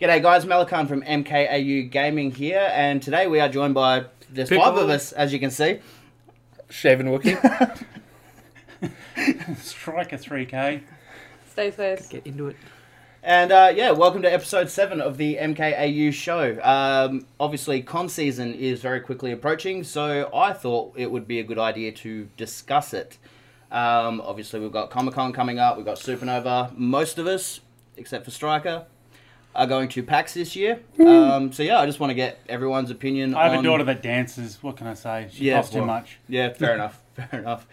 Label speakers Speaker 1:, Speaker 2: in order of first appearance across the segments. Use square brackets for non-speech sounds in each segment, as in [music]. Speaker 1: G'day, guys. Malakan from MKAU Gaming here, and today we are joined by there's
Speaker 2: Pickle.
Speaker 1: five of us, as you can see.
Speaker 3: Shaven Wookie.
Speaker 2: Strike a 3K.
Speaker 4: Stay first.
Speaker 3: Get into it.
Speaker 1: And uh, yeah, welcome to episode seven of the MKAU show. Um, obviously, con season is very quickly approaching, so I thought it would be a good idea to discuss it. Um, obviously, we've got Comic Con coming up, we've got Supernova. Most of us, except for Striker, are going to PAX this year. Um, so yeah, I just want to get everyone's opinion.
Speaker 2: I have a
Speaker 1: on-
Speaker 2: daughter that dances. What can I say? She
Speaker 1: Yeah,
Speaker 2: costs too
Speaker 1: well-
Speaker 2: much.
Speaker 1: Yeah, fair enough. [laughs] Fair enough.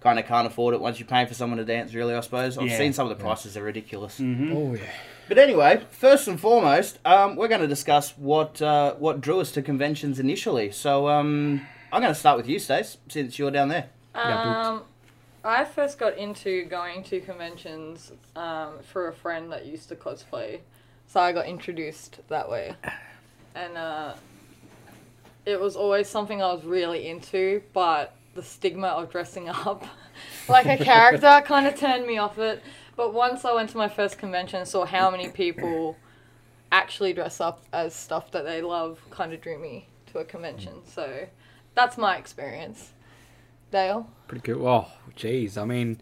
Speaker 1: Kind of can't afford it once you're paying for someone to dance, really, I suppose. I've
Speaker 2: Yeah.
Speaker 1: seen some of the prices, they're ridiculous.
Speaker 3: Oh yeah.
Speaker 1: But anyway, first and foremost, um, we're going to discuss what uh, what drew us to conventions initially. So um, I'm going to start with you, Stace, since you're down there.
Speaker 3: Yeah,
Speaker 4: Um, I first got into going to conventions um, through a friend that used to cosplay, so I got introduced that way, and uh, it was always something I was really into, but the stigma of dressing [laughs] up like a character kind of turned me off it. But once I went to my first convention and saw how many people actually dress up as stuff that they love, kind of drew me to a convention. So that's my experience. Dale.
Speaker 3: Pretty good. Oh, jeez. I mean,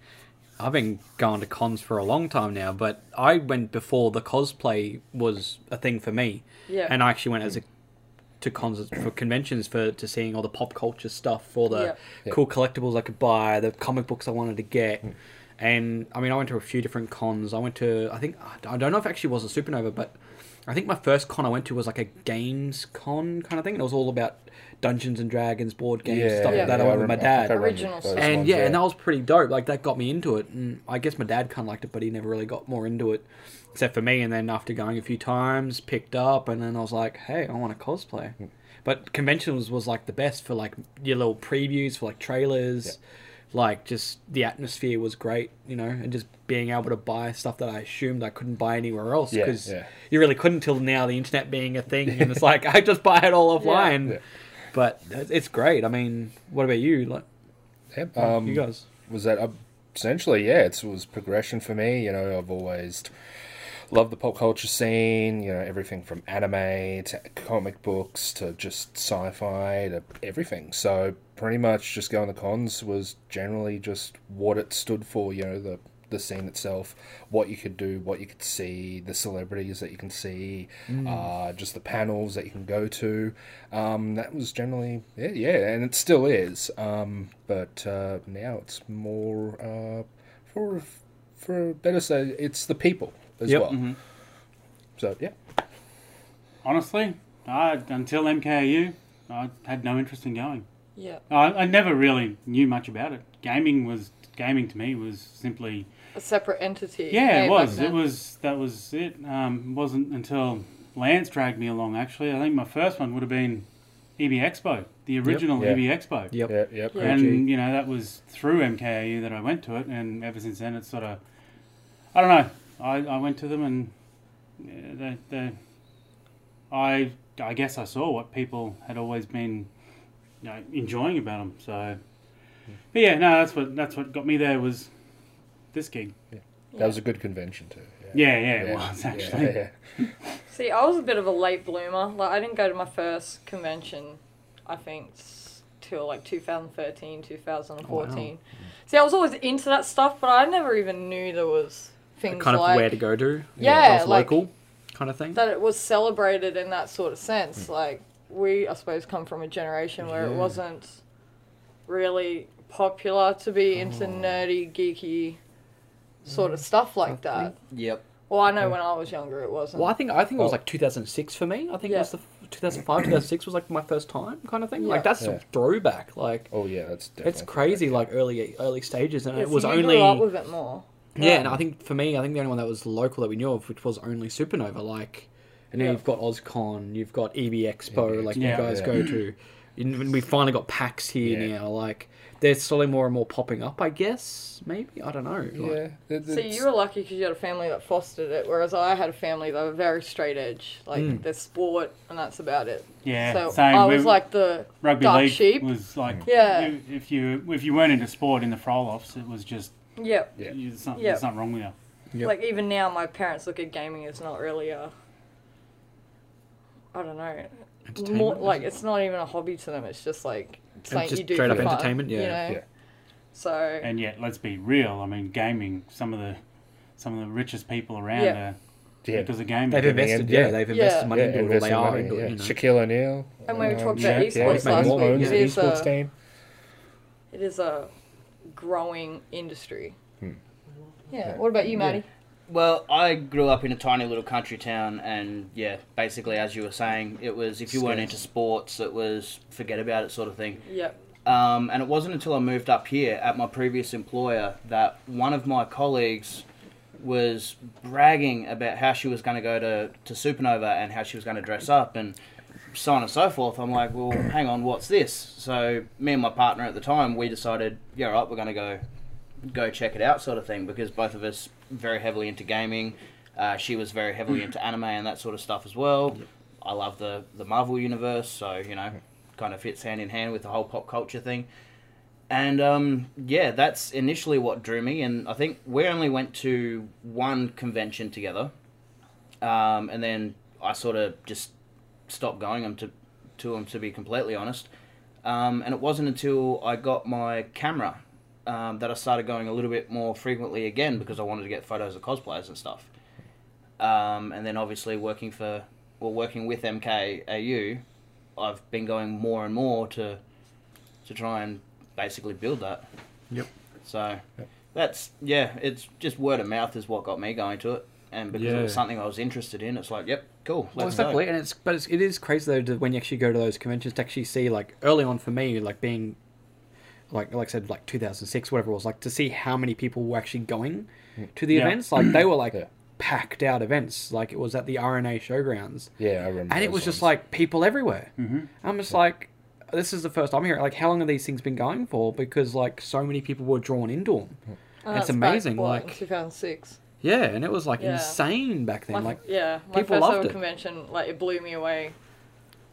Speaker 3: I've been going to cons for a long time now, but I went before the cosplay was a thing for me.
Speaker 4: Yeah.
Speaker 3: And I actually went as a to cons for conventions for to seeing all the pop culture stuff, all the cool collectibles I could buy, the comic books I wanted to get. And I mean, I went to a few different cons. I went to, I think, I don't know if it actually was a supernova, but I think my first con I went to was like a games con kind of thing, and it was all about Dungeons and Dragons board games and stuff like that. I went with my dad
Speaker 4: Original stuff.
Speaker 3: and yeah, and that was pretty dope. Like that got me into it, and I guess my dad kind of liked it, but he never really got more into it, except for me. And then after going a few times, picked up, and then I was like, hey, I want to cosplay.
Speaker 5: Hmm.
Speaker 3: But conventions was like the best for like your little previews for like trailers, like just the atmosphere was great, you know, and just being able to buy stuff that I assumed I couldn't buy anywhere else
Speaker 5: Yeah,
Speaker 3: because
Speaker 5: yeah.
Speaker 3: you really couldn't till now. The internet being a thing, and it's like [laughs] I just buy it all offline.
Speaker 5: Yeah.
Speaker 3: But it's great. I mean, what about you? Like,
Speaker 5: Yep, um,
Speaker 3: you guys.
Speaker 5: was that uh, essentially yeah it was progression for me you know i've always loved the pop culture scene you know everything from anime to comic books to just sci-fi to everything so pretty much just going to cons was generally just what it stood for you know the the scene itself what you could do what you could see the celebrities that you can see uh, just the panels that you can go to um, that was generally yeah, yeah and it still is um, but uh, now it's more uh, for for better say it's the people as
Speaker 3: Yep.
Speaker 5: well so yeah
Speaker 2: Honestly, I, until MKU, I had no interest in going.
Speaker 4: Yeah,
Speaker 2: I, I never really knew much about it. Gaming was gaming to me was simply
Speaker 4: a separate entity.
Speaker 2: yeah,
Speaker 4: eh,
Speaker 2: it
Speaker 4: back
Speaker 2: was. It
Speaker 4: then?
Speaker 2: was that was it. Um, it wasn't until Lance dragged me along. Actually, I think my first one would have been EB Expo, the original
Speaker 5: Yeah.
Speaker 2: EB Expo.
Speaker 3: Yep.
Speaker 5: yeah yep
Speaker 4: Yeah.
Speaker 2: and you know that was through MKAU that I went to it, and ever since then it's sort of, I don't know. I, I went to them and yeah, they, they, I I guess I saw what people had always been, you know, enjoying about them. So, but yeah, no, that's what that's what got me there was this gig.
Speaker 5: that was a good convention too
Speaker 2: Yeah, yeah, it was
Speaker 5: yeah,
Speaker 2: actually. [laughs]
Speaker 5: yeah.
Speaker 4: See, I was a bit of a late bloomer. Like, I didn't go to my first convention, I think, s- till like 2013, 2014. See, I was always into that stuff, but I never even knew there was things
Speaker 3: kind of
Speaker 4: like
Speaker 3: where to go to.
Speaker 4: Yeah,
Speaker 3: That was
Speaker 4: like-
Speaker 3: local kind of thing.
Speaker 4: that. It was celebrated in that sort of
Speaker 3: Hmm.
Speaker 4: sense. Like we, I suppose, come from a generation where it wasn't really popular to be into
Speaker 3: Oh.
Speaker 4: nerdy, geeky sort
Speaker 3: Hmm.
Speaker 4: of stuff like that.
Speaker 1: Yep.
Speaker 4: Well, I know when I was younger it wasn't.
Speaker 3: well, I think I think it was
Speaker 5: Oh.
Speaker 3: like 2006 for me. I think it
Speaker 4: Yeah.
Speaker 3: was the f- 2005, 2006 was like my first time kind of thing.
Speaker 4: Yeah.
Speaker 3: Like that's
Speaker 5: Yeah.
Speaker 3: a throwback. Like
Speaker 5: oh yeah that's definitely
Speaker 3: it's crazy. Like early early stages, and
Speaker 4: Yeah,
Speaker 3: Uh, it
Speaker 4: so
Speaker 3: was
Speaker 4: you
Speaker 3: only
Speaker 4: grew up with it more.
Speaker 3: yeah. And I think for me, I think the only one that was local that we knew of, which was only Supernova. Like, and then
Speaker 4: Yeah.
Speaker 3: you've got OzCon, you've got EB Expo.
Speaker 5: EB
Speaker 3: like
Speaker 2: Yeah.
Speaker 3: you guys
Speaker 5: Yeah.
Speaker 3: go to. And we finally got PAX here
Speaker 5: Yeah.
Speaker 3: now. Like they're slowly more and more popping up. I guess maybe I don't know.
Speaker 5: yeah
Speaker 3: Like,
Speaker 5: It-
Speaker 4: So
Speaker 5: it's-
Speaker 4: you were lucky because you had a family that fostered it, whereas I had a family that were very straight edge. Like
Speaker 3: Mm.
Speaker 4: there's sport, and that's about it.
Speaker 2: Yeah,
Speaker 4: So
Speaker 2: same.
Speaker 4: I was
Speaker 2: We-
Speaker 4: like the
Speaker 2: Rugby
Speaker 4: dark
Speaker 2: league
Speaker 4: sheep.
Speaker 2: was like
Speaker 4: Yeah.
Speaker 2: you- If you if you weren't into sport in the Froloffs, it was just
Speaker 4: yeah.
Speaker 5: Yeah.
Speaker 2: you, there's, something,
Speaker 4: Yeah.
Speaker 2: there's something wrong with you.
Speaker 3: Yep.
Speaker 4: Like even now, my parents look at gaming as not really a I don't know. More
Speaker 3: Entertainment,
Speaker 4: like it's not even a hobby to them. It's just like something
Speaker 3: just
Speaker 4: you do
Speaker 3: straight
Speaker 4: for
Speaker 3: up
Speaker 4: fun,
Speaker 3: entertainment,
Speaker 4: you
Speaker 3: yeah.
Speaker 4: know?
Speaker 5: Yeah.
Speaker 4: So
Speaker 2: And yet, let's be real. I mean, gaming. Some of the some of the richest people around
Speaker 4: Yeah.
Speaker 2: are
Speaker 5: Yeah.
Speaker 2: because of gaming.
Speaker 3: They've invested,
Speaker 5: and-
Speaker 3: yeah,
Speaker 5: yeah.
Speaker 3: they've invested
Speaker 4: Yeah.
Speaker 3: money into it, or they
Speaker 5: investing
Speaker 3: are
Speaker 5: money,
Speaker 3: into
Speaker 5: yeah.
Speaker 3: it. You know.
Speaker 5: Shaquille O'Neal.
Speaker 4: And when we talked
Speaker 2: about
Speaker 4: esports
Speaker 3: last
Speaker 5: Malone
Speaker 3: week,
Speaker 5: owns
Speaker 3: yeah.
Speaker 5: the esports
Speaker 4: uh,
Speaker 5: team.
Speaker 4: it is a growing industry.
Speaker 3: Hmm.
Speaker 4: Yeah. What about you, Maddie?
Speaker 1: Well, I grew up in a tiny little country town, and yeah, basically, as you were saying, it was if you weren't into sports, it was forget about it sort of thing.
Speaker 4: Yep.
Speaker 1: Um, and it wasn't until I moved up here at my previous employer that one of my colleagues was bragging about how she was going to go to, to Supernova and how she was going to dress up and so on and so forth. I'm like, well, hang on, what's this? So me and my partner at the time, we decided, yeah, right, we're going to go go check it out sort of thing because both of us very heavily into gaming. Uh, she was very heavily into anime and that sort of stuff as well. I love the the Marvel universe, so you know, kind of fits hand in hand with the whole pop culture thing. And um, yeah, that's initially what drew me. And I think we only went to one convention together, um, and then I sort of just stopped going 'em to to them to be completely honest. Um, and it wasn't until I got my camera um, that I started going a little bit more frequently again because I wanted to get photos of cosplayers and stuff. Um, and then obviously working for, well, working with MKAU, I've been going more and more to, to try and basically build that.
Speaker 3: Yep.
Speaker 1: So, that's yeah. It's just word of mouth is what got me going to it, and because it was
Speaker 3: Yeah.
Speaker 1: something I was interested in, it's like, yep, cool,
Speaker 3: Well,
Speaker 1: let's
Speaker 3: exactly,
Speaker 1: go.
Speaker 3: and it's but it's, it is crazy though to, when you actually go to those conventions to actually see like early on for me like being like like I said like 2006 whatever it was like to see how many people were actually going to the
Speaker 2: Yeah.
Speaker 3: events like they were like
Speaker 5: Yeah.
Speaker 3: packed out events like it was at the RNA showgrounds
Speaker 5: Yeah, I remember.
Speaker 3: and it
Speaker 5: those
Speaker 3: was just
Speaker 5: ones.
Speaker 3: like people everywhere. Mm-hmm. I'm just like this is the first time here like how long have these things been going for because like so many people were drawn into them. And it's
Speaker 4: Oh, that's back,
Speaker 3: amazing
Speaker 4: what,
Speaker 3: like
Speaker 4: 2006
Speaker 3: yeah and it was like
Speaker 4: Yeah.
Speaker 3: insane back
Speaker 4: my,
Speaker 3: then like
Speaker 4: yeah my
Speaker 3: people
Speaker 4: first
Speaker 3: loved
Speaker 4: ever
Speaker 3: it.
Speaker 4: convention like it blew me away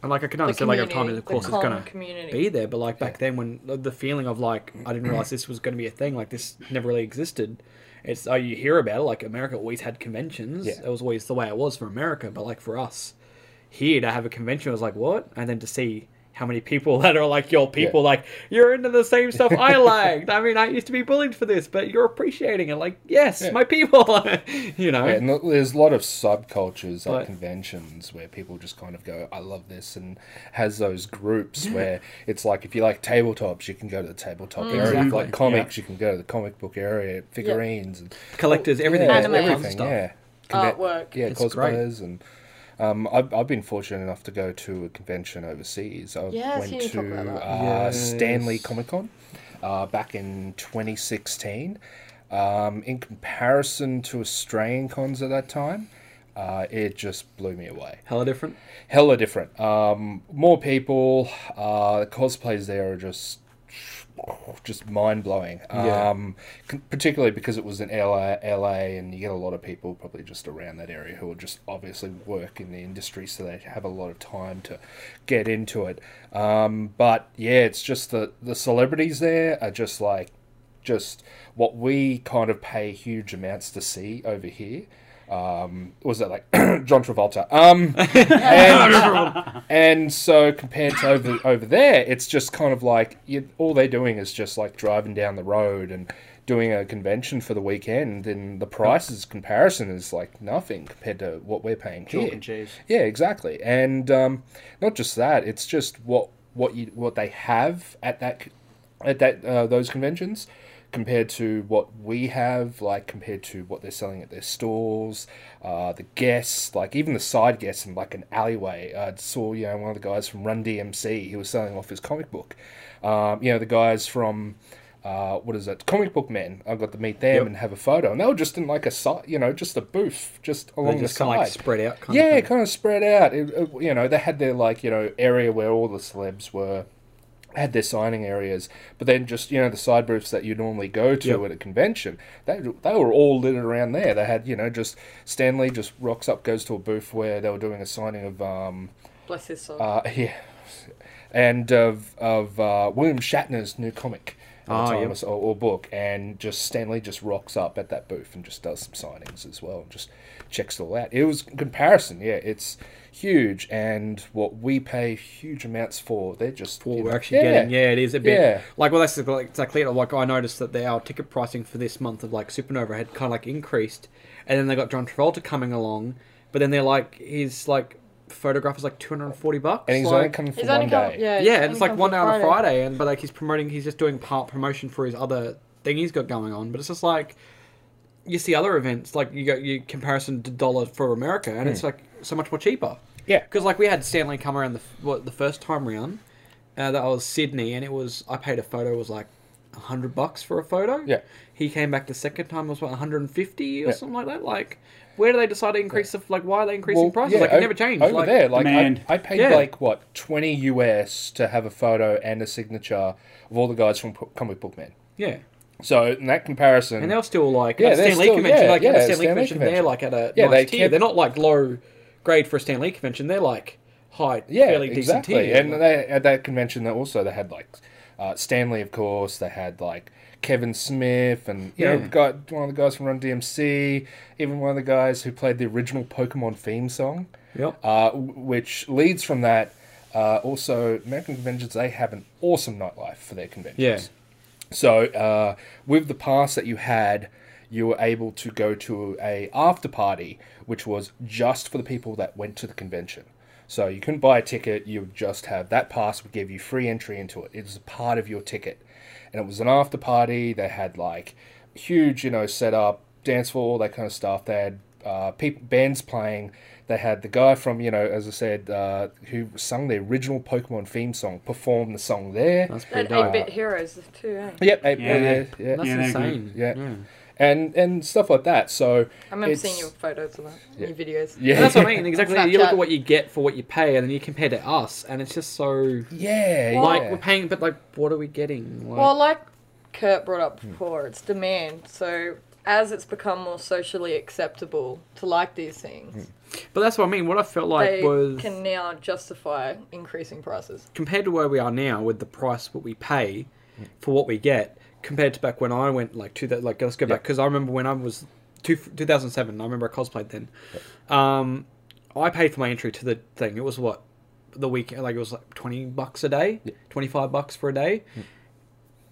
Speaker 3: And like I can
Speaker 4: the
Speaker 3: understand, like over time,
Speaker 4: community,
Speaker 3: of course,
Speaker 4: the
Speaker 3: it's
Speaker 4: calm
Speaker 3: gonna
Speaker 4: community.
Speaker 3: be there. But like back then, when the- the feeling of like I didn't realize this was gonna be a thing, like this never really existed. It's oh, you hear about it. Like America always had conventions.
Speaker 5: Yeah.
Speaker 3: It was always the way it was for America. But like for us, here to have a convention was like what, and then to see how many people [laughs] that are like your people, like you're into the same stuff I [laughs] liked. I mean, I used to be bullied for this, but you're appreciating it. Like yes,
Speaker 5: Yeah.
Speaker 3: my people. [laughs] you know.
Speaker 5: Yeah, and look, there's a lot of subcultures
Speaker 3: Right.
Speaker 5: at conventions where people just kind of go, "I love this," and has those groups where it's like if you like tabletops, you can go to the tabletop area. If you
Speaker 3: Mm, Exactly,
Speaker 5: like comics, you can go to the comic book area. Figurines and
Speaker 3: Collectors, everything,
Speaker 5: yeah,
Speaker 3: all kinds of
Speaker 5: everything,
Speaker 3: stuff.
Speaker 5: yeah.
Speaker 4: Artwork.
Speaker 5: yeah,
Speaker 3: It's
Speaker 5: cosplayers and. Um, I've, I've been fortunate enough to go to a convention overseas. I
Speaker 4: Yeah, I've
Speaker 5: went
Speaker 4: seen you
Speaker 5: to
Speaker 4: talk about that.
Speaker 5: uh, Stanley
Speaker 3: Yes.
Speaker 5: Comic Con uh, back in 2016. Um, in comparison to Australian cons at that time, uh, it just blew me away
Speaker 3: Hella different.
Speaker 5: hella different. Um, more people. Uh, the cosplays there are just just mind blowing.
Speaker 3: Yeah.
Speaker 5: Um, c- particularly because it was in LA, LA, and you get a lot of people probably just around that area who are just obviously work in the industry, so they have a lot of time to get into it. Um, but yeah, it's just the the celebrities there are just like just what we kind of pay huge amounts to see over here. Um, was that like [clears throat] John Travolta? Um, and, and so compared to over over there, it's just kind of like you, all they're doing is just like driving down the road and doing a convention for the weekend. And the prices comparison is like nothing compared to what we're paying
Speaker 1: Chalk
Speaker 5: here.
Speaker 1: and cheese.
Speaker 5: Yeah, exactly. And um, not just that, it's just what what you what they have at that c- at that uh, those conventions compared to what we have, like compared to what they're selling at their stores, uh, the guests, like even the side guests in like an alleyway. Uh, I saw you know one of the guys from Run DMC, he was selling off his comic book. Um, you know the guys from. Uh, what is it? Comic book men. I got to meet them
Speaker 3: Yep.
Speaker 5: and have a photo, and they were just in like a side, you know, just a booth, just
Speaker 3: They
Speaker 5: along
Speaker 3: just
Speaker 5: the
Speaker 3: kind of
Speaker 5: side
Speaker 3: like spread out. Kind
Speaker 5: yeah,
Speaker 3: of thing.
Speaker 5: kind of spread out. It, it- you know, they had their like you know area where all the celebs were, had their signing areas, but then just you know the side booths that you normally go to
Speaker 3: Yep.
Speaker 5: at a convention, they they were all littered around there. They had you know just Stanley just rocks up, goes to a booth where they were doing a signing of um
Speaker 4: Bless his soul.
Speaker 5: uh [laughs] yeah, and of of uh, William Shatner's new comic. at the
Speaker 3: Ah,
Speaker 5: time
Speaker 3: yep.
Speaker 5: or, or book, and just Stanley just rocks up at that booth and just does some signings as well, and just checks it all out. It was in comparison, yeah. It's huge, and what we pay huge amounts for, they're just
Speaker 3: what
Speaker 5: you
Speaker 3: we're
Speaker 5: know,
Speaker 3: actually getting. Yeah, it is a bit.
Speaker 5: Yeah.
Speaker 3: Like, well, that's exactly- exactly it. Like, I noticed that their ticket pricing for this month of like Supernova had kind of like increased, and then they got John Travolta coming along, but then they're like his like photograph is like two hundred and forty bucks.
Speaker 5: and he's
Speaker 3: like,
Speaker 5: only coming for
Speaker 4: He's
Speaker 5: one
Speaker 4: only come,
Speaker 5: day.
Speaker 4: yeah, he's
Speaker 3: yeah,
Speaker 4: only
Speaker 3: and it's like
Speaker 4: come
Speaker 3: one
Speaker 4: for
Speaker 3: day on a Friday, and but like he's promoting, he's just doing part promotion for his other thing he's got going on. But it's just like you see other events, like you got you comparison to dollar for America, and
Speaker 5: Hmm.
Speaker 3: it's like so much more cheaper.
Speaker 5: Yeah.
Speaker 3: because like we had Stanley come around the f- what, the first time round, uh, that was Sydney, and it was I paid a photo was like hundred bucks for a photo.
Speaker 5: Yeah.
Speaker 3: he came back the second time it was what one hundred and fifty or
Speaker 5: Yeah.
Speaker 3: something like that. Like, where do they decide to increase the like? Why are they increasing
Speaker 5: Well,
Speaker 3: prices?
Speaker 5: yeah,
Speaker 3: like
Speaker 5: o-
Speaker 3: it never changed.
Speaker 5: Over
Speaker 3: like,
Speaker 5: there, like
Speaker 2: Demand.
Speaker 5: I, I paid
Speaker 3: Yeah.
Speaker 5: like what twenty US to have a photo and a signature of all the guys from P- Comic Book Man.
Speaker 3: yeah.
Speaker 5: So in that comparison,
Speaker 3: And they were still like
Speaker 5: Yeah,
Speaker 3: at
Speaker 5: they're
Speaker 3: Stan Lee
Speaker 5: still-
Speaker 3: convention,
Speaker 5: yeah,
Speaker 3: like at
Speaker 5: yeah,
Speaker 3: a Stan Lee
Speaker 5: Stan Lee
Speaker 3: convention, they're
Speaker 5: convention.
Speaker 3: like at a
Speaker 5: Yeah,
Speaker 3: nice
Speaker 5: they
Speaker 3: tier.
Speaker 5: kept-
Speaker 3: They're not like low grade for a Stan Lee convention. They're like high,
Speaker 5: yeah,
Speaker 3: fairly
Speaker 5: exactly.
Speaker 3: decent tier.
Speaker 5: and they, at that convention, they also they had like uh, Stanley, of course. They had like Kevin Smith, and you
Speaker 3: Yeah.
Speaker 5: know, got one of the guys from Run DMC, even one of the guys who played the original Pokemon theme song.
Speaker 3: yep.
Speaker 5: uh, w- which leads from that. Uh, also, American conventions they have an awesome nightlife for their conventions.
Speaker 3: Yeah.
Speaker 5: So uh, with the pass that you had, you were able to go to a after party, which was just for the people that went to the convention. So you couldn't buy a ticket; you would just have that pass would give you free entry into it. It was a part of your ticket, and it was an after party. They had like huge, you know, setup, dance floor, all that kind of stuff. They had uh, peop bands playing. They had the guy from, you know, as I said, uh, who sung the original Pokemon theme song, perform the song there.
Speaker 3: That's pretty
Speaker 4: Friday. They had
Speaker 3: dope.
Speaker 4: 8-bit heroes too, eh?
Speaker 5: Yep, yeah,
Speaker 2: Yeah.
Speaker 5: yeah, yeah,
Speaker 3: That's
Speaker 2: Yeah, they're good.
Speaker 3: insane.
Speaker 5: yeah. and and stuff like that. So
Speaker 4: I remember
Speaker 5: it's-
Speaker 4: seeing your photos of that,
Speaker 5: Yeah.
Speaker 4: your videos.
Speaker 5: Yeah,
Speaker 3: And that's what I mean. Exactly. You look
Speaker 4: Snapchat.
Speaker 3: at what you get for what you pay, and then you compare to us, and it's just so
Speaker 5: [laughs] Yeah, yeah.
Speaker 3: like we're paying, but like what are we getting? Like,
Speaker 4: Well, like Kurt brought
Speaker 3: Hmm.
Speaker 4: up before, it's demand. So as it's become more socially acceptable to like these things,
Speaker 3: but that's what I mean. What I felt Hmm. like
Speaker 4: they
Speaker 3: was
Speaker 4: can now justify increasing prices.
Speaker 3: compared to where we are now with the price what we pay for what we get compared to back when I went like to that like let's go back because I remember when I was two, 2007 I remember I cosplayed then um I paid for my entry to the thing it was what the week like it was like 20 bucks a day 25 bucks for a day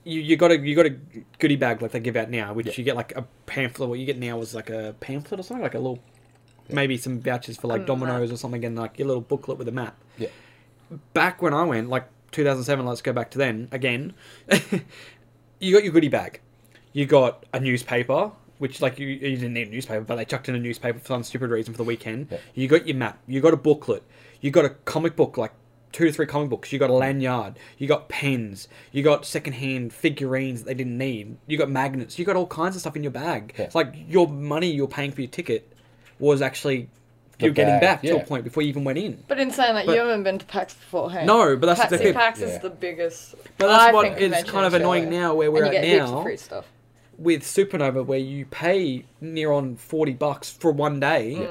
Speaker 3: you, you got a you got a goodie bag like they give out now which you get like a pamphlet what you get now is like a pamphlet or something like a little maybe some vouchers for like
Speaker 4: A
Speaker 3: dominoes or something and like your little booklet with a map
Speaker 5: Yeah.
Speaker 3: back when I went, like 2007, let's go back to then again. [laughs] you got your goodie bag. You got a newspaper, which like you, you didn't need a newspaper, but they chucked in a newspaper for some stupid reason for the weekend. You got your map. You got a booklet. You got a comic book, like two to three comic books. You got a lanyard. You got pens. You got secondhand figurines that they didn't need. You got magnets. You got all kinds of stuff in your bag.
Speaker 5: Yeah.
Speaker 3: It's like your money you're paying for your ticket was actually
Speaker 5: The
Speaker 3: you're getting
Speaker 5: bag,
Speaker 3: back to
Speaker 5: yeah.
Speaker 3: a point before you even went in.
Speaker 4: But in saying that,
Speaker 3: But-
Speaker 4: you haven't been to PAX beforehand.
Speaker 3: No, but that's
Speaker 4: PAX,
Speaker 3: exactly it.
Speaker 4: PAX
Speaker 5: Yeah.
Speaker 4: is the biggest.
Speaker 3: But that's
Speaker 4: I
Speaker 3: what
Speaker 4: think,
Speaker 3: is
Speaker 4: convention
Speaker 3: kind of
Speaker 4: in
Speaker 3: annoying
Speaker 4: Australia.
Speaker 3: now, where we're
Speaker 4: and you
Speaker 3: at
Speaker 4: get heaps
Speaker 3: now.
Speaker 4: of free stuff.
Speaker 3: with Supernova where you pay near on 40 bucks for one day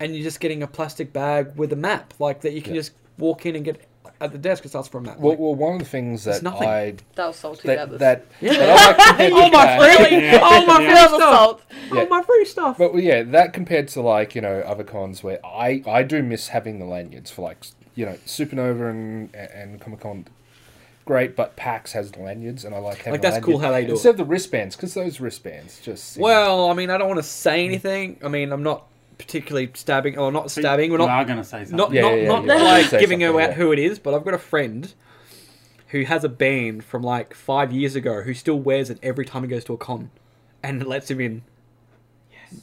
Speaker 3: and you're just getting a plastic bag with a map like that you can just walk in and get at the desk it starts for a map.
Speaker 5: Well,
Speaker 3: Like,
Speaker 5: well, one of the things that
Speaker 3: nothing.
Speaker 5: I
Speaker 4: That was salty.
Speaker 5: that
Speaker 4: that
Speaker 5: that, that I like
Speaker 3: [laughs]
Speaker 5: compared to that-
Speaker 3: Oh really? [laughs]
Speaker 2: Yeah.
Speaker 3: Oh my
Speaker 2: Yeah.
Speaker 3: free
Speaker 4: was
Speaker 3: stuff.
Speaker 4: salt.
Speaker 5: Yeah.
Speaker 3: Oh my free stuff.
Speaker 5: [laughs] But well, yeah, that compared to like you know other cons where I I do miss having the lanyards for like you know Supernova and and Comic Con. Great, but PAX has the lanyards, and I like having
Speaker 3: Like, that's
Speaker 5: the
Speaker 3: cool
Speaker 5: lanyards.
Speaker 3: how they do it.
Speaker 5: instead of the wristbands because those wristbands just you know,
Speaker 3: Well, I mean I don't want to say anything. I mean I'm not particularly stabbing or not stabbing. We're
Speaker 2: You
Speaker 3: not
Speaker 2: are going to say something.
Speaker 3: not
Speaker 5: Yeah,
Speaker 3: not,
Speaker 5: yeah,
Speaker 3: not
Speaker 5: yeah, yeah.
Speaker 3: like
Speaker 5: Say
Speaker 3: giving out
Speaker 5: something, yeah.
Speaker 3: who it is, but I've got a friend who has a band from like five years ago who still wears it every time he goes to a con, and [laughs] it lets him in. Yes.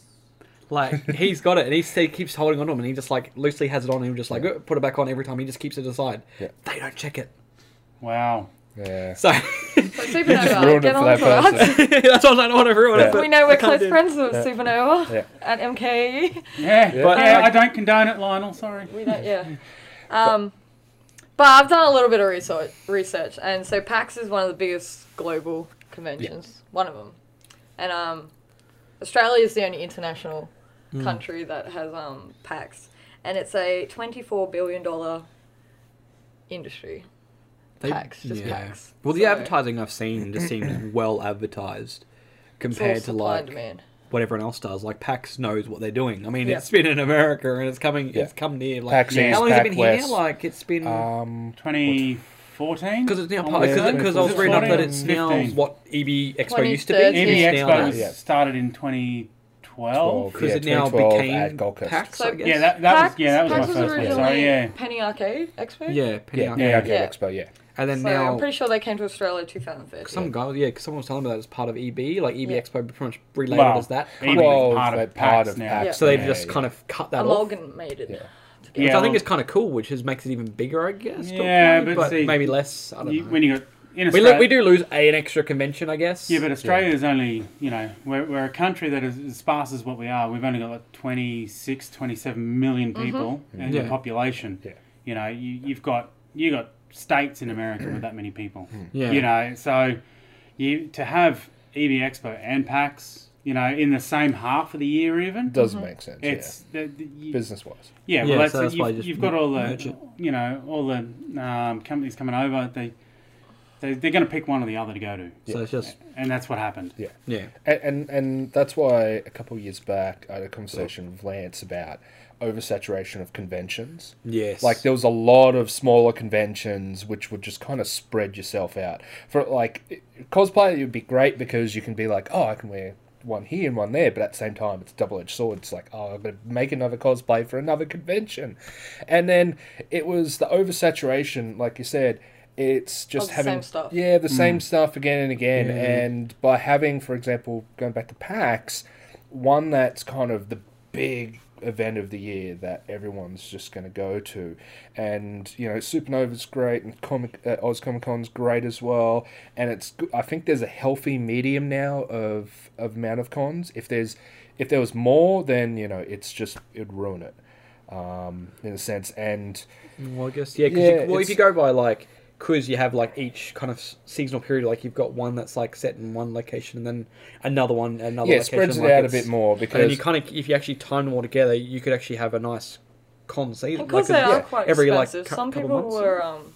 Speaker 3: Like he's got it, and he, he keeps holding on to him, and he just like loosely has it on, and he'll just like "Uh, put it back on every time. He just keeps it aside.
Speaker 5: Yeah.
Speaker 3: They don't check it,
Speaker 2: Wow.
Speaker 3: [laughs]
Speaker 5: yeah.
Speaker 3: so
Speaker 5: [laughs]
Speaker 4: So
Speaker 5: just
Speaker 4: Supernova,
Speaker 5: ruined
Speaker 4: get
Speaker 5: it for
Speaker 4: on
Speaker 5: that
Speaker 4: to
Speaker 3: [laughs]
Speaker 4: us. [laughs]
Speaker 5: person.
Speaker 3: that's why I don't want to ruin
Speaker 5: Yeah.
Speaker 3: it. but
Speaker 4: We know we're
Speaker 3: I can't
Speaker 4: close
Speaker 3: do it.
Speaker 4: friends with Supernova
Speaker 5: Yeah.
Speaker 4: at E. MKE.
Speaker 2: Yeah,
Speaker 5: But-
Speaker 3: uh,
Speaker 2: yeah, I don't condone it, Lionel. Sorry.
Speaker 4: We don't, yeah. Um, but I've done a little bit of research, research, and so PAX is one of the biggest global conventions, one of them, and um, Australia is the only international
Speaker 3: Hmm.
Speaker 4: country that has um PAX, and it's a twenty-four billion dollar industry.
Speaker 3: They-
Speaker 4: PAX, just
Speaker 3: yeah.
Speaker 4: PAX.
Speaker 3: Well, the
Speaker 4: So- [clears throat]
Speaker 3: advertising I've seen just seems well advertised
Speaker 4: It's all
Speaker 3: compared to
Speaker 4: supply
Speaker 3: like
Speaker 4: and demand.
Speaker 3: what everyone else does. Like PAX knows what they're doing. I mean,
Speaker 4: Yeah.
Speaker 3: it's been in America and it's coming.
Speaker 5: Yeah.
Speaker 3: It's come near. Like
Speaker 5: PAX East,
Speaker 3: how long has it
Speaker 5: PAX
Speaker 3: been here?
Speaker 5: West.
Speaker 3: Like it's been.
Speaker 5: Um,
Speaker 2: 2014?
Speaker 3: Because it's now
Speaker 2: Almost.
Speaker 3: part
Speaker 5: yeah,
Speaker 3: because I was reading up that it's now
Speaker 2: 15.
Speaker 3: what EB Expo used to be.
Speaker 4: 2013.
Speaker 2: EB
Speaker 3: It's
Speaker 2: Expo
Speaker 3: now
Speaker 2: was
Speaker 5: E Yeah.
Speaker 2: started in 2012.
Speaker 5: 12,
Speaker 3: because
Speaker 5: yeah,
Speaker 3: it now
Speaker 5: 2012
Speaker 3: became
Speaker 5: at Gold Coast.
Speaker 3: PAX. I
Speaker 4: So-
Speaker 3: guess.
Speaker 2: Yeah, that, that was
Speaker 4: PAX-
Speaker 2: yeah, that was
Speaker 4: PAX
Speaker 2: my first one.
Speaker 4: originally
Speaker 2: Sorry, yeah.
Speaker 4: Penny Arcade Expo.
Speaker 3: yeah, Penny
Speaker 5: Yeah,
Speaker 3: Arcade.
Speaker 5: yeah,
Speaker 2: Yeah.
Speaker 5: Arcade
Speaker 4: Yeah.
Speaker 5: Expo, yeah.
Speaker 3: and then
Speaker 4: So
Speaker 3: now
Speaker 4: I'm pretty sure they came to Australia 2013.
Speaker 3: some guy, yeah, 'cause someone was telling me that it's part of EB, like EB
Speaker 4: Yeah.
Speaker 3: Expo pretty much related
Speaker 2: Well,
Speaker 3: as that.
Speaker 2: EB
Speaker 3: kind of thing.
Speaker 5: Well,
Speaker 2: part
Speaker 5: they're
Speaker 2: of
Speaker 5: part
Speaker 2: PAX
Speaker 5: of
Speaker 2: now.
Speaker 5: PAX.
Speaker 3: so they've
Speaker 5: yeah,
Speaker 3: just
Speaker 5: yeah.
Speaker 3: kind of cut that off,
Speaker 4: amalgamated.
Speaker 5: Yeah.
Speaker 4: together.
Speaker 3: which I think
Speaker 2: well-
Speaker 3: is kind of cool, which is makes it even bigger, I guess.
Speaker 2: Yeah,
Speaker 3: probably,
Speaker 2: but see-
Speaker 3: maybe less. I don't
Speaker 2: You-
Speaker 3: know.
Speaker 2: when you got in
Speaker 3: we, lo-
Speaker 2: Australia,
Speaker 3: we do lose a, an extra convention, I guess.
Speaker 2: Yeah, but Australia's only, you know, we're, we're a country that is as sparse as what we are. We've only got like 26, 27 million
Speaker 3: Mm-hmm.
Speaker 2: people in
Speaker 3: Yeah.
Speaker 2: the population.
Speaker 5: Yeah.
Speaker 2: You know, you, you've got you got states in America with that many people.
Speaker 3: Yeah.
Speaker 2: You know, so you to have EB Expo and PAX, you know, in the same half of the year even.
Speaker 5: Does make sense,
Speaker 2: It's the, the,
Speaker 5: yeah.
Speaker 2: you-
Speaker 5: Business wise.
Speaker 2: yeah,
Speaker 3: Yeah,
Speaker 2: well, that's,
Speaker 3: so that's
Speaker 2: you've,
Speaker 3: why I just
Speaker 2: you've got all
Speaker 3: merge
Speaker 2: the,
Speaker 3: it.
Speaker 2: you know, all the um, companies coming over. They, they they're going to pick one or the other to go to,
Speaker 3: So it's just
Speaker 2: and that's what happened.
Speaker 5: Yeah.
Speaker 3: yeah,
Speaker 5: And, and and that's why a couple of years back I had a conversation with Lance about oversaturation of conventions.
Speaker 3: yes,
Speaker 5: Like there was a lot of smaller conventions which would just kind of spread yourself out. For like it- cosplay, it would be great because you can be like, oh, I can wear one here and one there, but at the same time, it's double edged sword. It's like, oh, I'm gonna make another cosplay for another convention, and then it was the oversaturation, like you said. It's just
Speaker 4: the
Speaker 5: having
Speaker 4: same stuff.
Speaker 5: yeah the same stuff again and again,
Speaker 3: Mm. Yeah.
Speaker 5: and by having, for example, going back to PAX, one that's kind of the big event of the year that everyone's just going to go to, and you know, Supernova's great, and Comic uh, Oz Comic Con's great as well, and it's go- I think there's a healthy medium now of of amount of cons. If there's if there was more, then you know, it's just it'd ruin it. Um, in a sense, and
Speaker 3: well, I guess yeah. 'cause
Speaker 5: Yeah,
Speaker 3: you, well, if
Speaker 5: it's-
Speaker 3: you go by like quiz, you have like each kind of s- seasonal period. Like you've got one that's like set in one location, and then another one, another
Speaker 5: yeah, it
Speaker 3: location.
Speaker 5: spreads it
Speaker 3: like,
Speaker 5: out a
Speaker 3: it's-
Speaker 5: bit more
Speaker 3: And then you
Speaker 5: because
Speaker 3: kind of, if you actually time them all together, you could actually have a nice con season.
Speaker 4: Because
Speaker 3: like,
Speaker 4: they are
Speaker 5: yeah,
Speaker 4: quite
Speaker 3: every, like,
Speaker 4: expensive.
Speaker 3: cou-
Speaker 4: Some
Speaker 3: couple
Speaker 4: people
Speaker 3: months.
Speaker 4: were um,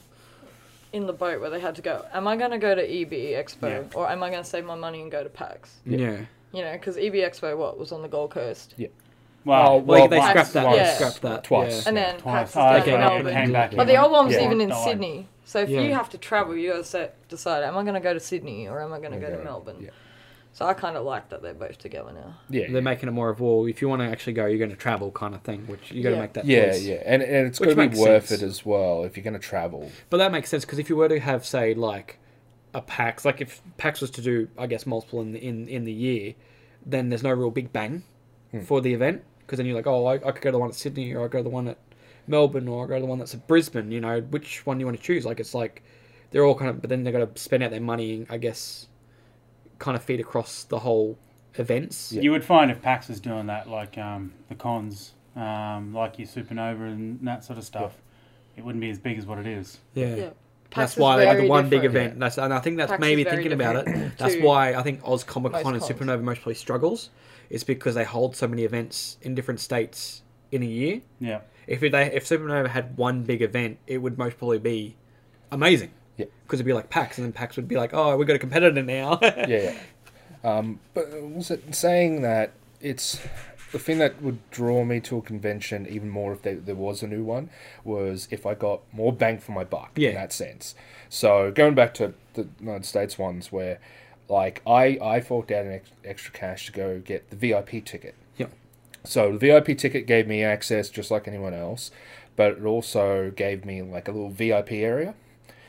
Speaker 4: in the boat where they had to go. Am I going to go to EB Expo or am I going to save my money and go to PAX?
Speaker 3: Yeah.
Speaker 4: You know, because EB Expo what was on the Gold Coast,
Speaker 5: Well,
Speaker 3: Well,
Speaker 2: Well,
Speaker 5: Oh, Well,
Speaker 3: they
Speaker 5: once-
Speaker 3: scrapped that.
Speaker 4: once.
Speaker 3: They scrapped that.
Speaker 5: Twice.
Speaker 4: and then
Speaker 2: twice.
Speaker 4: PAX is
Speaker 2: Oh,
Speaker 4: down
Speaker 3: okay,
Speaker 4: in
Speaker 3: okay,
Speaker 2: it
Speaker 4: Melbourne.
Speaker 3: okay.
Speaker 2: came back.
Speaker 3: But
Speaker 4: But the
Speaker 2: here.
Speaker 4: old one was
Speaker 5: Yeah.
Speaker 4: even in
Speaker 2: Died.
Speaker 4: Sydney. So if you
Speaker 3: Yeah.
Speaker 4: have to travel, you got to decide: am I going to go to Sydney or am I going to go
Speaker 5: Yeah,
Speaker 4: to Melbourne?
Speaker 5: yeah.
Speaker 4: So I kind of like that they're both together now.
Speaker 5: yeah,
Speaker 3: Yeah. They're making it more of well, if you want to actually go, you're going to travel kind of thing, which you got to
Speaker 4: Yeah.
Speaker 3: make that
Speaker 5: Yeah,
Speaker 3: choice.
Speaker 5: yeah, and, and it's
Speaker 3: Which
Speaker 5: going to be
Speaker 3: makes
Speaker 5: worth
Speaker 3: sense.
Speaker 5: it as well if you're going
Speaker 3: [laughs]
Speaker 5: to travel.
Speaker 3: But that makes sense because if you were to have, say, like a PAX, like if PAX was to do, I guess, multiple in in in the year, then there's no real big bang for the event because then you're like, oh, I, I could go to the one at Sydney or I go to the one at Melbourne or I go to the one that's at Brisbane. You know, which one do you want to choose? Like it's like they're all kind of, but then they got to spend out their money, I guess, kind of feed across the whole events.
Speaker 2: You would find if PAX was doing that, like um, the cons, um, like your supernova and that sort of stuff, it wouldn't be as big as what it is.
Speaker 3: Yeah.
Speaker 4: Yeah.
Speaker 3: That's
Speaker 4: PAX is
Speaker 3: why they had the
Speaker 4: very
Speaker 3: one big
Speaker 4: different.
Speaker 3: event. That's and I think that's
Speaker 4: PAX
Speaker 3: maybe
Speaker 4: is very
Speaker 3: thinking about it.
Speaker 4: different
Speaker 3: That's
Speaker 4: to
Speaker 3: why I think Oz Comic Con and
Speaker 4: most cons.
Speaker 3: Supernova most probably struggles. It's because they hold so many events in different states in a year.
Speaker 2: Yeah.
Speaker 3: If they if Supernova had one big event, it would most probably be amazing.
Speaker 5: Yeah.
Speaker 3: Because it'd be like PAX, and then PAX would be like, "Oh, we got a competitor now." [laughs]
Speaker 5: yeah, yeah. Um, but was it saying that it's the thing that would draw me to a convention even more if there, there was a new one was if I got more bang for my buck
Speaker 3: Yeah.
Speaker 5: in that sense. So going back to the United States ones where like I, I forked out an ex- extra cash to go get the VIP ticket.
Speaker 3: Yep.
Speaker 5: So the VIP ticket gave me access just like anyone else, but it also gave me like a little VIP area.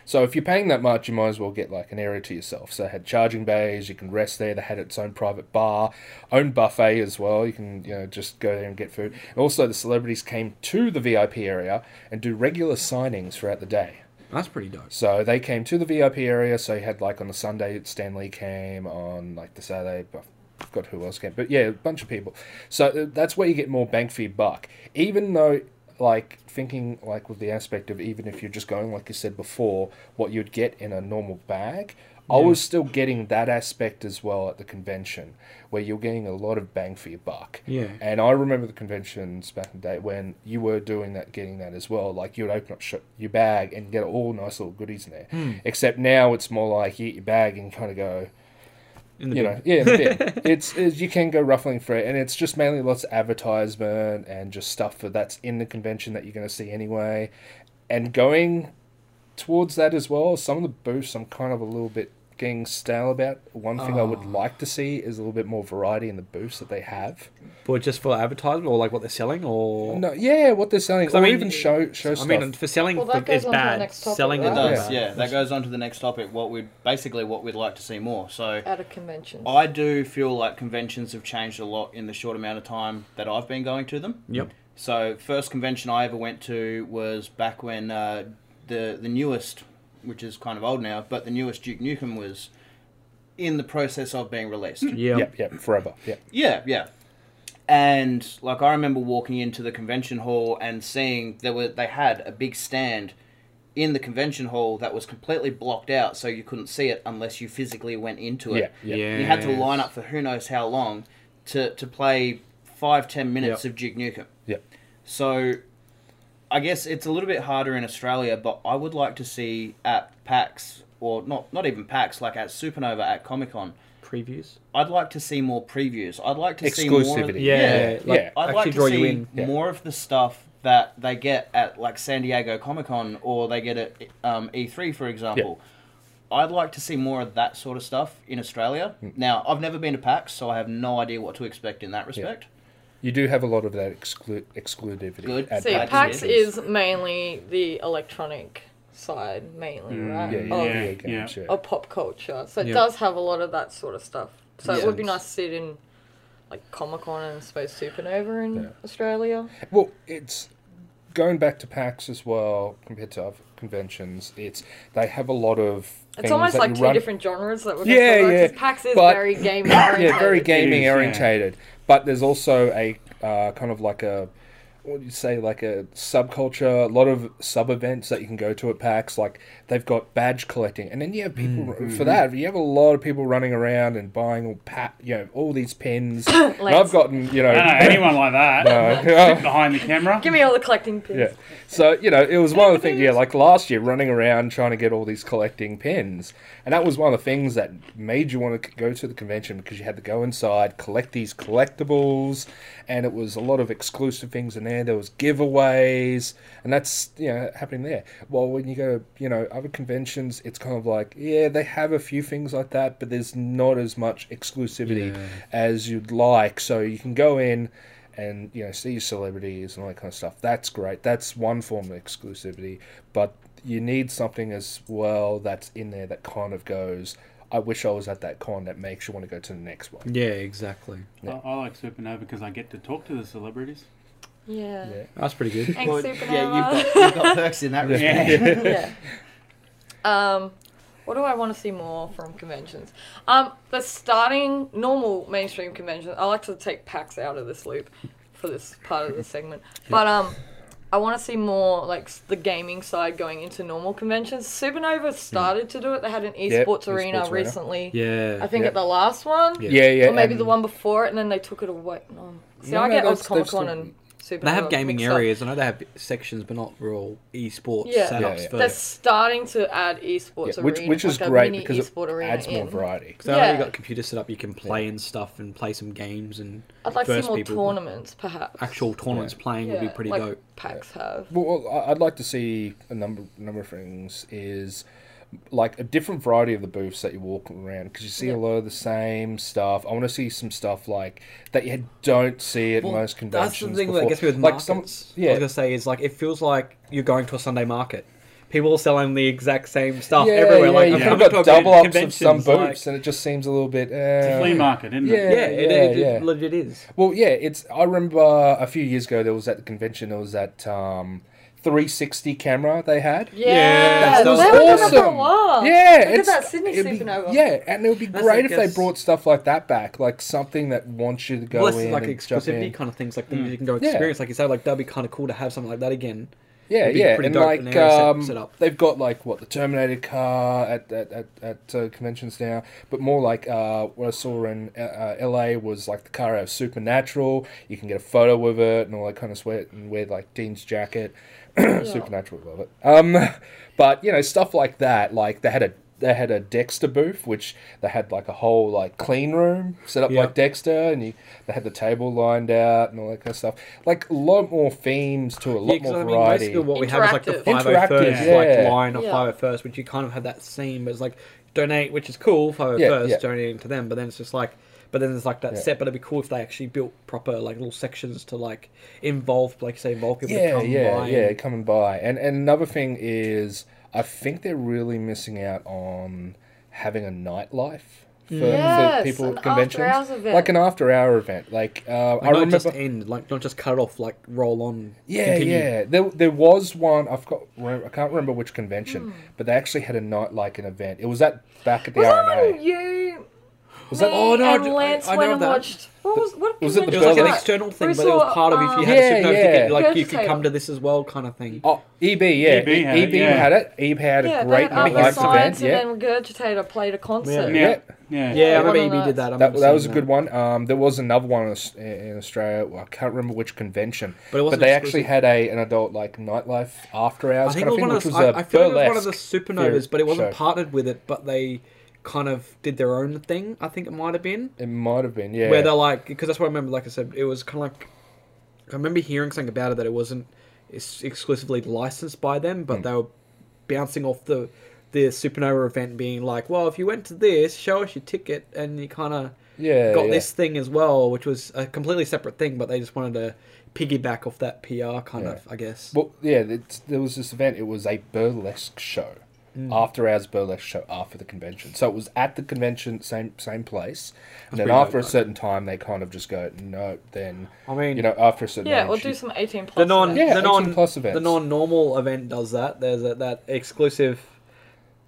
Speaker 5: So if you're paying that much, you might as well get like an area to yourself. So they had charging bays, you can rest there. They had its own private bar, own buffet as well. You can you know just go there and get food. And also, the celebrities came to the VIP area and do regular signings throughout the day.
Speaker 3: that's pretty dope.
Speaker 5: So they came to the VIP area. So you had like on the Sunday, Stan Lee came on like the Saturday. But I forgot who else came, but yeah, a bunch of people. So uh, that's where you get more bang for your buck. Even though, like thinking like with the aspect of even if you're just going like you said before, what you'd get in a normal bag. I was still getting that aspect as well at the convention, where you're getting a lot of bang for your buck.
Speaker 3: Yeah.
Speaker 5: And I remember the conventions back in the day when you were doing that, getting that as well. Like you would open up sh- your bag and
Speaker 3: Hmm.
Speaker 5: get all nice little goodies in there. Except now it's more like you eat your bag and kind of go,
Speaker 3: in the
Speaker 5: you know, yeah, in the
Speaker 3: [laughs]
Speaker 5: bin. it's, it's you can go ruffling for it, and it's just mainly lots of advertisement and just stuff for that's in the convention that you're going to see anyway. And going towards that as well, some of the booths I'm kind of a little bit getting stale about. One thing I
Speaker 3: Ah.
Speaker 5: would like to see is a little bit more variety in the booths that they have.
Speaker 3: But just for advertisement or like what they're selling or
Speaker 5: No, yeah, what they're selling,
Speaker 3: 'Cause
Speaker 5: or
Speaker 3: I mean-
Speaker 5: even show show
Speaker 3: I
Speaker 5: stuff.
Speaker 3: mean, for selling
Speaker 4: Well, that
Speaker 3: for, is
Speaker 4: goes on to the
Speaker 3: bad.
Speaker 4: next topic,
Speaker 3: Selling
Speaker 1: It
Speaker 4: right?
Speaker 3: is
Speaker 1: does,
Speaker 3: bad.
Speaker 1: Uh, yeah. That goes on to the next topic. What we basically what we'd like to see more. So
Speaker 4: at a convention.
Speaker 1: I do feel like conventions have changed a lot in the short amount of time that I've been going to them.
Speaker 3: Yep.
Speaker 1: So first convention I ever went to was back when uh, the the newest, which is kind of old now, but the newest Duke Nukem was in the process of being released.
Speaker 3: Yeah.
Speaker 5: Yep, yep, forever. Yep.
Speaker 1: Yeah, yeah. And like I remember walking into the convention hall and seeing there were they had a big stand in the convention hall that was completely blocked out so you couldn't see it unless you physically went into it.
Speaker 5: Yeah, yeah.
Speaker 1: You had to line up for who knows how long to, to play five, ten minutes of Duke Nukem.
Speaker 5: Yep.
Speaker 1: So I guess it's a little bit harder in Australia, but I would like to see at PAX or not not even PAX, like at Supernova at Comic Con,
Speaker 3: Previews.
Speaker 1: I'd like to see more previews. I'd like to see more of,
Speaker 5: Exclusivity.
Speaker 3: Yeah.
Speaker 1: yeah.
Speaker 5: like,
Speaker 1: I'd
Speaker 3: actually
Speaker 1: like to
Speaker 3: draw
Speaker 1: see
Speaker 3: you in.
Speaker 5: Yeah.
Speaker 1: more of the stuff that they get at like San Diego Comic Con or they get at um, E3, for example. I'd like to see more of that sort of stuff in Australia. Now, I've never been to PAX, so I have no idea what to expect in that respect.
Speaker 5: You do have a lot of that exclu- exclusivity.
Speaker 1: Good.
Speaker 5: at
Speaker 1: See,
Speaker 4: See,
Speaker 1: I'd
Speaker 5: that
Speaker 4: PAX
Speaker 1: say-
Speaker 4: is mainly the electronic side, mainly, right?
Speaker 5: Mm, yeah, yeah,
Speaker 4: of,
Speaker 5: yeah,
Speaker 2: yeah.
Speaker 5: games, yeah.
Speaker 4: of pop culture. So it
Speaker 3: Yeah.
Speaker 4: does have a lot of that sort of stuff. So it would be
Speaker 1: Yeah.
Speaker 4: nice to see it in like Comic Con and Space Supernova in Australia.
Speaker 5: Well, it's going back to PAX as well compared to other conventions. It's they have a lot of.
Speaker 4: It's
Speaker 5: things
Speaker 4: almost
Speaker 5: that
Speaker 4: like
Speaker 5: you
Speaker 4: two
Speaker 5: run-
Speaker 4: different genres that we're
Speaker 5: Yeah,
Speaker 4: talking about, 'cause
Speaker 5: yeah,
Speaker 4: PAX is
Speaker 5: but- [laughs]
Speaker 4: very game
Speaker 5: yeah, very
Speaker 4: oriented.
Speaker 5: gaming
Speaker 2: yeah.
Speaker 5: orientated. But there's also a uh, kind of like a what do you say, like a subculture. A lot of sub events that you can go to at PAX. Like they've got badge collecting, and then you have people for that. You have a lot of people running around and buying all pat, you know, all these pins. And I've gotten, you know,
Speaker 2: [laughs] I don't know anyone like that
Speaker 5: No.
Speaker 2: behind the camera.
Speaker 4: Give me all the collecting pins.
Speaker 5: Yeah. So, you know, it was one of the things, yeah, like last year, running around trying to get all these collecting pins. And that was one of the things that made you want to c- go to the convention because you had to go inside, collect these collectibles. And it was a lot of exclusive things in there. There was giveaways. And that's, you know, happening there. Well, when you go to, you know, other conventions, it's kind of like, yeah, they have a few things like that, but there's not as much exclusivity as you'd like. So you can go in and you know see your celebrities and all that kind of stuff. That's great. That's one form of exclusivity, but you need something as well that's in there that kind of goes. I wish I was at that con that makes you want to go to the
Speaker 3: [laughs]
Speaker 5: next one.
Speaker 3: Yeah, exactly.
Speaker 2: I, I like Supernova because I get to talk to the celebrities.
Speaker 4: Yeah.
Speaker 5: Yeah.
Speaker 3: That's pretty good.
Speaker 4: Thanks,
Speaker 1: Well,
Speaker 4: Supernova.
Speaker 1: yeah, you've got,
Speaker 4: [laughs]
Speaker 1: you've got perks in that respect.
Speaker 2: Yeah.
Speaker 4: yeah. [laughs] Um, what do I want to see more from conventions? Um, the starting normal mainstream conventions. I like to take PAX out of this loop for this part of the segment, but um, I want to see more like s- the gaming side going into normal conventions. Supernova started to do it. They had an
Speaker 5: Yep,
Speaker 4: esports arena
Speaker 5: esports arena.
Speaker 4: recently.
Speaker 3: Yeah.
Speaker 4: I think
Speaker 5: Yep.
Speaker 4: at the last one,
Speaker 3: Yeah.
Speaker 5: Yeah, yeah.
Speaker 4: or maybe
Speaker 5: and-
Speaker 4: the one before it, and then they took it away. No. See,
Speaker 5: No,
Speaker 4: I
Speaker 5: no,
Speaker 4: get
Speaker 5: that's-
Speaker 4: Oz
Speaker 5: they've
Speaker 4: Comic Con
Speaker 5: still-
Speaker 4: and Supernova.
Speaker 3: They have gaming
Speaker 4: mixed up.
Speaker 3: areas. I know they have sections, but not real esports
Speaker 4: Yeah.
Speaker 3: setups
Speaker 5: Yeah, yeah.
Speaker 3: for.
Speaker 4: They're starting to add esports arena,
Speaker 5: yeah, which which is
Speaker 4: like a
Speaker 5: great
Speaker 4: mini
Speaker 5: because
Speaker 4: esport
Speaker 5: it
Speaker 4: arena
Speaker 5: adds more
Speaker 4: in.
Speaker 5: variety.
Speaker 3: Because I know
Speaker 4: Yeah.
Speaker 3: you got computers set up, you can play and stuff and play some games and.
Speaker 4: I'd like to
Speaker 3: verse
Speaker 4: see more
Speaker 3: people.
Speaker 4: tournaments, perhaps.
Speaker 3: Actual tournaments playing would be
Speaker 4: Yeah,
Speaker 3: pretty
Speaker 4: like
Speaker 3: dope.
Speaker 4: PAX have.
Speaker 5: Well, well, I- I'd like to see a number number of things. Is like a different variety of the booths that you walk around because you see
Speaker 4: Yeah.
Speaker 5: a lot of the same stuff. I want to see some stuff like that you don't see at
Speaker 3: Well,
Speaker 5: most conventions.
Speaker 3: That's the thing that
Speaker 5: before.
Speaker 3: gets me with
Speaker 5: like
Speaker 3: markets.
Speaker 5: some-
Speaker 3: I
Speaker 5: yeah,
Speaker 3: was gonna say is like it feels like you're going to a Sunday market. People are selling the exact same stuff
Speaker 5: yeah,
Speaker 3: everywhere. like
Speaker 5: yeah,
Speaker 3: I've
Speaker 5: you've
Speaker 3: come to
Speaker 5: got
Speaker 3: a bit
Speaker 5: double ups of
Speaker 3: conventions,
Speaker 5: some
Speaker 3: like-
Speaker 5: booths, and it just seems a little bit.
Speaker 2: It's a flea
Speaker 5: Uh,
Speaker 2: market, isn't
Speaker 5: yeah,
Speaker 2: it?
Speaker 3: yeah, it, it,
Speaker 5: yeah, yeah.
Speaker 3: it legit is.
Speaker 5: Well, yeah, it's. I remember a few years ago there was at the convention there was that um, 360 camera they had.
Speaker 4: Yeah,
Speaker 5: That
Speaker 4: they
Speaker 5: was
Speaker 4: were doing that for a
Speaker 5: awesome.
Speaker 4: while.
Speaker 5: Yeah,
Speaker 4: look at
Speaker 5: it's-
Speaker 4: that Sydney
Speaker 5: it'd be-
Speaker 4: supernova.
Speaker 5: yeah, and it would be
Speaker 3: That's
Speaker 5: great
Speaker 3: like
Speaker 5: if they
Speaker 3: us-
Speaker 5: brought stuff like that back, like something that wants you to go
Speaker 3: Well, this
Speaker 5: in
Speaker 3: is like
Speaker 5: and jump in. Mm.
Speaker 3: exclusivity kind of things, like that you can go
Speaker 5: Yeah.
Speaker 3: experience. Like you said, like that'd be kind of cool to have something like that again.
Speaker 5: Yeah,
Speaker 3: It'd be
Speaker 5: yeah,
Speaker 3: pretty
Speaker 5: and
Speaker 3: dope
Speaker 5: like
Speaker 3: in there, set-
Speaker 5: um,
Speaker 3: set up.
Speaker 5: they've got like what the Terminator car at at at, at uh, conventions now, but more like uh, what I saw in uh, uh, LA was like the car out of Supernatural. You can get a photo with it and all that kind of sweat and wear like Dean's [clears throat] [laughs] jacket. Supernatural love it. Um, but you know stuff like that. Like they had a they had a Dexter booth, which they had like a whole like clean room set up
Speaker 3: Yeah.
Speaker 5: like Dexter, and you they had the table lined out and all that kind of stuff. Like a lot more themes to a lot
Speaker 3: Yeah, 'cause
Speaker 5: more
Speaker 3: I mean,
Speaker 5: variety.
Speaker 3: basically what we have is like the
Speaker 4: Interactive.
Speaker 3: 501st
Speaker 5: Interactive, yeah.
Speaker 3: like line of
Speaker 4: Yeah.
Speaker 3: 501st, which you kind of have that scene, but it's like donate, which is cool, 501st,
Speaker 5: yeah.
Speaker 3: donating to them, but then it's just like, but then there's like that
Speaker 5: Yeah.
Speaker 3: set, but it'd be cool if they actually built proper like little sections to like involve, like say, involve people to
Speaker 5: yeah,
Speaker 3: come
Speaker 5: yeah,
Speaker 3: by.
Speaker 5: yeah,
Speaker 3: and-
Speaker 5: come and buy. And and another thing is, I think they're really missing out on having a nightlife for,
Speaker 4: Yes,
Speaker 5: for people
Speaker 4: an
Speaker 5: at conventions,
Speaker 4: after-hours event.
Speaker 5: like an after-hour event. Like uh, I
Speaker 3: Like, not
Speaker 5: remember,
Speaker 3: just end, like not just cut it off, like roll on.
Speaker 5: yeah,
Speaker 3: continue.
Speaker 5: yeah. There, there was one. I've got. I can't remember which convention, but they actually had a night like an event. It was that back at the
Speaker 4: Hmm. Was that
Speaker 5: R and
Speaker 4: when
Speaker 5: A.
Speaker 4: you,
Speaker 5: Was
Speaker 4: me,
Speaker 5: that-
Speaker 3: Oh, no, I-
Speaker 4: and Lance
Speaker 3: I- I know
Speaker 4: went and
Speaker 3: that.
Speaker 4: watched? What was what?
Speaker 5: Was it the
Speaker 3: It
Speaker 4: convention
Speaker 3: was like an
Speaker 5: Well,
Speaker 4: that?
Speaker 3: external thing,
Speaker 4: We
Speaker 3: but it was
Speaker 4: saw,
Speaker 3: part of if you
Speaker 4: um,
Speaker 3: had
Speaker 5: Yeah,
Speaker 3: a supernova
Speaker 5: yeah.
Speaker 3: ticket, like you could
Speaker 4: Purchase
Speaker 3: come
Speaker 4: it.
Speaker 3: to this as well, kind of thing.
Speaker 5: Oh, EB, yeah,
Speaker 2: EB E had it,
Speaker 5: EB
Speaker 2: yeah.
Speaker 5: had it. EB had a
Speaker 4: yeah,
Speaker 5: great
Speaker 3: nightlife
Speaker 4: they had other
Speaker 5: night like
Speaker 4: science
Speaker 5: event. Yeah,
Speaker 4: and then Regurgitator played a concert.
Speaker 2: Yeah.
Speaker 5: yeah.
Speaker 2: Yeah.
Speaker 3: yeah, I
Speaker 4: one
Speaker 3: remember
Speaker 4: of
Speaker 3: EB did
Speaker 4: those.
Speaker 3: that. I
Speaker 5: That,
Speaker 3: remember
Speaker 5: that was a
Speaker 3: seeing
Speaker 5: good one. Um, there was another one in Aus- in Australia. Well, I can't remember which convention,
Speaker 3: But it wasn't
Speaker 5: they
Speaker 3: exclusive.
Speaker 5: actually had a an adult like nightlife after
Speaker 3: I
Speaker 5: hours
Speaker 3: think it
Speaker 5: kind of
Speaker 3: was
Speaker 5: thing,
Speaker 3: one of
Speaker 5: which
Speaker 3: the,
Speaker 5: was
Speaker 3: I,
Speaker 5: a
Speaker 3: I feel like it was one of the
Speaker 5: burlesque.
Speaker 3: supernovas, but it wasn't
Speaker 5: show.
Speaker 3: partnered with it. But they kind of did their own thing. I think it might have been
Speaker 5: It might have been, yeah.
Speaker 3: where they're like, because that's what I remember. Like I said, it was kind of like I remember hearing something about it that it wasn't ex- exclusively licensed by them,
Speaker 5: Hmm.
Speaker 3: but they were bouncing off the the supernova event, being like, well, if you went to this, show us your ticket, and you kind of
Speaker 5: yeah,
Speaker 3: got
Speaker 5: yeah.
Speaker 3: this thing as well, which was a completely separate thing, but they just wanted to piggyback off that PR kind
Speaker 5: Yeah.
Speaker 3: of, I guess.
Speaker 5: Well, yeah, it's, there was this event. It was a burlesque show,
Speaker 3: Mm.
Speaker 5: after hours burlesque show after the convention. So it was at the convention, same same place. And then
Speaker 3: pretty
Speaker 5: after
Speaker 3: dope,
Speaker 5: a certain time, they kind of just go, no. Then
Speaker 3: I mean,
Speaker 5: you know, after a certain
Speaker 4: Yeah,
Speaker 5: age,
Speaker 4: we'll
Speaker 5: you-
Speaker 4: do some 18 plus.
Speaker 3: the non
Speaker 5: Yeah,
Speaker 3: the non
Speaker 5: 18 plus
Speaker 3: the
Speaker 5: events.
Speaker 3: non normal event does that. There's a, that exclusive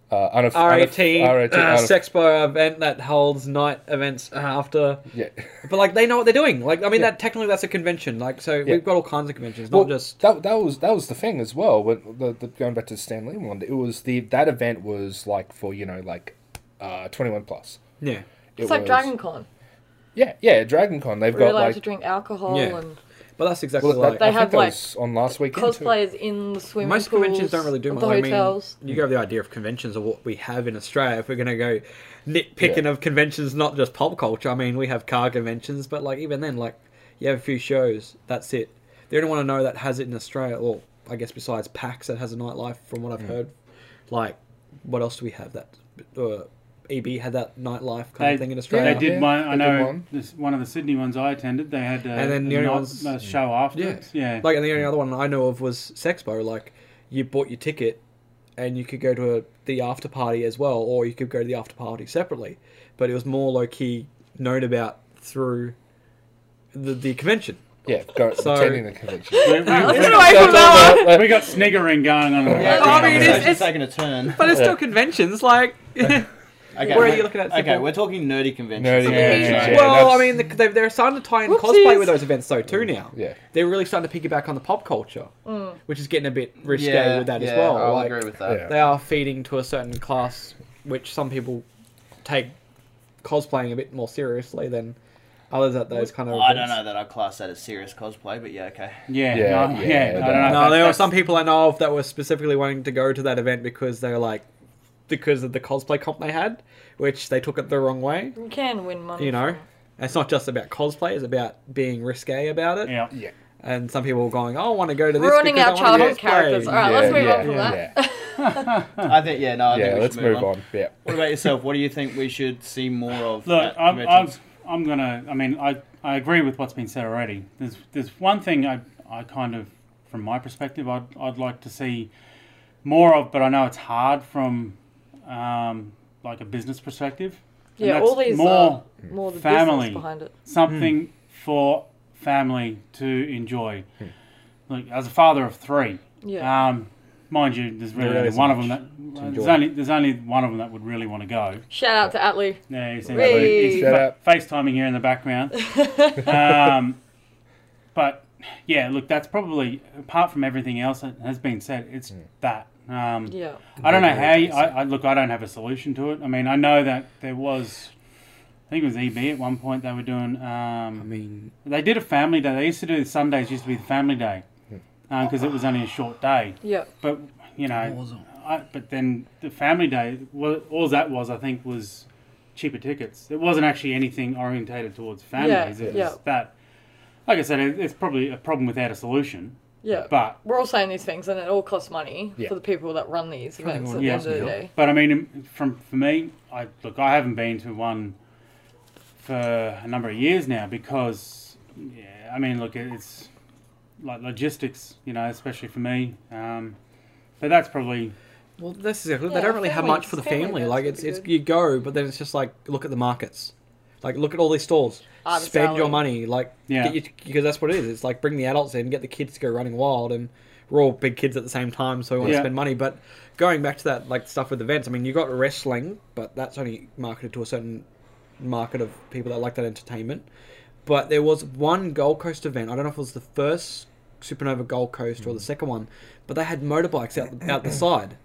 Speaker 5: uh, unaf-
Speaker 3: R
Speaker 5: unaf-
Speaker 3: eighteen
Speaker 5: R18,
Speaker 3: uh,
Speaker 5: unaf-
Speaker 3: Sexpo event that holds night events after.
Speaker 5: yeah.
Speaker 3: But like they know what they're doing. Like I mean,
Speaker 5: Yeah.
Speaker 3: that technically that's a convention. Like so
Speaker 5: Yeah.
Speaker 3: we've got all kinds of conventions,
Speaker 5: Well,
Speaker 3: not just
Speaker 5: that, that was that was the thing as well. When the, the, going back to the Stan Lee one, it was the that event was like for you know like uh, twenty one plus.
Speaker 3: yeah.
Speaker 5: It
Speaker 4: It's like
Speaker 5: was-
Speaker 4: Dragon Con.
Speaker 5: Yeah, yeah, Dragon Con. They've
Speaker 4: We're
Speaker 5: got
Speaker 4: allowed
Speaker 5: like,
Speaker 4: to drink alcohol
Speaker 3: Yeah.
Speaker 4: and
Speaker 3: But that's exactly
Speaker 5: well, that-
Speaker 3: like
Speaker 5: I
Speaker 4: They
Speaker 5: think
Speaker 4: have,
Speaker 5: that
Speaker 4: like,
Speaker 5: was on last weekend. too.
Speaker 4: cosplayers in the swimming
Speaker 3: Most
Speaker 4: pools.
Speaker 3: conventions don't really do
Speaker 4: at
Speaker 3: much.
Speaker 4: The
Speaker 3: I mean,
Speaker 4: hotels.
Speaker 3: you go the idea of conventions or what we have in Australia. If we're going to go nitpicking of conventions, not just pop culture. I mean, we have car conventions, but like even then, like you have a few shows. That's it. The only one I know that has it in Australia, or I guess besides PAX, that has a nightlife. From what I've heard, like what else do we have that? Uh, EB had that nightlife kind of thing in Australia.
Speaker 2: They did
Speaker 5: Yeah,
Speaker 2: one. I
Speaker 5: they did
Speaker 2: know
Speaker 5: one.
Speaker 2: This, one of the Sydney ones I attended. They had uh,
Speaker 3: And then the
Speaker 2: a
Speaker 3: only
Speaker 2: night-
Speaker 3: ones-
Speaker 2: a show afterwards. Yeah,
Speaker 3: Like, and the only other one I know of was Sexpo. Like, you bought your ticket, and you could go to a, the after party as well, or you could go to the after party separately. But it was more low key known about through the, the convention.
Speaker 4: [laughs]
Speaker 5: Yeah, go,
Speaker 3: So-
Speaker 5: attending the convention.
Speaker 2: we, we,
Speaker 4: Let's
Speaker 2: we-
Speaker 4: get away from that
Speaker 2: [laughs]
Speaker 4: one.
Speaker 2: we got sniggering going on. In the
Speaker 4: Yeah.
Speaker 2: background.
Speaker 3: I mean, it's-
Speaker 1: Conversation's taking a turn.
Speaker 3: But it's still conventions.
Speaker 1: [laughs]
Speaker 3: Like, [laughs]
Speaker 1: Okay,
Speaker 3: Where are
Speaker 1: we're-
Speaker 3: you looking at,
Speaker 1: Okay,
Speaker 3: Sipple?
Speaker 1: we're talking nerdy conventions. Yeah,
Speaker 5: Nerdy conventions,
Speaker 1: yeah,
Speaker 5: yeah.
Speaker 1: yeah.
Speaker 3: well, I
Speaker 5: that's-
Speaker 3: mean, the, they, they're starting to tie in
Speaker 4: Whoopsies.
Speaker 3: cosplay with those events though too now.
Speaker 5: Yeah.
Speaker 3: they're really starting to piggyback on the pop culture, which is getting a bit risque
Speaker 1: Yeah,
Speaker 3: with that as
Speaker 1: yeah,
Speaker 3: well.
Speaker 1: I'll
Speaker 3: like,
Speaker 1: agree with that.
Speaker 5: Yeah.
Speaker 3: they are feeding to a certain class, which some people take cosplaying a bit more seriously than others at those kind of.
Speaker 1: I don't
Speaker 3: events.
Speaker 1: know that I class that as serious cosplay, but yeah, okay.
Speaker 2: Yeah,
Speaker 5: Yeah,
Speaker 2: no,
Speaker 5: yeah,
Speaker 2: yeah,
Speaker 5: they
Speaker 2: I don't know. if
Speaker 5: don't.
Speaker 3: No,
Speaker 2: that's-
Speaker 3: there were
Speaker 2: that's-
Speaker 3: some people I know of that were specifically wanting to go to that event because they were like, because of the cosplay comp they had, which they took it the wrong way.
Speaker 4: You can win money.
Speaker 3: You know,
Speaker 4: from it.
Speaker 3: it's not just about cosplay; it's about being risque about it.
Speaker 2: Yeah.
Speaker 5: Yeah.
Speaker 3: And some people were going, "Oh, I want to go to this."
Speaker 4: Ruining
Speaker 3: because I
Speaker 4: our
Speaker 3: wanna cosplay."
Speaker 4: childhood characters. All right,
Speaker 5: yeah,
Speaker 4: let's move
Speaker 5: yeah,
Speaker 4: on from
Speaker 5: yeah,
Speaker 4: that.
Speaker 1: I think yeah, no, I
Speaker 5: yeah.
Speaker 1: think we
Speaker 5: let's
Speaker 1: should
Speaker 5: move on. Yeah.
Speaker 1: What about yourself? What do you think we should see more of?
Speaker 2: Look,
Speaker 1: at
Speaker 2: I'm, I'm,
Speaker 1: conventions?
Speaker 2: I'm gonna. I mean, I, I agree with what's been said already. There's there's one thing I I kind of, from my perspective, I'd I'd like to see more of, but I know it's hard from, um, like a business perspective. And
Speaker 4: Yeah,
Speaker 2: that's
Speaker 4: all these
Speaker 2: more
Speaker 4: more, uh, more the
Speaker 2: family.
Speaker 4: business behind it.
Speaker 3: Hmm.
Speaker 2: something for family to enjoy. Like as a father of three,
Speaker 3: Uh,
Speaker 4: Yeah.
Speaker 2: um, mind you, there's really
Speaker 3: There
Speaker 2: only
Speaker 3: isn't
Speaker 2: one of them
Speaker 3: much
Speaker 2: that
Speaker 3: to
Speaker 2: there's
Speaker 3: enjoy.
Speaker 2: only there's only one of them that would really want to go.
Speaker 4: Shout out to Atlee.
Speaker 2: Yeah, he's, he's,
Speaker 4: Hey.
Speaker 2: he's
Speaker 5: Shut
Speaker 2: fa-
Speaker 5: up.
Speaker 2: FaceTiming here in the background. um, but yeah, look, that's probably apart from everything else that has been said, it's that. Um,
Speaker 4: Yeah.
Speaker 2: I don't know how. You,
Speaker 5: Regular
Speaker 2: I, I look. I don't have a solution to it. I mean, I know that there was. I think it was EB at one point. They were doing. Um,
Speaker 3: I mean,
Speaker 2: they did a family day. They used to do uh, Sundays. Used to be the family day, because it was only a short day.
Speaker 4: Yeah.
Speaker 2: But you know, I, but then the family day, well, all that was, I think, was cheaper tickets. It wasn't actually anything orientated towards families.
Speaker 4: Yeah,
Speaker 2: it was
Speaker 4: yeah.
Speaker 2: that. Like I said, it, it's probably a problem without a solution.
Speaker 4: Yeah.
Speaker 2: But
Speaker 4: We're all saying these things, and it all costs money
Speaker 5: Yeah.
Speaker 4: for the people that run these events at the
Speaker 2: Yeah.
Speaker 4: end of the
Speaker 3: Yeah.
Speaker 4: day.
Speaker 2: But I mean, in- from for me, I look. I haven't been to one for a number of years now because, yeah, I mean, look, it's like logistics, you know, especially for me. Um, but that's probably
Speaker 3: Well, this is it.
Speaker 4: Yeah,
Speaker 3: they don't really have
Speaker 4: family-
Speaker 3: much for the
Speaker 4: family
Speaker 3: family.
Speaker 4: events
Speaker 3: Like
Speaker 4: would
Speaker 3: it's
Speaker 4: be
Speaker 3: it's
Speaker 4: good.
Speaker 3: you go, but then it's just like look at the markets, like look at all these stalls.
Speaker 4: Artist
Speaker 3: Spend your
Speaker 4: alley.
Speaker 3: money, like
Speaker 2: Yeah.
Speaker 3: get you, because that's what it is. It's like bring the adults in, get the kids to go running wild, and we're all big kids at the same time, so we want to
Speaker 2: Yeah.
Speaker 3: spend money. But going back to that like stuff with events, I mean, you got wrestling, but that's only marketed to a certain market of people that like that entertainment. But there was one Gold Coast event. I don't know if it was the first Supernova Gold Coast
Speaker 2: Hmm.
Speaker 3: or the second one, but they had motorbikes out out the side,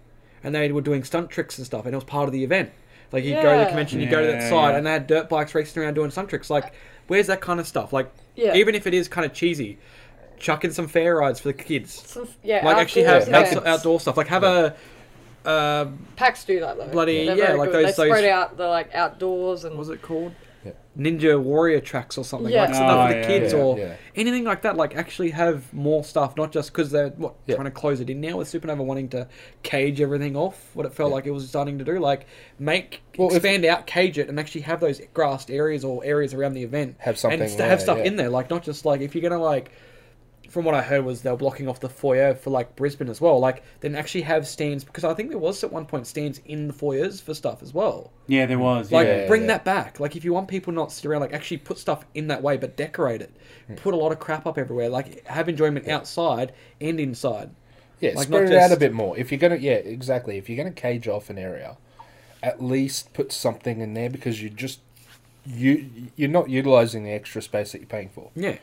Speaker 3: and they were doing stunt tricks and stuff, and it was part of the event. Like you go to the
Speaker 4: Yeah.
Speaker 3: convention, you go to that
Speaker 2: Yeah,
Speaker 3: side,
Speaker 2: yeah.
Speaker 3: and they had dirt bikes racing around doing stunt tricks. Like, where's that kind of stuff? Like,
Speaker 4: Yeah.
Speaker 3: even if it is kind of cheesy, chuck in some fair rides for the kids.
Speaker 4: Some, yeah,
Speaker 3: Like, actually
Speaker 4: outdoors
Speaker 3: have
Speaker 5: yeah.
Speaker 3: outs-
Speaker 4: events.
Speaker 3: outdoor stuff. Like, have a. Uh,
Speaker 4: Packs do that though.
Speaker 3: Bloody-
Speaker 4: They're
Speaker 3: yeah,
Speaker 4: very
Speaker 3: like
Speaker 4: good.
Speaker 3: those-
Speaker 4: They spread
Speaker 3: those-
Speaker 4: out the like outdoors and
Speaker 3: what was it called?
Speaker 5: Yeah. Ah,
Speaker 3: Ninja Warrior tracks or something
Speaker 4: Yeah.
Speaker 3: like stuff for
Speaker 2: Oh,
Speaker 3: the
Speaker 2: yeah,
Speaker 3: kids
Speaker 5: yeah,
Speaker 3: or
Speaker 5: yeah.
Speaker 3: anything like that. Like actually have more stuff, not just because they're what
Speaker 5: Yeah.
Speaker 3: trying to close it in now with Supernova wanting to cage everything off. What it felt like it was starting to do, like make
Speaker 5: Well, if-
Speaker 3: expand out, cage it, and actually have those grassed areas or areas around the event.
Speaker 5: Have something
Speaker 3: and st-
Speaker 5: there,
Speaker 3: have stuff
Speaker 5: yeah.
Speaker 3: in there, like not just like if you're gonna like. From what I heard was they were blocking off the foyer for like Brisbane as well. Like then actually have stands because I think there was at one point stands in the foyers for stuff as well.
Speaker 2: yeah, there was
Speaker 3: Like,
Speaker 2: yeah.
Speaker 5: Yeah,
Speaker 3: bring
Speaker 5: yeah.
Speaker 3: that back. Like, if you want people not to sit around, like, actually put stuff in that way, but decorate it. Put a lot of crap up everywhere. Like, have enjoyment outside and inside.
Speaker 5: Yeah,
Speaker 3: Like,
Speaker 5: spread
Speaker 3: not
Speaker 5: it out a
Speaker 3: just-
Speaker 5: bit more. If you're gonna, yeah, exactly. If you're gonna cage off an area, at least put something in there because you just you you're not utilizing the extra space that you're paying for.
Speaker 3: Yeah.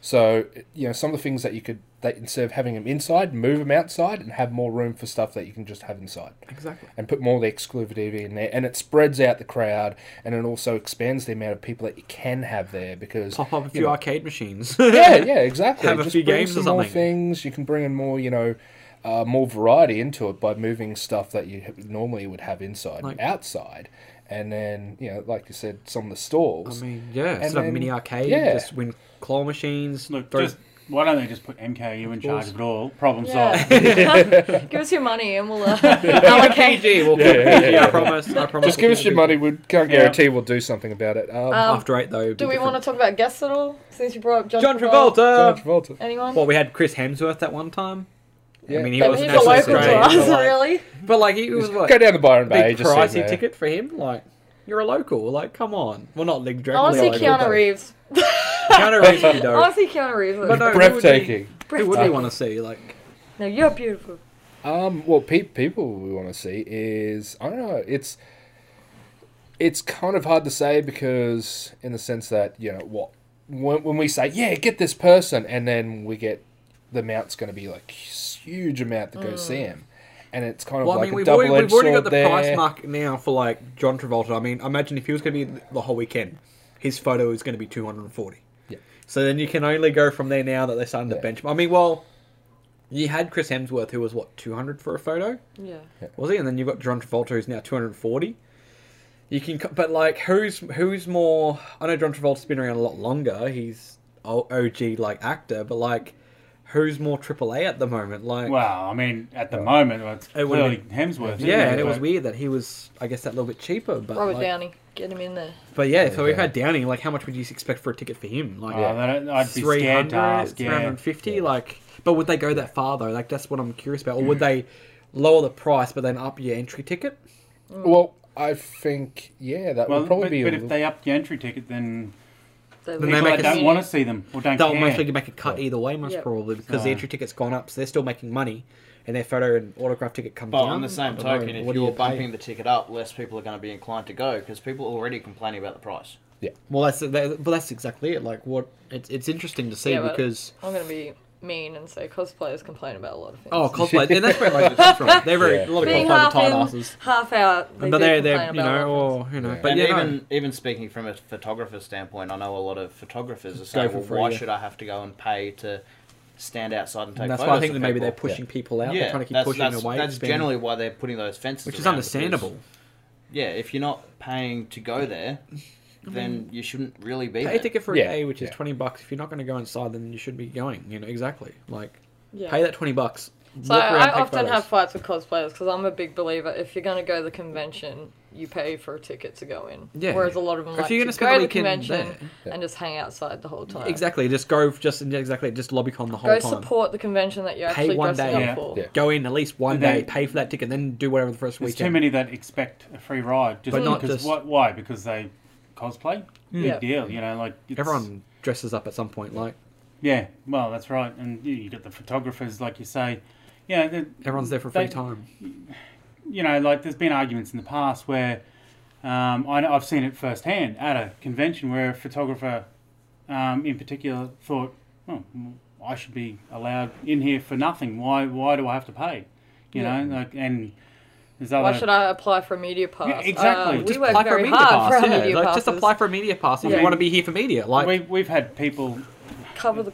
Speaker 5: So you know some of the things that you could that instead of having them inside, move them outside and have more room for stuff that you can just have inside.
Speaker 3: Exactly.
Speaker 5: And put more of the exclusivity in there, and it spreads out the crowd, and it also expands the amount of people that you can have there because
Speaker 3: Pop up a few
Speaker 5: you know,
Speaker 3: arcade [laughs] machines.
Speaker 5: yeah, yeah, exactly.
Speaker 3: Have a
Speaker 5: Just
Speaker 3: few
Speaker 5: bring
Speaker 3: games
Speaker 5: some
Speaker 3: or
Speaker 5: more
Speaker 3: something.
Speaker 5: things. You can bring in more, you know, uh, more variety into it by moving stuff that you h- normally would have inside
Speaker 3: Like-
Speaker 5: outside, and then you know, like you said, some of the stalls.
Speaker 3: I mean, yeah.
Speaker 5: And
Speaker 3: Set up a
Speaker 5: then-
Speaker 3: mini arcade.
Speaker 5: yeah.
Speaker 3: Just win claw machines.
Speaker 2: look
Speaker 3: throw- [laughs]
Speaker 2: just why don't they just put MKU in charge
Speaker 3: Balls.
Speaker 2: of it all? Problem
Speaker 4: [laughs]
Speaker 2: solved.
Speaker 4: Yeah. Give us your money and we'll uh,
Speaker 3: [laughs]
Speaker 4: [laughs] allocate.
Speaker 3: PG. We'll
Speaker 5: Yeah,
Speaker 3: keep
Speaker 5: yeah,
Speaker 3: PG.
Speaker 5: yeah.
Speaker 3: I promise. I promise.
Speaker 5: just give us your money. We can't
Speaker 2: Yeah.
Speaker 5: guarantee we'll do something about it. Um,
Speaker 4: Um,
Speaker 3: After eight, though.
Speaker 4: Do we want to talk about guests at all? Since you brought up John,
Speaker 3: John Travolta.
Speaker 5: John Travolta.
Speaker 4: Anyone?
Speaker 3: Well, we had Chris Hemsworth that one time.
Speaker 5: Yeah,
Speaker 3: I mean, he
Speaker 5: that
Speaker 3: was
Speaker 4: He's
Speaker 3: an
Speaker 4: a
Speaker 3: absolute
Speaker 4: local to
Speaker 3: stranger,
Speaker 4: us,
Speaker 3: like-
Speaker 4: really.
Speaker 3: [laughs] But, like, he was
Speaker 5: Just
Speaker 3: what?
Speaker 5: go down to Byron Bay.
Speaker 3: big
Speaker 5: Just see him
Speaker 3: pricey
Speaker 5: there.
Speaker 3: ticket for him. Like, you're a local. Like, come on. Well, not like
Speaker 4: I want
Speaker 3: directly.
Speaker 4: to see
Speaker 3: local,
Speaker 4: Keanu
Speaker 3: but-
Speaker 4: Reeves.
Speaker 3: Keanu Reeves would be
Speaker 4: [laughs] I
Speaker 3: dope.
Speaker 4: want to see Keanu Reeves.
Speaker 3: But no, who would be-
Speaker 5: Breathtaking.
Speaker 3: Who would we want to see? Like,
Speaker 4: No, you're beautiful.
Speaker 5: Um, well, pe- people we want to see is I don't know. It's it's kind of hard to say because in the sense that you know what when, when we say yeah get this person and then we get the amount's going to be like huge amount to go see him, and it's kind of
Speaker 3: Mm. well, I
Speaker 5: like
Speaker 3: mean,
Speaker 5: a
Speaker 3: we've
Speaker 5: double
Speaker 3: already, we've
Speaker 5: edged
Speaker 3: already got
Speaker 5: sword
Speaker 3: the
Speaker 5: there.
Speaker 3: price mark now for like John Travolta. I mean, imagine if he was going to be the whole weekend, his photo is going to be two hundred and forty.
Speaker 5: Yeah.
Speaker 3: So then you can only go from there now that they're starting to
Speaker 5: Yeah.
Speaker 3: benchmark. I mean, well, you had Chris Hemsworth who was what two hundred for a photo,
Speaker 4: Yeah.
Speaker 3: was he? And then you've got John Travolta who's now two hundred and forty. You can, co- but like, who's who's more? I know John Travolta's been around a lot longer. He's o- OG like actor, but like, who's more AAA at the moment? Like,
Speaker 2: Wow, I mean, at the moment, well, it's
Speaker 3: It
Speaker 2: clearly
Speaker 3: would've
Speaker 2: Hemsworth. isn't
Speaker 3: Yeah, and it was
Speaker 2: But-
Speaker 3: weird that he was, I guess, that little bit cheaper. But
Speaker 4: Robert
Speaker 3: like-
Speaker 4: Downey, get him in there.
Speaker 3: But yeah, so we've had Downey. Like, how much would you expect for a ticket for him? Like,
Speaker 2: Oh, that- I'd be scared to ask. Yeah, Mm.
Speaker 3: 350 Like, but would they go that far though? Like, that's what I'm curious about. Or would they lower the price but then up your entry ticket?
Speaker 5: Well, I think yeah, that
Speaker 2: well,
Speaker 5: would probably
Speaker 2: but,
Speaker 5: be. a
Speaker 2: but if
Speaker 5: little-
Speaker 2: they up the entry ticket, then
Speaker 4: They
Speaker 3: they
Speaker 2: people
Speaker 3: make
Speaker 2: that
Speaker 3: us-
Speaker 2: don't want to see them or don't
Speaker 3: They'll
Speaker 2: care.
Speaker 3: most likely make a cut either way, most
Speaker 4: Yep.
Speaker 3: probably, because the
Speaker 2: No.
Speaker 3: entry ticket's gone up, so they're still making money, and their photo and autograph ticket comes
Speaker 1: But
Speaker 3: down.
Speaker 1: on the
Speaker 3: I
Speaker 1: same
Speaker 3: don't know,
Speaker 1: token, if
Speaker 3: what do you
Speaker 1: you're
Speaker 3: pay?
Speaker 1: bumping the ticket up, less people are going to be inclined to go because people already complaining about the price.
Speaker 3: well, that's that, but that's exactly it. Like, what it's it's interesting to see
Speaker 4: Yeah, but-
Speaker 3: because.
Speaker 4: I'm gonna be mean and say cosplayers complain about a lot of things.
Speaker 3: [laughs] Oh, cosplay! and that's where [laughs] like comes from. They're very a
Speaker 5: Yeah.
Speaker 3: lot of
Speaker 4: being
Speaker 3: cosplayers are
Speaker 4: half
Speaker 3: tight
Speaker 4: in,
Speaker 3: asses.
Speaker 4: half out. They
Speaker 3: but
Speaker 4: do
Speaker 3: they're they're
Speaker 4: complain
Speaker 3: you
Speaker 4: about
Speaker 3: know
Speaker 4: a lot of
Speaker 3: or you know
Speaker 5: Yeah.
Speaker 3: but
Speaker 1: and
Speaker 3: yeah no.
Speaker 1: even even speaking from a photographer standpoint, I know a lot of photographers are saying,
Speaker 3: for
Speaker 1: "Well,
Speaker 3: free,
Speaker 1: why
Speaker 3: yeah.
Speaker 1: should I have to go and pay to stand outside and take
Speaker 3: And that's
Speaker 1: photos.
Speaker 3: why I think that
Speaker 1: of
Speaker 3: maybe
Speaker 1: people.
Speaker 3: they're pushing people out.
Speaker 1: Yeah,
Speaker 3: they're trying to keep
Speaker 1: that's,
Speaker 3: pushing
Speaker 1: that's,
Speaker 3: away.
Speaker 1: That's
Speaker 3: being-
Speaker 1: generally why they're putting those fences,
Speaker 3: which is
Speaker 1: around, because-
Speaker 3: understandable.
Speaker 1: yeah, if you're not paying to go there, then you shouldn't really be
Speaker 3: Pay a
Speaker 1: there.
Speaker 3: ticket for a
Speaker 5: Yeah,
Speaker 3: day, which is
Speaker 5: yeah.
Speaker 3: twenty bucks. If you're not going to go inside, then you should be going. You know exactly. Like
Speaker 4: Yeah.
Speaker 3: pay that twenty bucks.
Speaker 4: So I often have fights with cosplayers because I'm a big believer. If you're going to go to the convention, you pay for a ticket to go in.
Speaker 3: Yeah.
Speaker 4: Whereas a lot of them
Speaker 3: If
Speaker 4: like
Speaker 3: you're
Speaker 4: to
Speaker 3: gonna spend
Speaker 4: go
Speaker 3: the
Speaker 4: to the
Speaker 3: weekend
Speaker 4: convention
Speaker 5: there.
Speaker 4: and just hang outside the whole time.
Speaker 3: exactly. Just go just yeah, exactly. Just lobbycon the whole
Speaker 4: Go
Speaker 3: time.
Speaker 4: support the convention that you're
Speaker 3: Pay
Speaker 4: actually
Speaker 3: one
Speaker 4: dressing
Speaker 3: day.
Speaker 2: Yeah.
Speaker 4: up for.
Speaker 5: Yeah.
Speaker 3: Go in at least one
Speaker 2: And
Speaker 3: day,
Speaker 2: then-
Speaker 3: pay for that ticket, then do whatever the first
Speaker 2: There's
Speaker 3: weekend.
Speaker 2: too many that expect a free ride just
Speaker 3: But not
Speaker 2: because
Speaker 3: just-
Speaker 2: why, why? Because they cosplay. Big
Speaker 4: Yeah.
Speaker 2: deal, you know. Like it's,
Speaker 3: Everyone dresses up at some point. Like
Speaker 2: Yeah, well, that's right. And you, you got the photographers, like you say. Yeah, they're-
Speaker 3: everyone's there for
Speaker 2: they-
Speaker 3: free time.
Speaker 2: you know, like there's been arguments in the past where um, I know, I've seen it firsthand at a convention where a photographer um, in particular thought, oh, I should be allowed in here for nothing. Why, why do I have to pay? You
Speaker 4: Yeah.
Speaker 2: know, like, and there's other.
Speaker 4: Why should I apply for a media pass?
Speaker 2: Yeah, exactly.
Speaker 4: Uh, we
Speaker 2: Just
Speaker 4: work
Speaker 3: apply for a
Speaker 4: very
Speaker 3: media
Speaker 4: hard
Speaker 3: pass.
Speaker 4: for our
Speaker 3: yeah.
Speaker 4: media
Speaker 3: like,
Speaker 4: passes.
Speaker 3: just apply for a media pass if
Speaker 2: Yeah.
Speaker 3: you want to be here for media. Like
Speaker 2: we, we've had people.
Speaker 4: Cover the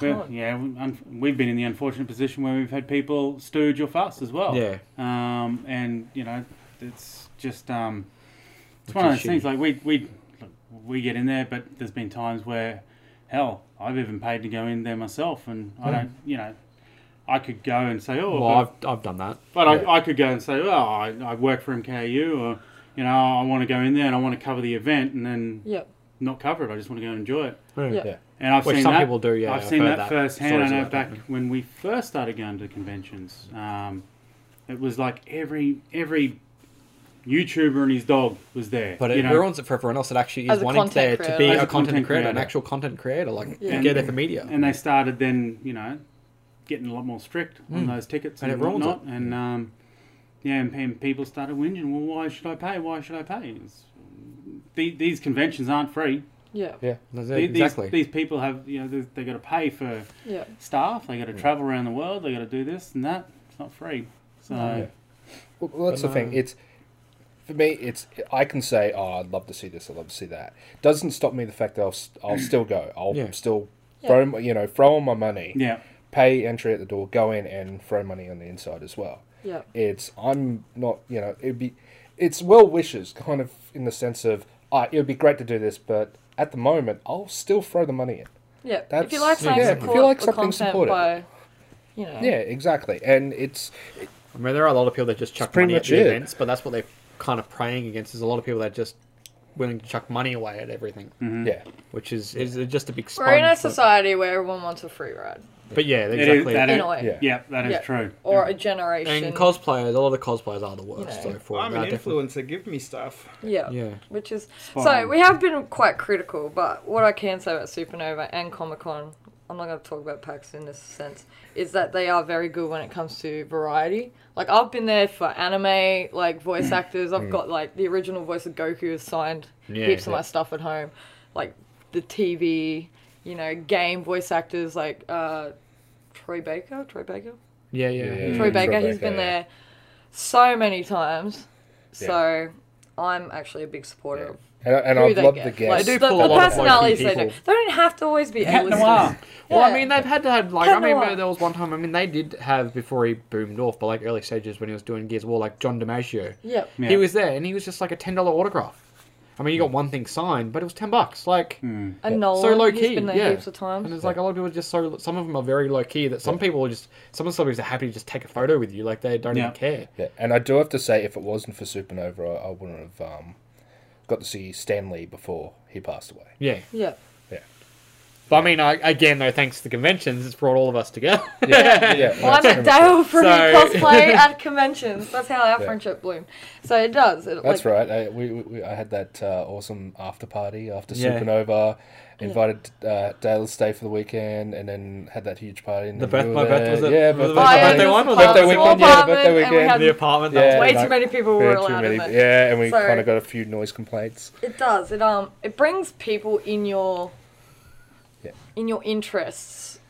Speaker 2: we-
Speaker 4: con.
Speaker 2: yeah, we- un- we've been in the unfortunate position where we've had people stooge or fuss as well.
Speaker 3: yeah,
Speaker 2: Um, and you know, it's just um, it's
Speaker 3: Which
Speaker 2: one of
Speaker 3: is
Speaker 2: those things.
Speaker 3: shitty.
Speaker 2: Like we we look, we get in there, but there's been times where, hell, I've even paid to go in there myself, and I don't, you know, I could go and say, oh,
Speaker 3: Hmm. well, I've, I've done that.
Speaker 2: but, but I, I could go and say, oh, I, I work for MKU, or you know, I want to go in there and I want to cover the event, and then
Speaker 4: Yep.
Speaker 2: not cover it. I just want to go and enjoy it.
Speaker 4: Yeah.
Speaker 5: Yeah.
Speaker 2: And I've
Speaker 3: Which
Speaker 2: seen
Speaker 3: some
Speaker 2: that.
Speaker 3: people do, yeah,
Speaker 2: I've
Speaker 3: I've
Speaker 2: seen
Speaker 3: heard
Speaker 2: that,
Speaker 3: that.
Speaker 2: firsthand. I
Speaker 3: Stories
Speaker 2: know
Speaker 3: about
Speaker 2: back
Speaker 3: that.
Speaker 2: when we first started going to conventions, um, it was like every every YouTuber and his dog was there.
Speaker 3: But
Speaker 2: you
Speaker 3: it
Speaker 2: know?
Speaker 3: ruins it for everyone else that actually
Speaker 4: As
Speaker 3: is
Speaker 4: a
Speaker 3: wanting
Speaker 4: content
Speaker 3: there to
Speaker 4: creator.
Speaker 3: be
Speaker 2: As
Speaker 3: a
Speaker 2: a
Speaker 3: content,
Speaker 2: content
Speaker 3: creator, an
Speaker 2: creator.
Speaker 3: actual content creator. Like
Speaker 4: Yeah.
Speaker 3: get there for media.
Speaker 2: and they started then, you know, getting a lot more strict on those tickets
Speaker 3: Hmm. And
Speaker 2: and,
Speaker 3: it ruins
Speaker 2: whatnot. And um, yeah, and, and people started whinging. Well, why should I pay? Why should I pay? It's- the- these conventions aren't free.
Speaker 4: Yeah.
Speaker 5: Yeah.
Speaker 3: That's
Speaker 2: The-
Speaker 3: it, exactly.
Speaker 2: These, these people have, you know, they they got to pay for
Speaker 4: Yeah.
Speaker 2: staff. They got to travel around the world. They got to do this and that. It's not free. So
Speaker 5: Well, well, that's
Speaker 3: But um,
Speaker 5: the thing.
Speaker 3: no.
Speaker 5: It's for me. It's I can say, oh, I'd love to see this. I'd love to see that. Doesn't stop me the fact that I'll s-
Speaker 3: [clears throat]
Speaker 5: I'll still go. I'll
Speaker 3: Yeah.
Speaker 5: still
Speaker 4: Yeah.
Speaker 5: throw my- you know throw on my money,
Speaker 2: yeah,
Speaker 5: pay entry at the door, go in and throw money on the inside as well.
Speaker 4: Yeah.
Speaker 5: It's I'm not you know it'd be it's well wishes kind of in the sense of ah, it would be great to do this, but at the moment I'll still throw the money in.
Speaker 4: Yeah. if you
Speaker 5: That's-
Speaker 4: like something,
Speaker 5: yeah, if you
Speaker 4: support
Speaker 5: like
Speaker 4: the
Speaker 5: something,
Speaker 4: content
Speaker 5: support it.
Speaker 4: by, you
Speaker 3: Oh.
Speaker 4: know.
Speaker 5: Yeah, exactly. And it's
Speaker 3: I mean, there are a lot of people that just chuck
Speaker 5: pretty
Speaker 3: money at
Speaker 5: much
Speaker 3: the
Speaker 5: it.
Speaker 3: events, but that's what they're kind of praying against. Is a lot of people that are just willing to chuck money away at everything,
Speaker 5: yeah.
Speaker 3: which is is just a big sponge.
Speaker 4: We're in a
Speaker 3: for-
Speaker 4: society where everyone wants a free ride.
Speaker 3: but yeah,
Speaker 2: It is-
Speaker 3: exactly.
Speaker 2: that
Speaker 4: In
Speaker 2: is,
Speaker 4: a way.
Speaker 5: Yeah.
Speaker 2: yeah, that is
Speaker 4: Yeah.
Speaker 2: true.
Speaker 4: Or a
Speaker 2: yeah.
Speaker 4: generation.
Speaker 3: and cosplayers, a lot of cosplayers are the worst.
Speaker 4: You know.
Speaker 3: so for
Speaker 6: I'm
Speaker 3: they
Speaker 6: an
Speaker 3: are definitely-
Speaker 6: influencer. Give me stuff.
Speaker 4: yeah.
Speaker 3: Yeah,
Speaker 4: Which is
Speaker 2: Spot
Speaker 4: so
Speaker 2: on.
Speaker 4: we have been quite critical, but what I can say about Supernova and Comic Con, I'm not going to talk about PAX in this sense, is that they are very good when it comes to variety. Like I've been there for anime, like voice
Speaker 3: Mm.
Speaker 4: actors. I've got like the original voice of Goku is signed.
Speaker 3: Yeah,
Speaker 4: heaps of
Speaker 3: yeah.
Speaker 4: my stuff at home, like the TV, you know, game voice actors like uh, Troy Baker. Troy Baker.
Speaker 3: yeah, yeah.
Speaker 5: Yeah.
Speaker 3: yeah.
Speaker 4: Troy
Speaker 5: Troy
Speaker 4: Baker, he's
Speaker 5: Baker,
Speaker 4: been
Speaker 5: yeah.
Speaker 4: there so many times.
Speaker 5: Yeah.
Speaker 4: So I'm actually a big supporter
Speaker 5: Yeah.
Speaker 4: of
Speaker 5: And, I- and
Speaker 4: who
Speaker 5: I've
Speaker 4: they
Speaker 5: loved
Speaker 4: get.
Speaker 5: the guest.
Speaker 4: Like,
Speaker 3: They do
Speaker 4: the,
Speaker 3: pull
Speaker 4: the
Speaker 3: a lot of
Speaker 4: personalities
Speaker 3: quirky
Speaker 4: they do. They
Speaker 3: people.
Speaker 4: don't have to always be
Speaker 2: Cat
Speaker 4: A-listers.
Speaker 2: Noir.
Speaker 3: Well, I
Speaker 4: Yeah.
Speaker 3: mean, they've had to have like. I
Speaker 4: Kinda
Speaker 3: remember
Speaker 4: like-
Speaker 3: there was one time. I mean, they did have before he boomed off, but like early stages when he was doing Gears of War, like John DiMaggio.
Speaker 4: Yep.
Speaker 2: Yeah.
Speaker 3: He was there, and he was just like a ten dollar autograph. I mean, you got one thing signed, but it was ten bucks. Like.
Speaker 2: Hmm.
Speaker 4: And Nolan,
Speaker 3: so low key.
Speaker 4: he's been there
Speaker 3: yeah.
Speaker 4: heaps of
Speaker 3: And
Speaker 4: times.
Speaker 3: it's like a lot of people are just so. Some of them are very low key that some people are just. Some of the celebrities are happy to just take a photo with you, like they don't
Speaker 2: Yeah.
Speaker 3: even care.
Speaker 5: Yeah, and I do have to say, if it wasn't for Supernova, I, I wouldn't have um, got to see Stanley before he passed
Speaker 3: [laughs]
Speaker 5: away.
Speaker 3: Yeah.
Speaker 4: Yep.
Speaker 3: But I mean, I, again though, thanks to the conventions, it's brought all of us [laughs] together.
Speaker 5: Yeah,
Speaker 4: Well, I'm
Speaker 5: that's
Speaker 4: at
Speaker 5: pretty much
Speaker 4: Dale for
Speaker 3: So-
Speaker 4: cosplay at conventions. That's how our
Speaker 5: Yeah.
Speaker 4: friendship bloomed. So it does. It,
Speaker 5: it. That's
Speaker 4: like,
Speaker 5: right. I, we, we, we- I had that uh, awesome after party after
Speaker 3: Yeah.
Speaker 5: Supernova. Invited uh, Dale to stay for the weekend, and then had that huge party. And
Speaker 3: The
Speaker 5: then
Speaker 3: birth- my birthday was
Speaker 5: there.
Speaker 3: it-
Speaker 5: yeah,
Speaker 3: was it
Speaker 5: birthday,
Speaker 3: the
Speaker 4: Oh, yeah,
Speaker 5: party.
Speaker 3: birthday one? Was it
Speaker 4: this is part
Speaker 5: birthday
Speaker 4: of the small apartment, and
Speaker 5: weekend? Yeah, the birthday
Speaker 4: we
Speaker 5: weekend.
Speaker 4: had
Speaker 5: The
Speaker 3: apartment.
Speaker 5: that was
Speaker 4: Way
Speaker 5: Yeah.
Speaker 4: too many people
Speaker 5: We
Speaker 4: were
Speaker 5: had too
Speaker 4: allowed in
Speaker 5: many-
Speaker 4: it.
Speaker 5: Yeah, and we
Speaker 4: So-
Speaker 5: kind of got a few noise complaints.
Speaker 4: It does. It um it brings people in your
Speaker 5: Yeah.
Speaker 4: in your interests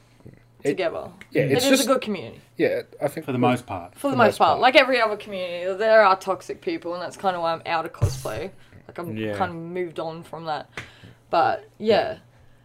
Speaker 5: It-
Speaker 4: together.
Speaker 5: Yeah,
Speaker 4: Mm. It is
Speaker 5: it's just
Speaker 4: a good community.
Speaker 5: yeah. I think
Speaker 2: for the most part.
Speaker 4: For the most part. Like every other community, there are toxic people, and that's kind of why I'm out of cosplay. Like I'm
Speaker 3: Yeah.
Speaker 4: kind of moved on from that. But yeah,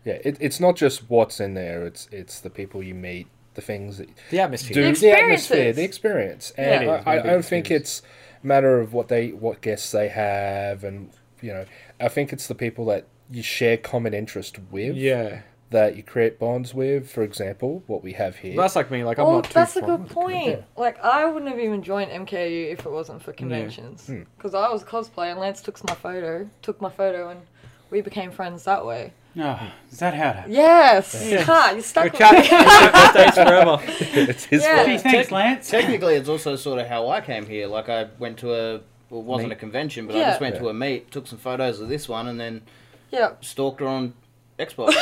Speaker 5: Yeah, it, it's not just what's in there. It's it's the people you meet, the things that
Speaker 3: The atmosphere.
Speaker 5: do,
Speaker 4: The
Speaker 5: the atmosphere,
Speaker 4: experiences.
Speaker 5: the experience.
Speaker 4: Yeah.
Speaker 5: And
Speaker 3: It is,
Speaker 5: I, I
Speaker 3: maybe the
Speaker 5: don't think
Speaker 3: experience.
Speaker 5: it's a matter of what they what guests they have, and you know, I think it's the people that you share common interest with.
Speaker 3: Yeah.
Speaker 5: That you create bonds with, for example, what we have here.
Speaker 3: That's like me. Like, I'm
Speaker 4: Well,
Speaker 3: not too
Speaker 4: Oh, that's a
Speaker 3: fond-
Speaker 4: [laughs] good point. Like, I wouldn't have even joined MKU if it wasn't for conventions. Because I was cosplay and Lance took my photo, took my photo, and we became friends that way.
Speaker 2: Oh, is that how it happened?
Speaker 4: Yes! Ha! You stuck with me.
Speaker 3: Birthdays forever.
Speaker 4: [laughs]
Speaker 5: it's his
Speaker 4: Yeah.
Speaker 2: Gee, thanks,
Speaker 1: [laughs]
Speaker 2: Lance.
Speaker 1: Technically, it's also sort of how I came here. Like I went to a well, it wasn't a convention, but I
Speaker 4: Yeah.
Speaker 1: just went
Speaker 5: Yeah.
Speaker 1: to a meet, took some photos of this one, and then
Speaker 4: yeah.
Speaker 1: stalked her on Xbox.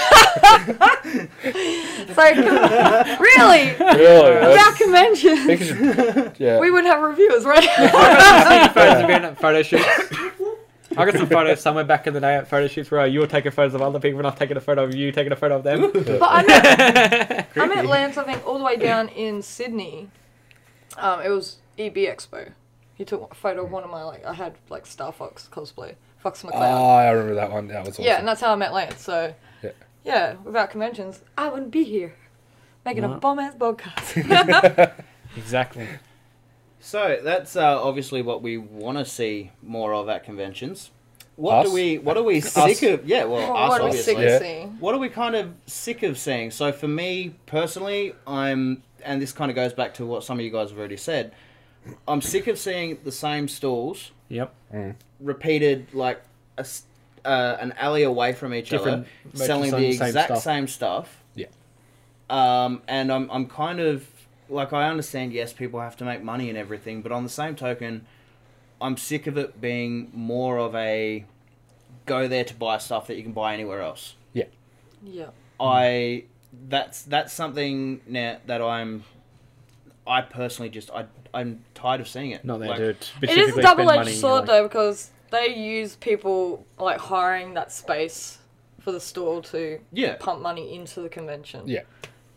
Speaker 4: So, [laughs] really?
Speaker 5: [laughs] Really?
Speaker 4: Without conventions,
Speaker 5: Think you
Speaker 1: [laughs]
Speaker 5: should- yeah.
Speaker 4: we wouldn't have reviewers, right? [laughs]
Speaker 3: photos of being at photo shoots. I got some photos somewhere back in the day at photo shoots where you were taking photos of other people and I've taken a photo of you taking a photo of them. [laughs]
Speaker 4: but I met, I
Speaker 5: [laughs]
Speaker 4: met Lance, I think, all the way down in Sydney. Um, it was EB Expo. He took a photo of one of my, like, I had, like, Star Fox cosplay. Fox
Speaker 5: Oh,
Speaker 4: McCloud.
Speaker 5: I remember that one. That was awesome.
Speaker 4: Yeah, and that's how I met Lance. So,
Speaker 5: Yeah.
Speaker 4: yeah, without conventions, I wouldn't be here making a
Speaker 3: Right.
Speaker 4: bomb ass
Speaker 5: [laughs]
Speaker 4: podcast. [laughs]
Speaker 3: Exactly.
Speaker 1: so that's uh, obviously what we want to see more of at conventions. What
Speaker 5: Us?
Speaker 1: do we? What are we sick of? Yeah, well, us
Speaker 4: Oh, what are we
Speaker 1: obviously.
Speaker 4: sick
Speaker 5: Yeah.
Speaker 4: of seeing?
Speaker 1: what are we kind of sick of seeing? So for me personally, I'm, and this kind of goes back to what some of you guys have already said. I'm sick of seeing the same stalls
Speaker 3: Yep.
Speaker 1: repeated, like a s uh, an alley away from each
Speaker 3: Different
Speaker 1: other, selling the
Speaker 3: merchants on the same
Speaker 1: exact
Speaker 3: stuff.
Speaker 1: same stuff.
Speaker 5: Yeah.
Speaker 1: Um, and I'm I'm kind of like I understand. Yes, people have to make money and everything, but on the same token, I'm sick of it being more of a go there to buy stuff that you can buy anywhere else.
Speaker 4: Yeah.
Speaker 1: I that's that's something now that I'm I personally just I I'm tired of seeing it.
Speaker 3: Not that
Speaker 1: Like,
Speaker 3: dude.
Speaker 4: It is a double edged sword, though, because they use people, like, hiring that space for the store to
Speaker 1: Yeah.
Speaker 4: pump money into the convention.
Speaker 5: Yeah.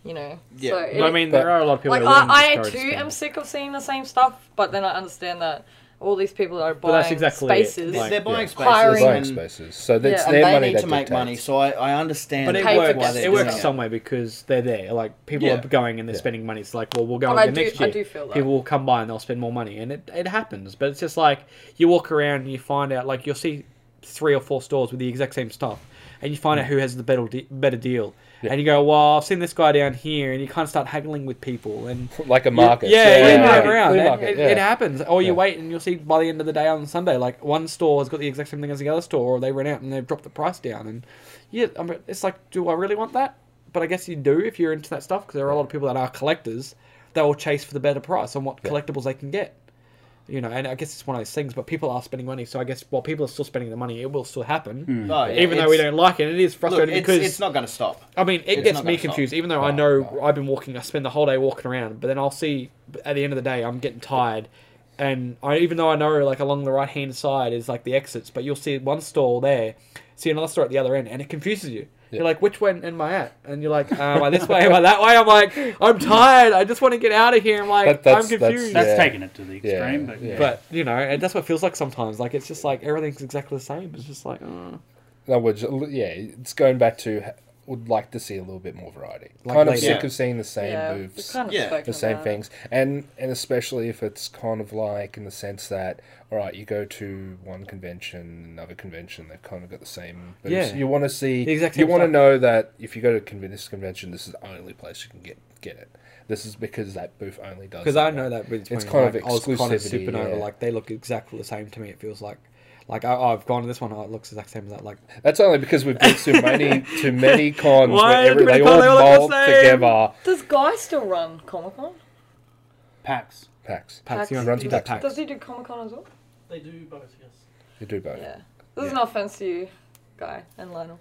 Speaker 4: You know?
Speaker 1: Yeah.
Speaker 4: So
Speaker 3: I mean, there are a lot of people
Speaker 4: like,
Speaker 3: that are
Speaker 4: I, I
Speaker 3: willing to
Speaker 4: too
Speaker 3: discourage
Speaker 4: am
Speaker 3: spending.
Speaker 4: sick of seeing the same stuff, but then I understand that all these people are buying
Speaker 3: that's exactly it,
Speaker 4: spaces.
Speaker 1: They're,
Speaker 3: like-
Speaker 1: they're buying
Speaker 5: yeah.
Speaker 1: spaces.
Speaker 4: Hiring-
Speaker 5: Buying
Speaker 1: and,
Speaker 5: spaces. So that's
Speaker 4: Yeah.
Speaker 1: and
Speaker 5: their
Speaker 1: they
Speaker 5: money
Speaker 1: need
Speaker 5: that
Speaker 1: to make money,
Speaker 5: dictates.
Speaker 1: so I, I understand.
Speaker 3: But it
Speaker 4: pay for
Speaker 3: works.
Speaker 4: guests
Speaker 3: It
Speaker 4: to
Speaker 3: works
Speaker 4: go.
Speaker 3: somewhere because they're there. Like people
Speaker 1: Yeah.
Speaker 3: are going and they're
Speaker 5: Yeah.
Speaker 3: spending money. It's like, well, we'll go
Speaker 4: But I
Speaker 3: again
Speaker 4: do-
Speaker 3: next
Speaker 4: I
Speaker 3: year.
Speaker 4: do feel that.
Speaker 3: People will come by and they'll spend more money, and it, it happens. But it's just like you walk around and you find out, like you'll see three or four stores with the exact same stuff, and you find out who has the better de- better deal. And you go, well, I've seen this guy down here, and you kind of start haggling with people, and
Speaker 5: Like a market.
Speaker 3: yeah, yeah, you drive
Speaker 5: yeah.
Speaker 3: around.
Speaker 5: Flea
Speaker 3: and
Speaker 5: market,
Speaker 3: it,
Speaker 5: yeah.
Speaker 3: it happens. Or you
Speaker 5: Yeah.
Speaker 3: wait and you'll see by the end of the day on Sunday, like one store has got the exact same thing as the other store, or they ran out and they've dropped the price down. And yeah, I mean, it's like, do I really want that? But I guess you do if you're into that stuff, because there are a lot of people that are collectors that will chase for the better price on what collectibles they can get. You know, and I guess it's one of those things. But people are spending money, so I guess while people are still spending the money, it will still happen.
Speaker 5: Hmm.
Speaker 1: Oh, yeah,
Speaker 3: Even though we
Speaker 1: it's-
Speaker 3: don't like it, it is
Speaker 1: Look,
Speaker 3: frustrating
Speaker 1: it's,
Speaker 3: because
Speaker 1: it's not going to stop.
Speaker 3: I mean, it
Speaker 1: It's
Speaker 3: gets
Speaker 1: not
Speaker 3: me
Speaker 1: gonna stop.
Speaker 3: confused, even though I know I've been walking, I spend the whole day walking around, but then I'll see at the end of the day, I'm getting tired. And I, even though I know, like, along the right hand side is like the exits, but you'll see one stall there, see another store at the other end, and it confuses you. You're like, which one am I at? And you're like, am I this way? Am I that way? I'm like, I'm tired. I just want to get out of here. I'm like,
Speaker 5: That- that's-
Speaker 3: I'm confused.
Speaker 2: [laughs] That's
Speaker 5: Yeah.
Speaker 2: taking it to the extreme,
Speaker 5: Yeah.
Speaker 2: but yeah.
Speaker 3: But, you know, and that's what it feels like sometimes. Like, it's just like everything's exactly the same. It's just like, uh,
Speaker 5: No, we're just, yeah, it's going back to ha- would like to see a little bit more variety.
Speaker 3: Like
Speaker 5: kind of
Speaker 3: later.
Speaker 5: sick
Speaker 1: Yeah.
Speaker 5: of seeing the same
Speaker 4: yeah, we've
Speaker 5: moves,
Speaker 4: kind of
Speaker 1: Yeah.
Speaker 4: spoken
Speaker 5: the same
Speaker 4: about it.
Speaker 5: things, and and especially if it's kind of like in the sense that all right, you go to one convention, another convention, they've kind of got the same. Moves.
Speaker 3: Yeah.
Speaker 5: you want to see,
Speaker 3: The exact
Speaker 5: you
Speaker 3: same
Speaker 5: want to
Speaker 3: stuff.
Speaker 5: know that if you go to con- this convention, this is the only place you can get get it. This is because that booth only does.
Speaker 3: Because
Speaker 5: that
Speaker 3: I
Speaker 5: one.
Speaker 3: know that with
Speaker 5: It's
Speaker 3: Tony,
Speaker 5: kind of
Speaker 3: like, I was kind of
Speaker 5: exclusivity,
Speaker 3: supernova.
Speaker 5: yeah.
Speaker 3: Like they look exactly the same to me. It feels like, like I, I've gone to this one. Oh, it looks exact same as that. Like
Speaker 5: That's only because we've been to many
Speaker 3: [laughs]
Speaker 5: to many cons
Speaker 3: Why
Speaker 5: where every,
Speaker 3: every
Speaker 5: they
Speaker 3: con
Speaker 5: all
Speaker 3: they all look the
Speaker 5: mold
Speaker 3: same?
Speaker 5: together.
Speaker 4: Does Guy still run Comic Con?
Speaker 2: packs.
Speaker 5: Packs.
Speaker 3: Pax,
Speaker 4: Pax.
Speaker 3: you know,
Speaker 5: Runs
Speaker 3: you know,
Speaker 5: Pax.
Speaker 3: Pax.
Speaker 4: Does he do Comic Con as well?
Speaker 7: They do both, yes.
Speaker 5: You do both.
Speaker 4: Yeah. This is
Speaker 5: Yeah.
Speaker 4: an offense to you, Guy and
Speaker 5: [laughs]
Speaker 4: Lionel.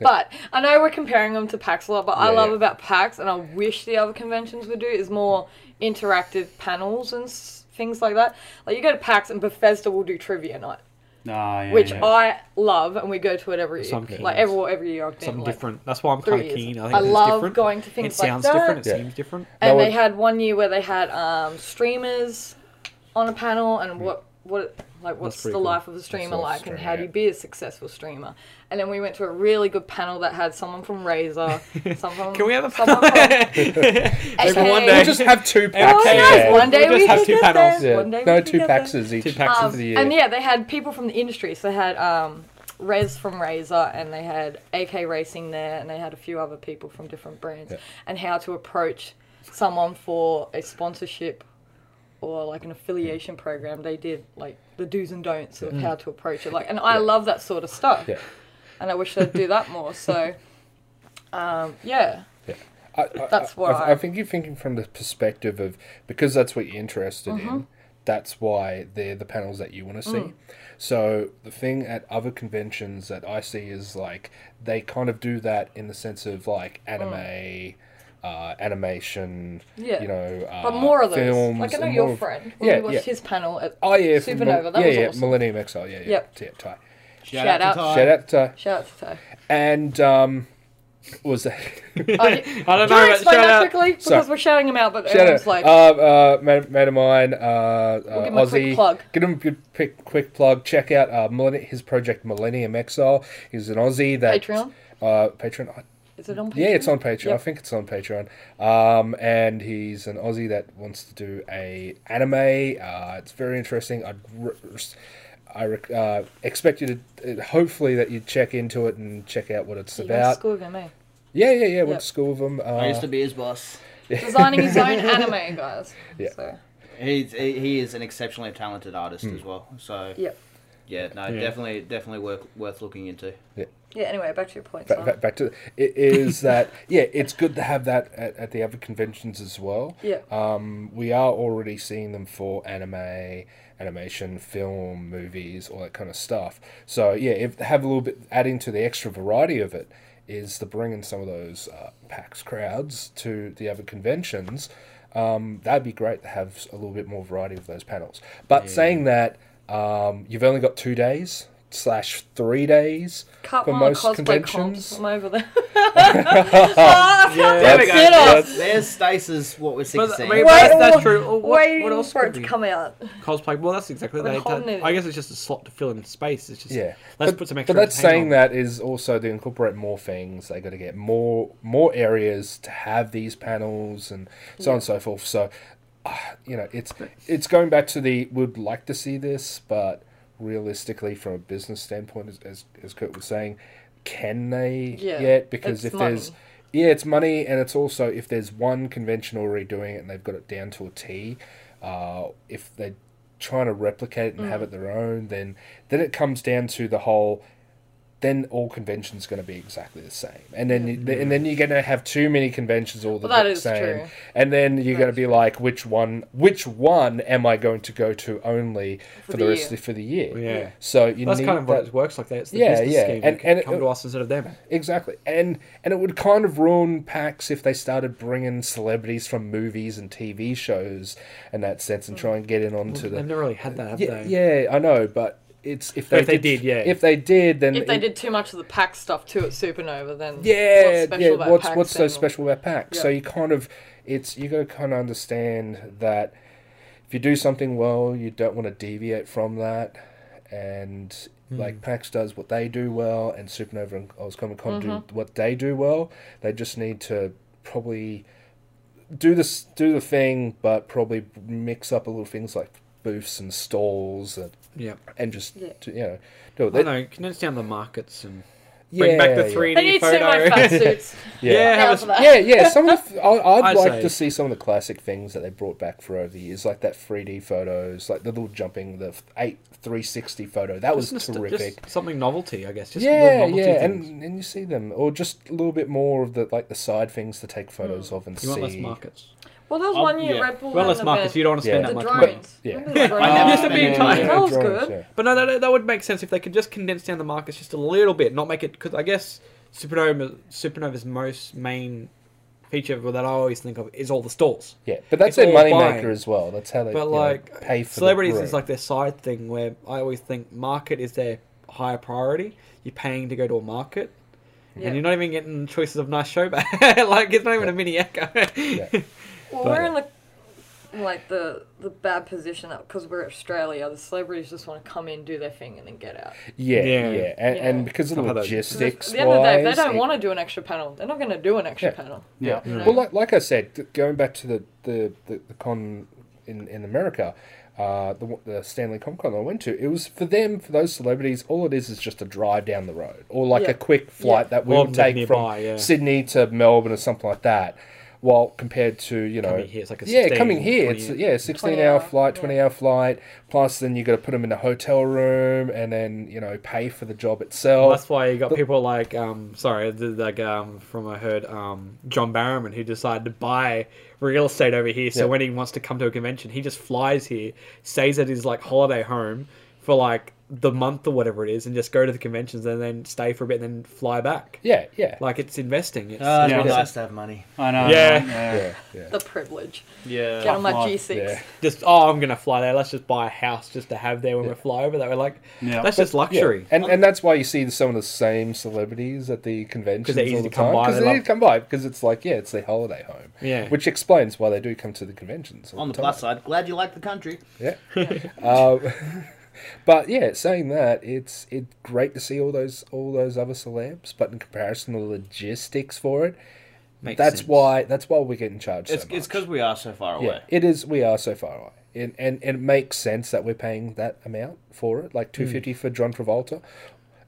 Speaker 4: But I know we're comparing them to PAX a lot, but I
Speaker 5: Yeah,
Speaker 4: love
Speaker 5: yeah.
Speaker 4: about PAX, and I wish the other conventions would do, is more interactive panels and s- things like that. Like, you go to PAX, and Bethesda will do trivia night,
Speaker 2: Ah, yeah,
Speaker 4: which
Speaker 2: yeah.
Speaker 4: I love, and we go to it every year.
Speaker 3: Some
Speaker 4: Like,
Speaker 3: years.
Speaker 4: every, every year I've been.
Speaker 3: Something
Speaker 4: like,
Speaker 3: different. That's why I'm
Speaker 4: three
Speaker 3: kind of
Speaker 4: years.
Speaker 3: keen. I
Speaker 4: I,
Speaker 3: think it's
Speaker 4: love
Speaker 3: different.
Speaker 4: going to
Speaker 3: It
Speaker 4: things like
Speaker 3: sounds
Speaker 4: that.
Speaker 3: different. It
Speaker 5: Yeah.
Speaker 3: seems different.
Speaker 4: And
Speaker 5: No,
Speaker 4: they
Speaker 5: it-
Speaker 4: had one year where they had um, streamers on a panel, and what what like what's the
Speaker 6: pretty cool.
Speaker 4: life of a streamer
Speaker 5: life
Speaker 4: like, and
Speaker 5: streamer,
Speaker 4: how do
Speaker 5: yeah.
Speaker 4: you be a successful streamer? And then we went to a really good panel that had sosomeone from Razer, someone
Speaker 6: Can we have a [laughs]
Speaker 4: someone
Speaker 3: [laughs]
Speaker 4: from
Speaker 6: Maybe
Speaker 4: AKA
Speaker 6: one
Speaker 5: We'll
Speaker 6: day. [laughs]
Speaker 5: just have two
Speaker 4: Oh,
Speaker 5: packs.
Speaker 6: Okay.
Speaker 4: nice.
Speaker 6: Yeah.
Speaker 4: One day
Speaker 6: We'll
Speaker 4: we
Speaker 6: just have
Speaker 4: could
Speaker 6: two
Speaker 4: get
Speaker 6: panels.
Speaker 4: there.
Speaker 5: Yeah.
Speaker 4: One day we
Speaker 5: No,
Speaker 4: could
Speaker 5: two
Speaker 4: get
Speaker 5: packs
Speaker 4: there.
Speaker 5: each.
Speaker 6: Two packs
Speaker 4: Um,
Speaker 6: of the year.
Speaker 4: and yeah, they had people from the industry. So they had um, Rez from Razer, and they had AK Racing there, and they had a few other people from different brands, and how to approach someone for a sponsorship or like an affiliation program. They did like the do's and don'ts of how to approach it. Like, and I love that sort of stuff.
Speaker 5: Mm. Yeah.
Speaker 4: And I wish they'd do that
Speaker 5: [laughs]
Speaker 4: more. So, um, yeah.
Speaker 5: I, I,
Speaker 4: That's
Speaker 5: I, I,
Speaker 4: why.
Speaker 5: think you're thinking from the perspective of because that's what you're interested
Speaker 4: Mm-hmm.
Speaker 5: in. That's why they're the panels that you want to see.
Speaker 4: Mm.
Speaker 5: So the thing at other conventions that I see is like they kind of do that in the sense of like anime, uh, animation.
Speaker 4: Mm. Yeah.
Speaker 5: You know, uh,
Speaker 4: But more of those.
Speaker 5: films.
Speaker 4: like I know
Speaker 5: and more
Speaker 4: your
Speaker 5: of-
Speaker 4: friend. When
Speaker 5: Yeah,
Speaker 4: we watched
Speaker 5: yeah.
Speaker 4: his panel at
Speaker 5: Oh yeah, from
Speaker 4: Supernova.
Speaker 5: Mil-
Speaker 4: that
Speaker 5: yeah,
Speaker 4: was
Speaker 5: yeah,
Speaker 4: awesome.
Speaker 5: Millennium Exile. Yeah, yeah,
Speaker 4: Yep.
Speaker 5: yeah. Ty.
Speaker 1: Shout,
Speaker 4: Shout
Speaker 1: out
Speaker 4: out.
Speaker 1: to Ty.
Speaker 5: Shout out to
Speaker 4: Shout out to Tay.
Speaker 5: and um, what was that? [laughs]
Speaker 4: Oh, yeah.
Speaker 6: I don't
Speaker 4: Can
Speaker 6: know.
Speaker 4: I
Speaker 6: But shout
Speaker 4: explain that
Speaker 6: out.
Speaker 4: quickly? Because
Speaker 5: Sorry.
Speaker 4: we're shouting him out, but
Speaker 5: Shout
Speaker 4: everyone's
Speaker 5: out,
Speaker 4: like,
Speaker 5: uh, uh, mate, mate of mine, uh, uh,
Speaker 4: give him a
Speaker 5: Aussie.
Speaker 4: quick plug.
Speaker 5: Give him a good quick, quick plug. Check out uh, Millenni- his project Millennium Exile. He's an Aussie that
Speaker 4: Patreon?
Speaker 5: Uh, Patreon. I-
Speaker 4: is it on Patreon?
Speaker 5: yeah, it's on Patreon. I
Speaker 4: Yep.
Speaker 5: think it's on Patreon. Um, and he's an Aussie that wants to do a anime. Uh, it's very interesting. I'd re- I rec- uh, expect you to uh, hopefully that you check into it and check out what it's
Speaker 4: You went to
Speaker 5: about.
Speaker 4: school with him,
Speaker 5: [laughs]
Speaker 4: eh?
Speaker 5: Yeah, yeah, yeah. Went
Speaker 4: Yep.
Speaker 5: to school with him. Uh,
Speaker 1: I used to be his boss.
Speaker 4: Designing his own anime, guys.
Speaker 5: Yeah.
Speaker 4: So,
Speaker 1: He's, he he is an exceptionally talented artist as well. So
Speaker 4: yep.
Speaker 1: yeah, no, definitely definitely worth worth looking into.
Speaker 4: Yeah, anyway, back to your point,
Speaker 5: back,
Speaker 4: Simon.
Speaker 5: back, back to it is that yeah it's good to have that at, at the other conventions as well
Speaker 4: Yeah.
Speaker 5: um we are already seeing them for anime animation film movies all that kind of stuff so yeah if have a little bit adding to the extra variety of it is to bring in some of those uh, packs crowds to the other conventions um, that'd be great to have a little bit more variety of those panels but saying that um, you've only got two days slash three days
Speaker 4: Cut
Speaker 5: for
Speaker 4: my
Speaker 5: most
Speaker 4: cosplay
Speaker 5: conventions.
Speaker 4: comps from
Speaker 6: [laughs]
Speaker 4: over there. Ah,
Speaker 6: There we go.
Speaker 5: That's-
Speaker 1: There's stasis. What we're
Speaker 6: But,
Speaker 1: seeing.
Speaker 6: I mean,
Speaker 4: Wait,
Speaker 6: that's,
Speaker 4: oh,
Speaker 6: that's true. Oh, what,
Speaker 4: Waiting
Speaker 6: what else
Speaker 4: for
Speaker 6: could
Speaker 4: it to
Speaker 6: we-
Speaker 4: come out.
Speaker 6: Cosplay. Well, that's exactly
Speaker 4: We're
Speaker 6: that.
Speaker 4: holding it.
Speaker 6: I guess it's just a slot to fill in space. It's just
Speaker 5: Yeah,
Speaker 6: Let's
Speaker 5: but,
Speaker 6: put some extra.
Speaker 5: But that's
Speaker 6: entertainment
Speaker 5: saying
Speaker 6: on.
Speaker 5: that is also to incorporate more things. They got to get more more areas to have these panels and so on and so forth. So, uh, you know, it's it's going back to the would like to see this, but realistically, from a business standpoint, as as, as Kurt was saying, can they
Speaker 4: Yeah,
Speaker 5: yet? Because
Speaker 4: it's
Speaker 5: if there's
Speaker 4: money.
Speaker 5: yeah, it's money, and it's also if there's one convention already doing it and they've got it down to a T, uh, if they're trying to replicate it and
Speaker 4: Mm.
Speaker 5: have it their own, then then it comes down to the whole. Then all conventions going to be exactly the same, and then you, and then you're going to have too many conventions all the
Speaker 4: Well, that
Speaker 5: same,
Speaker 4: is true.
Speaker 5: and then you're going to be like, which one? Which one am I going to go to only for, the,
Speaker 4: the
Speaker 5: rest
Speaker 4: year.
Speaker 5: of, for the year?
Speaker 6: Yeah.
Speaker 5: So you
Speaker 6: That's
Speaker 5: need
Speaker 6: kind of
Speaker 5: that,
Speaker 6: what it works like. That it's the
Speaker 5: Yeah,
Speaker 6: business
Speaker 5: yeah,
Speaker 6: scheme.
Speaker 5: and-
Speaker 6: And,
Speaker 5: and it-
Speaker 6: come to us instead of them.
Speaker 5: Exactly, and and it would kind of ruin PAX if they started bringing celebrities from movies and TV shows in that sense, and try and get in onto
Speaker 6: They've
Speaker 5: the.
Speaker 6: never really had that, have
Speaker 5: Yeah,
Speaker 6: they?
Speaker 5: yeah, I know, but it's if they
Speaker 6: If they did, yeah.
Speaker 5: if they did, then
Speaker 4: If they
Speaker 5: it-
Speaker 4: did too much of the pack stuff too at Supernova, then
Speaker 5: yeah,
Speaker 4: what's special
Speaker 5: yeah.
Speaker 4: about
Speaker 5: What's
Speaker 4: PAX
Speaker 5: what's so
Speaker 4: anymore?
Speaker 5: special about PAX? So
Speaker 4: Yeah.
Speaker 5: you kind of, it's you got to kind of understand that if you do something well, you don't want to deviate from that, and
Speaker 6: Hmm.
Speaker 5: like PAX does what they do well, and Supernova and Oz Comic Con
Speaker 4: Mm-hmm.
Speaker 5: do what they do well. They just need to probably do this, do the thing, but probably mix up a little things like booths and stalls and,
Speaker 6: Yeah.
Speaker 5: and just
Speaker 4: Yeah.
Speaker 5: do- you know do it.
Speaker 6: I don't know. Can you understand the markets and bring back the
Speaker 5: yeah.
Speaker 6: three
Speaker 4: I
Speaker 6: D
Speaker 4: need
Speaker 6: photo?
Speaker 4: two
Speaker 6: [laughs]
Speaker 4: more fat suits.
Speaker 6: yeah.
Speaker 4: Now
Speaker 6: have
Speaker 4: for
Speaker 6: a-
Speaker 4: that.
Speaker 5: yeah, yeah.
Speaker 4: [laughs]
Speaker 5: Some of the, I, I'd
Speaker 6: I'd
Speaker 5: like
Speaker 6: say-
Speaker 5: to see some of the classic things that they brought back for over the years, like that three D photos, like the little jumping, the eight three sixty photo. That was
Speaker 6: just nost-
Speaker 5: terrific.
Speaker 6: Just something novelty, I guess. Just little
Speaker 5: yeah,
Speaker 6: novelty
Speaker 5: yeah,
Speaker 6: things.
Speaker 5: and, and you see them, or just a little bit more of the like the side things to take
Speaker 4: Hmm.
Speaker 5: photos of and
Speaker 6: you want less
Speaker 5: see.
Speaker 6: markets.
Speaker 4: Well, there was
Speaker 6: Um,
Speaker 2: Oh,
Speaker 4: one year
Speaker 2: yeah.
Speaker 4: Red Bull
Speaker 6: You want
Speaker 4: had
Speaker 6: less
Speaker 4: an
Speaker 6: markets.
Speaker 4: event-
Speaker 6: You don't want to spend
Speaker 5: Yeah.
Speaker 6: that
Speaker 4: the
Speaker 6: much money.
Speaker 4: drones.
Speaker 5: yeah.
Speaker 4: Remember the drones?
Speaker 1: I never
Speaker 6: used to be
Speaker 1: spent any
Speaker 6: tight.
Speaker 1: money on
Speaker 4: That was
Speaker 5: Drawings,
Speaker 4: good.
Speaker 5: yeah.
Speaker 6: But no, that, that would make sense if they could just condense down the markets just a little bit, not make it because I guess Supernova Supernova's most main feature well, that I always think of is all the stalls.
Speaker 5: Yeah, but
Speaker 6: It's
Speaker 5: that's their
Speaker 6: all
Speaker 5: money
Speaker 6: buying.
Speaker 5: maker as well. That's how they
Speaker 6: But
Speaker 5: you know,
Speaker 6: like
Speaker 5: pay for the
Speaker 6: celebrities is
Speaker 5: room.
Speaker 6: like their side thing where I always think market is their higher priority. You're paying to go to a market.
Speaker 4: Yeah.
Speaker 6: And you're not even getting
Speaker 3: [laughs]
Speaker 6: choices of nice show back. like it's not even a mini echo.
Speaker 5: Yeah.
Speaker 4: Well,
Speaker 6: But-
Speaker 4: we're in the like the the bad position that because we're Australia, the celebrities just want to come in, do their thing, and then get out.
Speaker 5: Yeah, yeah,
Speaker 3: Yeah.
Speaker 5: And,
Speaker 4: Yeah.
Speaker 5: and because of the
Speaker 3: I've had that.
Speaker 5: logistics.
Speaker 4: At the end of the day, if
Speaker 5: wise,
Speaker 4: they don't
Speaker 5: it-
Speaker 4: want to do an extra panel, they're not going to do an extra
Speaker 5: Yeah.
Speaker 4: panel.
Speaker 2: Yeah.
Speaker 4: you know?
Speaker 5: Well, like, like I said, th- going back to the the, the, the con in, in America, uh, the, one- the Stanley Comic Con I went to, it was for them, for those celebrities, all it is is just a drive down the road or like
Speaker 4: Yeah.
Speaker 5: a quick flight
Speaker 4: Yeah.
Speaker 5: that we
Speaker 3: Or
Speaker 5: would take
Speaker 3: nearby,
Speaker 5: from
Speaker 3: yeah.
Speaker 5: Sydney to Melbourne or something like that. While compared to you know,
Speaker 3: Coming here, it's like a
Speaker 5: yeah,
Speaker 3: 16,
Speaker 5: coming here, it's
Speaker 3: 20
Speaker 5: yeah, sixteen
Speaker 4: 20
Speaker 5: hour
Speaker 4: hour,
Speaker 5: flight,
Speaker 4: yeah.
Speaker 5: twenty hour flight. Plus, then you got to put them in a hotel room and then you know pay for the job
Speaker 3: Well,
Speaker 5: itself.
Speaker 3: that's why you got
Speaker 5: the-
Speaker 3: people like, um, sorry, th- like um, from I heard, um, John Barrowman, who decided to buy real estate over here. So
Speaker 5: Yeah.
Speaker 3: when he wants to come to a convention, he just flies here, stays at his like holiday home for like the month or whatever it is, and just go to the conventions and then stay for a bit and then fly back.
Speaker 5: Yeah, yeah,
Speaker 3: Like it's investing. It's,
Speaker 1: Uh,
Speaker 2: Yeah.
Speaker 1: It'd be nice to have money.
Speaker 2: I know.
Speaker 3: Yeah.
Speaker 2: right?
Speaker 5: yeah, yeah.
Speaker 4: The privilege.
Speaker 1: Yeah.
Speaker 4: Get on my
Speaker 2: life,
Speaker 4: G6.
Speaker 5: yeah.
Speaker 3: just oh, I'm gonna fly there. Let's just buy a house just to have there when we fly over there. Like
Speaker 2: Yeah.
Speaker 3: that's just
Speaker 5: Yeah,
Speaker 3: luxury.
Speaker 5: And and that's why you see some of the same celebrities at the conventions
Speaker 3: easy
Speaker 5: all the
Speaker 3: to come
Speaker 5: time
Speaker 3: by,
Speaker 5: because
Speaker 3: they
Speaker 5: they
Speaker 3: love-
Speaker 5: need to come by because it's like yeah, it's their holiday home.
Speaker 3: Yeah.
Speaker 5: which explains why they do come to the conventions. all
Speaker 1: On the
Speaker 5: time.
Speaker 1: plus side, glad you like the country.
Speaker 5: Um, [laughs] but yeah, saying that, it's it's great to see all those all those other celebs, but in comparison to the logistics for it,
Speaker 3: Makes
Speaker 5: that's
Speaker 3: sense.
Speaker 5: why that's why we're getting charged
Speaker 1: It's
Speaker 5: so much.
Speaker 1: it's because we are so far away.
Speaker 5: yeah, it is. We are so far away. And, and, and it makes sense that we're paying that amount for it,
Speaker 3: Hmm.
Speaker 5: like two fifty for John Travolta,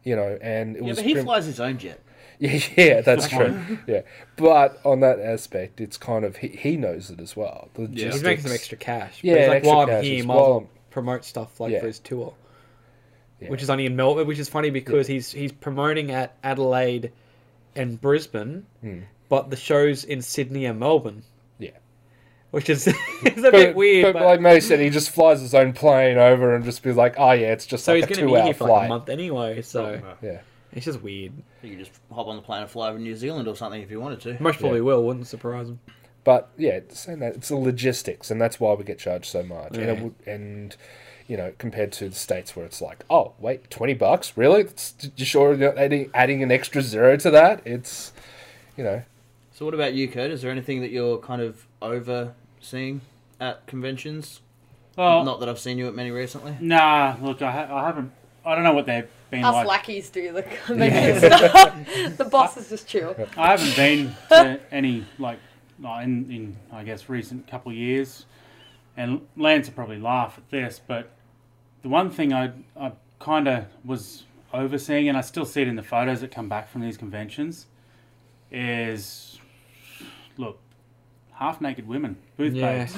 Speaker 5: you know. And it
Speaker 1: Yeah,
Speaker 5: was
Speaker 1: but he
Speaker 5: prim-
Speaker 1: flies his own jet.
Speaker 5: [laughs] Yeah, yeah, that's true. Yeah, but on that aspect, it's kind of he, he knows it as well. The
Speaker 1: Yeah.
Speaker 3: He's making some extra cash.
Speaker 5: Yeah,
Speaker 3: Yeah, like
Speaker 5: extra
Speaker 3: while I'm
Speaker 5: cash
Speaker 3: here,
Speaker 5: as
Speaker 3: might as
Speaker 5: well.
Speaker 3: well promote stuff like
Speaker 5: Yeah.
Speaker 3: for his tour,
Speaker 5: Yeah.
Speaker 3: which is only in Melbourne. Which is funny because he's he's promoting at Adelaide and Brisbane, but the shows in Sydney and Melbourne.
Speaker 5: Hmm. Yeah.
Speaker 3: which is [laughs] it's a bit weird.
Speaker 5: But,
Speaker 3: But,
Speaker 5: like Mo said, he just flies his own plane over and just be like, "Oh yeah, it's just
Speaker 3: so
Speaker 5: like
Speaker 3: he's
Speaker 5: a
Speaker 3: going to be
Speaker 5: two-hour
Speaker 3: here for like a
Speaker 5: flight."
Speaker 3: month anyway. So
Speaker 5: yeah,
Speaker 3: it's just weird.
Speaker 1: You could just hop on the plane and fly over to New Zealand or something if you wanted to.
Speaker 3: Most probably will. Wouldn't surprise him.
Speaker 5: but yeah, saying that, it's the logistics, and that's why we get charged so much. And it
Speaker 3: Yeah.
Speaker 5: would, and you know, compared to the states where it's like, "Oh wait, twenty bucks, really? It's, you sure you're not adding adding an extra zero to that?" It's you know,
Speaker 1: So, what about you, Kurt? Is there anything that you're kind of overseeing at conventions?
Speaker 2: Well,
Speaker 1: Not that I've seen you at many recently.
Speaker 2: nah. Look, I, ha- I haven't. I don't know what they've been
Speaker 4: Us
Speaker 2: like.
Speaker 4: lackeys do
Speaker 5: [laughs]
Speaker 4: the [laughs] convention stuff. the boss is just chill.
Speaker 2: I haven't been to any like like, in, in I guess recent couple of years, and Lance will probably laugh at this, but the one thing I I kind of was overseeing, and I still see it in the photos that come back from these conventions, is look half naked women booth
Speaker 3: Yeah.
Speaker 2: babes.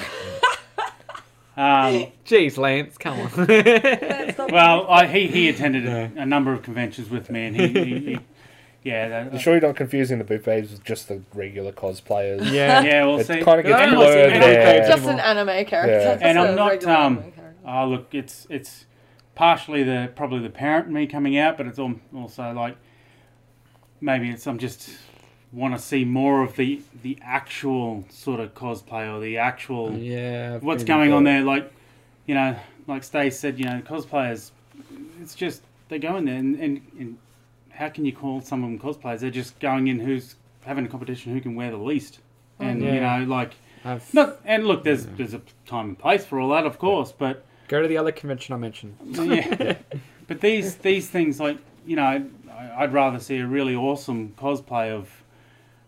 Speaker 2: Um,
Speaker 3: Jeez, Lance, come
Speaker 5: [laughs]
Speaker 3: on. [laughs]
Speaker 2: well, I, he he attended a, a number of conventions with me, and he, he, he yeah. that-
Speaker 3: Uh,
Speaker 5: I'm sure you're not confusing the boot babes with just the regular cosplayers.
Speaker 2: [laughs]
Speaker 3: yeah.
Speaker 2: Yeah, we'll
Speaker 5: It
Speaker 2: see.
Speaker 5: kinda gets
Speaker 2: And I'm-
Speaker 5: blurred
Speaker 2: and I'm-
Speaker 5: there.
Speaker 4: just an anime character.
Speaker 5: Yeah.
Speaker 4: just
Speaker 2: And
Speaker 4: a
Speaker 2: I'm not,
Speaker 4: regular
Speaker 2: um,
Speaker 4: anime character.
Speaker 2: Oh, look, it's it's partially the probably the parent in me coming out, but it's al- also like maybe it's I'm just want to see more of the the actual sort of cosplay or the actual
Speaker 3: Oh, Yeah.
Speaker 2: what's
Speaker 3: pretty
Speaker 2: going
Speaker 3: good.
Speaker 2: on there. Like you know, like Stace said, you know, cosplayers. It's just they go in there and, and, and how can you call some of them cosplayers? They're just going in who's having a competition who can wear the least, and
Speaker 3: Yeah.
Speaker 2: you know like.
Speaker 3: I've-
Speaker 2: Not, and look, there's there's a time and place for all that, of course, but
Speaker 3: Go to the other convention I mentioned.
Speaker 2: yeah. [laughs] but these these things, like you know, I, I'd rather see a really awesome cosplay of,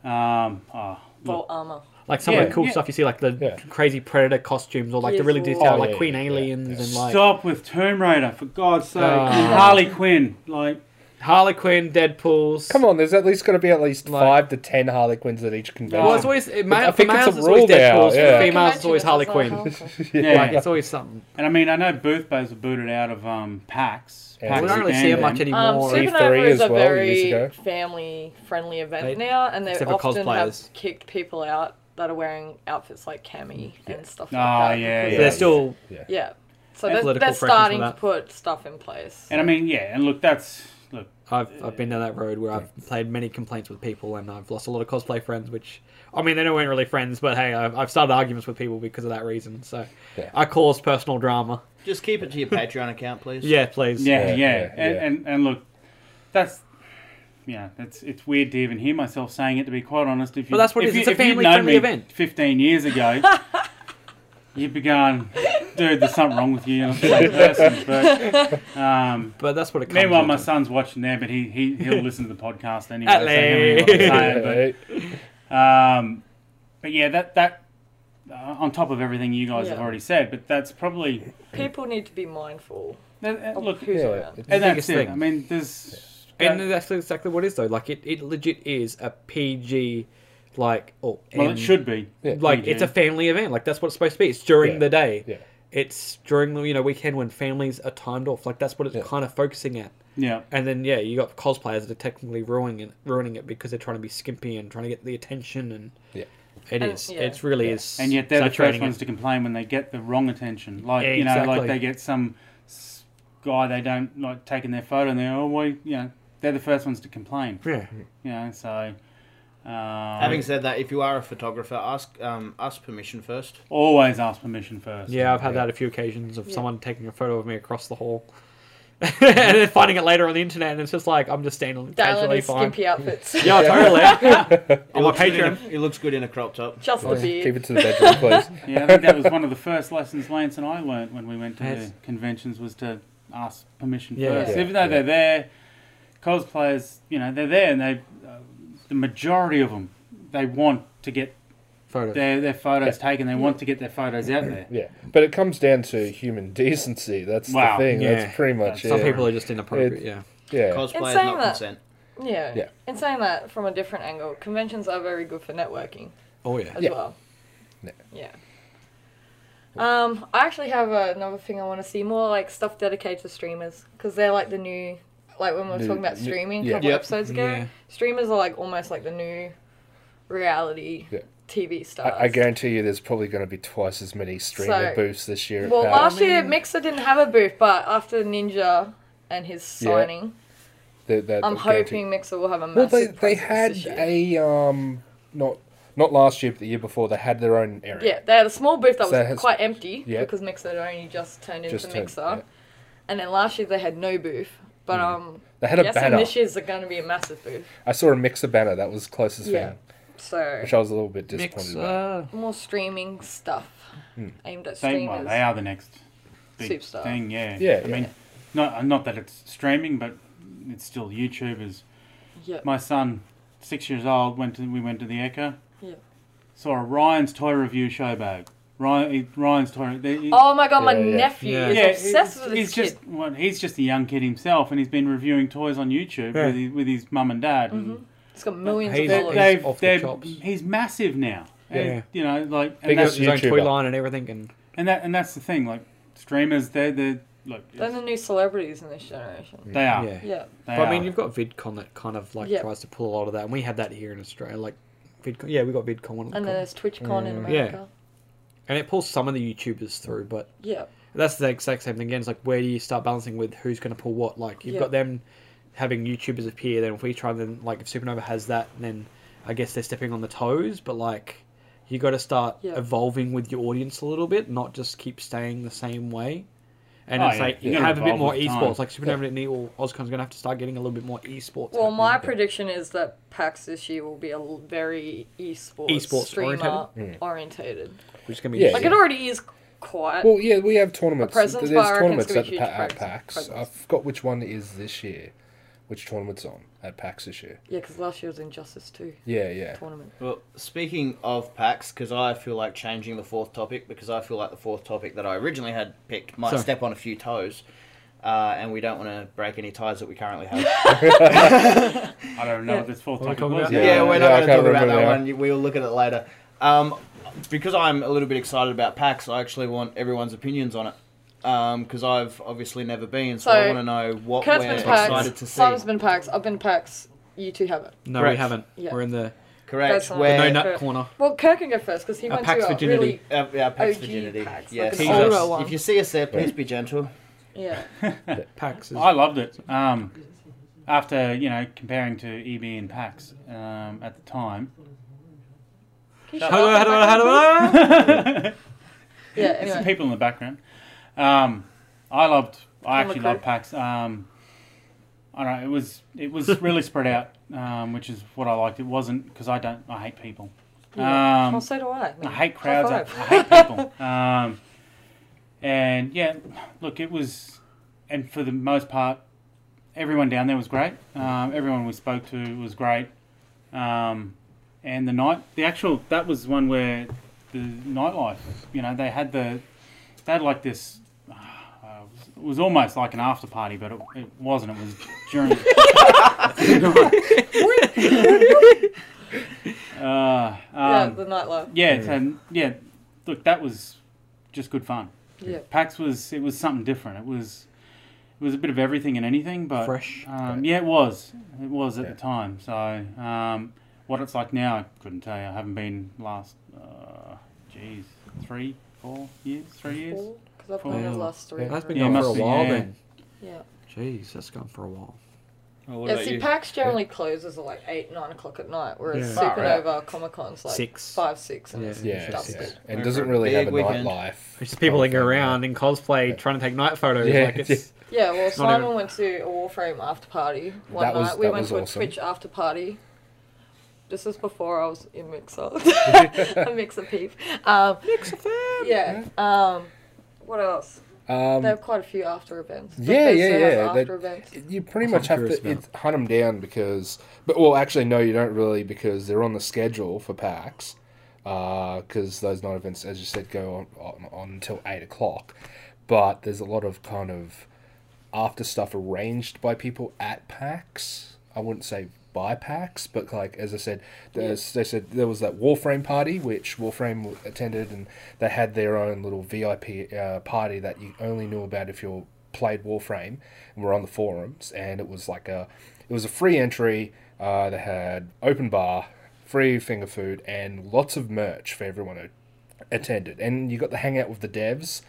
Speaker 2: um, oh,
Speaker 4: Full
Speaker 2: look,
Speaker 4: armor.
Speaker 3: Like some
Speaker 2: Yeah,
Speaker 3: of the cool
Speaker 2: yeah.
Speaker 3: stuff you see, like the
Speaker 5: Yeah.
Speaker 3: crazy predator costumes, or like the
Speaker 4: Yes.
Speaker 3: really detailed,
Speaker 5: Oh,
Speaker 3: like
Speaker 5: yeah,
Speaker 3: Queen
Speaker 5: yeah, yeah.
Speaker 3: aliens and like
Speaker 2: stop with Tomb Raider for God's sake,
Speaker 3: Ah.
Speaker 2: and Harley Quinn, like
Speaker 3: Harley Quinn, Deadpool's.
Speaker 5: Come on, there's at least got to be at least
Speaker 3: Like-
Speaker 5: five to ten Harlequins at each convention.
Speaker 3: Well, it's always it, ma-
Speaker 5: I
Speaker 3: for
Speaker 5: think it's
Speaker 3: males
Speaker 5: a
Speaker 3: it's, always
Speaker 5: rule now,
Speaker 3: Deadpool's,
Speaker 5: yeah.
Speaker 3: for females it's always Harley
Speaker 4: Convention,
Speaker 3: Quinn.
Speaker 4: [laughs] it's
Speaker 5: [laughs]
Speaker 4: not helpful.
Speaker 2: yeah.
Speaker 3: Like it's always something.
Speaker 2: and I mean, I know Booth Bays were booted out of um, PAX.
Speaker 5: Yeah.
Speaker 2: PAX
Speaker 3: we don't really see
Speaker 2: abandoned
Speaker 3: it much
Speaker 2: them.
Speaker 4: Um,
Speaker 3: anymore.
Speaker 5: Thief
Speaker 4: Supernova
Speaker 5: three
Speaker 4: is
Speaker 5: as
Speaker 4: a
Speaker 5: well, years ago.
Speaker 4: very family-friendly event
Speaker 3: They-
Speaker 4: now, and they
Speaker 3: except for
Speaker 4: often have
Speaker 3: cosplayers.
Speaker 4: kicked people out that are wearing outfits like cami and stuff like
Speaker 2: Ah,
Speaker 4: that.
Speaker 2: yeah,
Speaker 4: because
Speaker 3: They're
Speaker 4: of-
Speaker 3: still
Speaker 4: yeah. So
Speaker 3: And
Speaker 4: they're,
Speaker 3: political
Speaker 4: they're
Speaker 3: pressure for
Speaker 4: starting to
Speaker 3: that.
Speaker 4: put stuff in place.
Speaker 2: And I mean, yeah, and look, that's look.
Speaker 3: I've, I've been down that road where I've played many complaints with people and I've lost a lot of cosplay friends, which, I mean, they weren't really friends, but hey, I've, I've started arguments with people because of that reason. So
Speaker 5: Yeah.
Speaker 3: I cause personal drama.
Speaker 1: Just keep it to your Patreon account, please.
Speaker 3: Yeah, please.
Speaker 2: Yeah, yeah,
Speaker 5: Yeah, uh, yeah,
Speaker 2: And,
Speaker 5: yeah.
Speaker 2: and and look, that's yeah, that's it's weird to even hear myself saying it. To be quite honest, if you
Speaker 3: But that's what it
Speaker 2: if
Speaker 3: is,
Speaker 2: you-
Speaker 3: it's a
Speaker 2: if you'd known
Speaker 3: [laughs] family-friendly
Speaker 2: me
Speaker 3: event.
Speaker 2: Fifteen years ago, you'd be going, dude, there's something wrong with you. You're not the same person.
Speaker 3: [laughs]
Speaker 2: But, um,
Speaker 3: But that's what it comes
Speaker 2: meanwhile, my
Speaker 3: down to.
Speaker 2: son's watching there, but he, he,
Speaker 3: [laughs]
Speaker 2: he'll listen to the podcast anyway. so
Speaker 5: [laughs]
Speaker 3: Atley.
Speaker 2: he'll hear what
Speaker 3: [laughs]
Speaker 2: I'm saying, but, um, but yeah, that, that uh, on top of everything you guys have
Speaker 4: Yeah.
Speaker 2: already said, but that's probably.
Speaker 4: People need to be mindful
Speaker 2: that- that-
Speaker 4: of
Speaker 2: Look,
Speaker 4: who's
Speaker 5: Yeah,
Speaker 4: around.
Speaker 5: it's-
Speaker 2: and that's
Speaker 3: Oh, biggest
Speaker 2: it.
Speaker 3: thing.
Speaker 2: I mean, there's.
Speaker 3: And that's exactly what it is, though. Like, it, it legit is a PG, like, or
Speaker 2: well,
Speaker 3: M-
Speaker 2: it should be.
Speaker 5: Yeah.
Speaker 3: like
Speaker 2: PG.
Speaker 3: it's a family event. Like that's what it's supposed to be. It's during
Speaker 5: Yeah.
Speaker 3: the day.
Speaker 5: Yeah.
Speaker 3: It's during the you know weekend when families are timed off. Like that's what it's
Speaker 5: Yeah.
Speaker 3: kind of focusing at.
Speaker 2: Yeah.
Speaker 3: And then yeah, you got cosplayers that are technically ruining it, ruining it because they're trying to be skimpy and trying to get the attention. And
Speaker 5: Yeah.
Speaker 3: it
Speaker 4: And-
Speaker 3: is.
Speaker 4: yeah.
Speaker 3: It really is.
Speaker 2: And yet they're the first
Speaker 3: saturating
Speaker 2: ones
Speaker 3: it.
Speaker 2: to complain when they get the wrong attention. Like
Speaker 3: Yeah,
Speaker 2: you know, like
Speaker 3: exactly.
Speaker 2: they get some s- guy they don't like taking their photo, and they're oh well, you know, they're the first ones to complain.
Speaker 3: Yeah.
Speaker 2: You know, so um,
Speaker 1: Having said that, if you are a photographer, ask um, us permission first.
Speaker 2: always ask permission first.
Speaker 3: Yeah, I've had that a few occasions of someone taking a photo of me across the hall, [laughs] and then finding it later on the internet, and it's just like I'm just standing
Speaker 4: Dalen
Speaker 3: casually
Speaker 4: is
Speaker 3: fine.
Speaker 4: skimpy outfits. [laughs]
Speaker 3: Yeah, totally.
Speaker 1: It
Speaker 3: my
Speaker 1: looks, good in a,
Speaker 3: Patreon.
Speaker 1: it looks good in a crop top.
Speaker 4: Just the
Speaker 5: Keep
Speaker 4: beard.
Speaker 5: it to the bedroom, please.
Speaker 2: Yeah, I think that was one of the first lessons Lance and I learnt when we went to
Speaker 3: Yes.
Speaker 2: the conventions was to ask permission
Speaker 3: Yeah.
Speaker 2: first.
Speaker 5: Yeah,
Speaker 2: Even though
Speaker 5: yeah.
Speaker 2: they're there, cosplayers, you know, they're there, and they, uh, the majority of them, they want to get
Speaker 3: Photo.
Speaker 2: their their photos taken. They want to get their photos out there.
Speaker 5: Yeah, but it comes down to human [laughs] decency. That's
Speaker 2: Wow.
Speaker 5: the thing.
Speaker 3: Yeah.
Speaker 5: That's pretty much
Speaker 2: That's-
Speaker 5: it.
Speaker 3: Some people are just inappropriate. Yeah.
Speaker 5: yeah.
Speaker 1: Cosplay is
Speaker 4: saying
Speaker 1: not
Speaker 4: that-
Speaker 1: consent.
Speaker 4: Yeah.
Speaker 5: Yeah.
Speaker 4: And saying that from a different angle, conventions are very good for networking
Speaker 3: Oh yeah.
Speaker 4: as
Speaker 5: Yeah.
Speaker 4: well.
Speaker 5: Yeah.
Speaker 4: Yeah. Um, I actually have another thing I want to see more like stuff dedicated to streamers because they're like the new, like when we were
Speaker 5: New-
Speaker 4: talking about
Speaker 5: new-
Speaker 4: streaming a
Speaker 5: yeah.
Speaker 4: couple
Speaker 1: Yep.
Speaker 4: episodes ago,
Speaker 3: Yeah.
Speaker 4: streamers are like almost like the new reality
Speaker 5: Yeah.
Speaker 4: TV stars.
Speaker 5: I, I guarantee you, there's probably going to be twice as many streamer
Speaker 4: So-
Speaker 5: booths this year. at
Speaker 4: Well,
Speaker 5: PAX.
Speaker 4: last year Mixer didn't have a booth, but after Ninja and his
Speaker 5: Yeah.
Speaker 4: signing,
Speaker 5: They- they-
Speaker 4: I'm
Speaker 5: I guarantee-
Speaker 4: hoping Mixer will have a
Speaker 5: Well,
Speaker 4: massive.
Speaker 5: they they
Speaker 4: presence
Speaker 5: had
Speaker 4: this year.
Speaker 5: a um not not last year, but the year before, they had their own area.
Speaker 4: Yeah, they had a small booth that was
Speaker 5: So that has-
Speaker 4: quite empty
Speaker 5: yeah.
Speaker 4: because Mixer had only just turned into
Speaker 5: Just turned,
Speaker 4: Mixer.
Speaker 5: yeah.
Speaker 4: And then last year they had no booth. But um
Speaker 5: They had a
Speaker 4: guessing
Speaker 5: banner.
Speaker 4: this year's are gonna be a massive booth.
Speaker 5: I saw a mixer banner that was closest
Speaker 4: Yeah.
Speaker 5: thing,
Speaker 4: So
Speaker 5: which I was a little bit disappointed about.
Speaker 4: more streaming stuff
Speaker 5: Hmm.
Speaker 4: aimed at
Speaker 2: They, well,
Speaker 4: streamers.
Speaker 2: they are the next big
Speaker 4: Superstar.
Speaker 2: thing. Yeah.
Speaker 5: Yeah,
Speaker 2: I mean,
Speaker 5: yeah.
Speaker 2: not not that it's streaming, but it's still YouTubers.
Speaker 4: Yeah.
Speaker 2: My son, six years old, went to we went to the Echo.
Speaker 4: Yeah.
Speaker 2: Saw a Ryan's toy review show bag. Ryan he- Ryan's toy. They, he-
Speaker 4: Oh my god, my
Speaker 5: Yeah, yeah.
Speaker 4: nephew
Speaker 3: Yeah.
Speaker 4: is
Speaker 2: Yeah,
Speaker 4: obsessed
Speaker 2: he's-
Speaker 4: with this
Speaker 2: he's
Speaker 4: kid.
Speaker 2: just well, he's just a young kid himself, and he's been reviewing toys on YouTube
Speaker 3: Yeah.
Speaker 2: with, his, with his mum and dad. and
Speaker 4: He's got millions
Speaker 3: He's-
Speaker 4: of
Speaker 3: he's-
Speaker 4: followers.
Speaker 2: they've-
Speaker 3: off the
Speaker 2: they've-
Speaker 3: chops.
Speaker 2: He's massive now.
Speaker 5: Yeah.
Speaker 2: And, you know, like and
Speaker 5: Big
Speaker 2: that's,
Speaker 5: as-
Speaker 3: his own toy
Speaker 5: YouTuber.
Speaker 3: line and everything, and
Speaker 2: and that and that's the thing. Like streamers, they're the like
Speaker 4: They're the new celebrities in this generation.
Speaker 5: Hmm.
Speaker 2: they are.
Speaker 3: yeah.
Speaker 4: Yeah.
Speaker 2: They
Speaker 3: But I
Speaker 2: are.
Speaker 3: mean, you've got VidCon that kind of like
Speaker 4: Yeah.
Speaker 3: tries to pull a lot of that, and we had that here in Australia. Like VidCon, yeah, we got VidCon, one of the
Speaker 4: And then
Speaker 3: cons.
Speaker 4: there's TwitchCon in
Speaker 5: Yeah.
Speaker 4: America.
Speaker 3: and it pulls some of the YouTubers through, but
Speaker 4: Yeah.
Speaker 3: that's the exact same thing again. It's like where do you start balancing with who's going to pull what? Like you've
Speaker 4: Yeah.
Speaker 3: got them having YouTubers appear, then if we try then like if Supernova has that, then I guess they're stepping on the toes, but like. You got to start
Speaker 4: Yeah.
Speaker 3: evolving with your audience a little bit, not just keep staying the same way. And
Speaker 2: Oh,
Speaker 3: it's
Speaker 2: yeah.
Speaker 3: like
Speaker 2: You
Speaker 3: you
Speaker 2: gotta
Speaker 3: have a bit
Speaker 2: evolve
Speaker 3: more
Speaker 2: with time.
Speaker 3: esports. Like Supernova and or Oscon's gonna have to start getting a little bit more esports.
Speaker 4: Well,
Speaker 3: happening.
Speaker 4: my prediction is that PAX this year will be a l- very esports,
Speaker 3: Esports
Speaker 4: streamer
Speaker 3: orientated?
Speaker 4: orientated.
Speaker 3: which is gonna be
Speaker 5: Yeah,
Speaker 4: Like
Speaker 3: interesting.
Speaker 4: it already is quite.
Speaker 5: Well, yeah, we have tournaments.
Speaker 4: A presence,
Speaker 5: There's
Speaker 4: but I reckon it's
Speaker 5: tournaments
Speaker 4: gonna
Speaker 5: at,
Speaker 4: be
Speaker 5: the pa-
Speaker 4: huge
Speaker 5: at
Speaker 4: presence-
Speaker 5: PAX. I
Speaker 4: presence.
Speaker 5: forgot which one it is this year, which tournament's on at PAX this year.
Speaker 4: yeah, because last year was Injustice Two
Speaker 5: Yeah, yeah.
Speaker 4: tournament.
Speaker 1: Well, speaking of packs, because I feel like changing the fourth topic, because I feel like the fourth topic that I originally had picked might
Speaker 3: Sorry.
Speaker 1: step on a few toes, uh, and we don't want to break any ties that we currently
Speaker 5: [laughs]
Speaker 1: have.
Speaker 2: I don't know what this fourth topic
Speaker 3: talking
Speaker 2: was.
Speaker 3: about?
Speaker 1: yeah,
Speaker 5: Yeah,
Speaker 1: we're
Speaker 5: yeah, I
Speaker 1: not going to
Speaker 5: can't
Speaker 1: talk about
Speaker 5: remember
Speaker 1: that
Speaker 5: now.
Speaker 1: one. You- We'll look at it later. Um, because I'm a little bit excited about PAX, I actually want everyone's opinions on it. Because I've obviously never been, so, I
Speaker 4: So,
Speaker 1: want to know what
Speaker 4: Kurt's
Speaker 1: we're
Speaker 4: been to
Speaker 1: excited
Speaker 4: PAX.
Speaker 1: to see.
Speaker 4: Sam's been to PAX. I've been to PAX. You two haven't.
Speaker 3: no, we
Speaker 1: Correct.
Speaker 3: haven't.
Speaker 4: Yeah.
Speaker 3: We're in the
Speaker 1: Correct.
Speaker 4: That's fine.
Speaker 1: Where
Speaker 3: no
Speaker 4: Yeah.
Speaker 3: nut corner.
Speaker 4: Well, Kirk can go first because he
Speaker 3: Uh,
Speaker 4: went
Speaker 3: PAX
Speaker 4: to a
Speaker 3: virginity.
Speaker 4: really
Speaker 1: uh, yeah, PAX
Speaker 4: OG
Speaker 1: virginity.
Speaker 4: PAX, like
Speaker 1: yes.
Speaker 4: an
Speaker 3: Jesus.
Speaker 4: older one.
Speaker 1: if you see us there, please be gentle.
Speaker 4: yeah.
Speaker 2: [laughs]
Speaker 3: Pax [laughs] is
Speaker 2: I loved it. Um, after you know comparing to EB and PAX um, at the time. [laughs]
Speaker 4: Can you shut
Speaker 3: Hello,
Speaker 4: up?
Speaker 3: hello, hello, hello.
Speaker 4: Yeah.
Speaker 2: It's the
Speaker 4: Anyway.
Speaker 2: people in the background. Um, I loved. I
Speaker 4: I'm a
Speaker 2: actually
Speaker 4: crew.
Speaker 2: loved PAX. Um, I don't know. It was it was really spread out, um, which is what I liked. It wasn't because I don't. I hate people.
Speaker 4: Yeah.
Speaker 2: Um,
Speaker 4: well, so do I.
Speaker 2: I
Speaker 4: man.
Speaker 2: hate
Speaker 4: High
Speaker 2: crowds. I, I
Speaker 4: five.
Speaker 2: hate
Speaker 4: [laughs]
Speaker 2: people. Um, and yeah, look, it was, and for the most part, everyone down there was great. Um, everyone we spoke to was great. Um, and the night, the actual, that was one where the nightlife, you know, they had the, they had like this. Uh, it was almost like an after party, but it, it wasn't. It was
Speaker 4: [laughs]
Speaker 2: during. [laughs] uh, um,
Speaker 4: yeah, the nightlife.
Speaker 2: yeah, and yeah, look, that was just good fun.
Speaker 4: Yeah.
Speaker 2: PAX was it was something different. It was it was a bit of everything and anything, but
Speaker 3: Fresh.
Speaker 2: Um, yeah, it was. It was at
Speaker 5: Yeah.
Speaker 2: the time. So um, what it's like now, I couldn't tell you. I haven't been last, uh, geez, three, four years, three years.
Speaker 4: Because I've
Speaker 2: Four.
Speaker 4: only lost three.
Speaker 3: That's been
Speaker 2: Yeah, it
Speaker 3: going
Speaker 2: must
Speaker 3: for a
Speaker 2: be,
Speaker 3: while
Speaker 2: yeah.
Speaker 3: then.
Speaker 4: Yeah.
Speaker 3: Jeez, that's gone for a while.
Speaker 8: Oh, what
Speaker 4: Yeah,
Speaker 8: about
Speaker 4: see,
Speaker 8: you?
Speaker 4: PAX generally closes at like 8, 9 o'clock at night, whereas
Speaker 1: Yeah. Far out.
Speaker 4: Supernova, Comic Con's like
Speaker 3: Six.
Speaker 4: 5, 6, and
Speaker 3: Yeah.
Speaker 4: it's
Speaker 5: Yeah,
Speaker 4: dusty.
Speaker 5: yeah.
Speaker 4: It's
Speaker 5: and doesn't really
Speaker 1: Big
Speaker 5: have a
Speaker 1: weekend.
Speaker 5: nightlife.
Speaker 3: It's just people that go
Speaker 5: Kind of thing.
Speaker 3: around in cosplay trying to take night photos.
Speaker 5: Yeah,
Speaker 3: like it's,
Speaker 4: Yeah, well,
Speaker 3: not
Speaker 4: Simon
Speaker 3: even-
Speaker 4: went to a Warframe after party one
Speaker 5: That
Speaker 4: night.
Speaker 5: was-
Speaker 4: we
Speaker 5: that
Speaker 4: went
Speaker 5: was
Speaker 4: to a
Speaker 5: awesome.
Speaker 4: Twitch after party. This is before I was in
Speaker 5: [laughs]
Speaker 4: Mixer. [laughs] a Mixer peep. Um, Mixer Yeah. Um, what else?
Speaker 5: Um,
Speaker 4: they have quite a few after events.
Speaker 5: Yeah,
Speaker 4: Bethesda
Speaker 5: yeah,
Speaker 4: has
Speaker 5: yeah, they-
Speaker 4: After events.
Speaker 5: you pretty
Speaker 3: That's what
Speaker 5: much have
Speaker 3: I'm
Speaker 5: to
Speaker 3: curious
Speaker 5: it, hunt them down because, but well, actually, no, you don't really because they're on the schedule for PAX. Because uh, those night events, as you said, go on, on, on until eight o'clock, but there's a lot of kind of after stuff arranged by people at PAX. I wouldn't say by PAX, but like as I said, there's, they said there was that Warframe party which Warframe attended, and they had their own little VIP uh, party that you only knew about if you played Warframe and were on the forums, and it was like a it was a free entry. Uh, they had open bar, free finger food, and lots of merch for everyone who attended, and you got to hang out with the devs,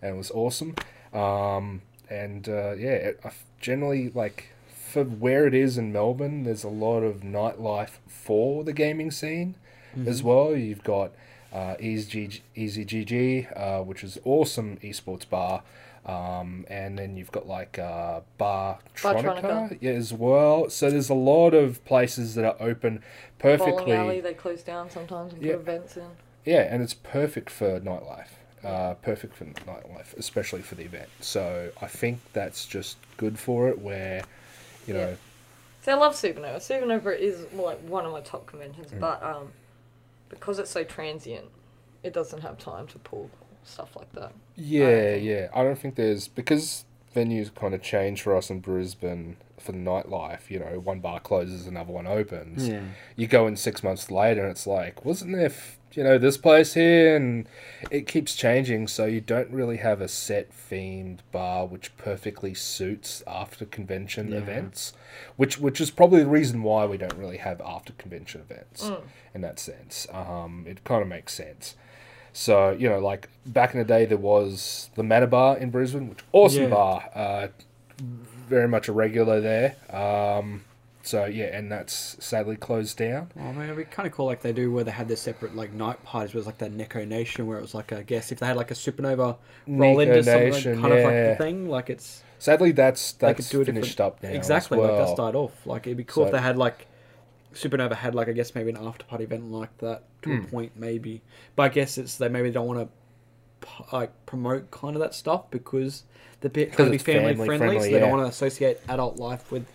Speaker 5: and it was awesome. Um, and uh, yeah, it, I f- generally like for where it is in Melbourne, there's a lot of nightlife for the gaming scene as well. You've got uh, EasyG, EasyGG, uh, which is awesome esports bar. Um, and then you've got like uh, Bar
Speaker 4: Bartronica.
Speaker 5: Tronica yeah, as well. So there's a lot of places that are open perfectly.
Speaker 4: Bowling alley, they close down sometimes and
Speaker 5: Yeah.
Speaker 4: put events in.
Speaker 5: Yeah, and it's perfect for nightlife. Uh, perfect for nightlife, especially for the event. So I think that's just good for it. Where, you know,
Speaker 4: See, I love Supernova. Supernova is like one of my top conventions,
Speaker 5: Mm.
Speaker 4: but um, because it's so transient, it doesn't have time to pull stuff like that.
Speaker 5: yeah, yeah. I don't think there's because venues kind of change for us in Brisbane for the nightlife. You know, one bar closes, another one opens.
Speaker 3: yeah.
Speaker 5: You go in six months later, and it's like, wasn't there, f- you know, this place here, and it keeps changing. So you don't really have a set themed bar which perfectly suits after convention events. which which is probably the reason why we don't really have after convention events in that sense. Um, it kind of makes sense. So you know, like back in the day, there was the Matter Bar in Brisbane, which awesome
Speaker 3: Yeah.
Speaker 5: bar, uh, very much a regular there. Um, so yeah, and that's sadly closed down.
Speaker 3: Well, I mean, Oh, it'd be kind of cool like they do where they had their separate like night parties where it was like that Neko Nation where it was like I guess if they had like a supernova roll
Speaker 5: Neko
Speaker 3: into something like,
Speaker 5: Nation,
Speaker 3: kind of like the
Speaker 5: yeah.
Speaker 3: thing like it's
Speaker 5: Sadly, that's
Speaker 3: they
Speaker 5: that's
Speaker 3: could do a different-
Speaker 5: finished up now. as
Speaker 3: exactly like
Speaker 5: well.
Speaker 3: that's died off like it'd be cool if
Speaker 5: So-
Speaker 3: they had like supernova had like I guess maybe an after party event like that to
Speaker 5: Hmm.
Speaker 3: a point maybe but I guess it's they maybe don't want to like promote kind of that stuff because the bit
Speaker 5: Because
Speaker 3: kind of be
Speaker 5: it's
Speaker 3: family,
Speaker 5: family
Speaker 3: friendly, so
Speaker 5: friendly,
Speaker 3: they don't
Speaker 5: yeah.
Speaker 3: want to associate adult life with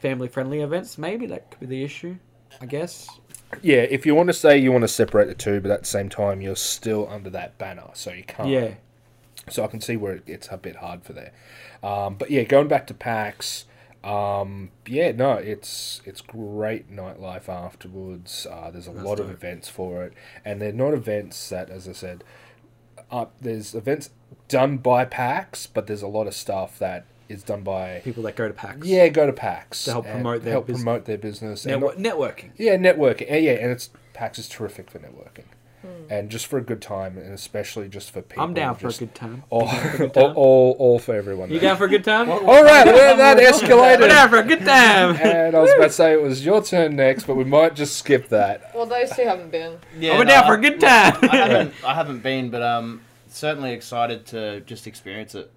Speaker 3: family friendly events maybe that could be the issue I guess
Speaker 5: Yeah, if you want to say you want to separate the two, but at the same time you're still under that banner, so you can't.
Speaker 3: yeah
Speaker 5: So I can see where it gets a bit hard for there. Um, but yeah, going back to PAX, um, yeah, no, it's it's great nightlife afterwards. Uh, there's a lot of events for it, and they're not events that, as I said, uh, there's events done by PAX, but there's a lot of stuff that is done by
Speaker 3: people that go to PAX
Speaker 5: yeah, go to PAX
Speaker 3: To help
Speaker 5: and
Speaker 3: promote their
Speaker 5: help
Speaker 3: bus-
Speaker 5: promote their business and
Speaker 3: Network, networking.
Speaker 5: Yeah, networking. Yeah, yeah, and it's PAX is terrific for networking, and just for a good time, and especially just for people.
Speaker 3: I'm down for a
Speaker 5: just-
Speaker 3: good time.
Speaker 5: All, all,
Speaker 3: time?
Speaker 5: all, all for everyone.
Speaker 3: You
Speaker 5: there.
Speaker 3: down for a good
Speaker 5: [laughs]
Speaker 3: time?
Speaker 5: all
Speaker 3: [laughs]
Speaker 5: right, well, that
Speaker 3: We're down
Speaker 5: escalated.
Speaker 3: for a good time.
Speaker 5: And I was about to say it was your turn next, but we might just skip that.
Speaker 4: Well, those two haven't been.
Speaker 1: Yeah,
Speaker 3: We're
Speaker 1: no,
Speaker 3: down
Speaker 1: I-
Speaker 3: for a good
Speaker 1: I
Speaker 3: time. [laughs]
Speaker 1: haven't, I haven't been, but um, certainly excited to just experience it.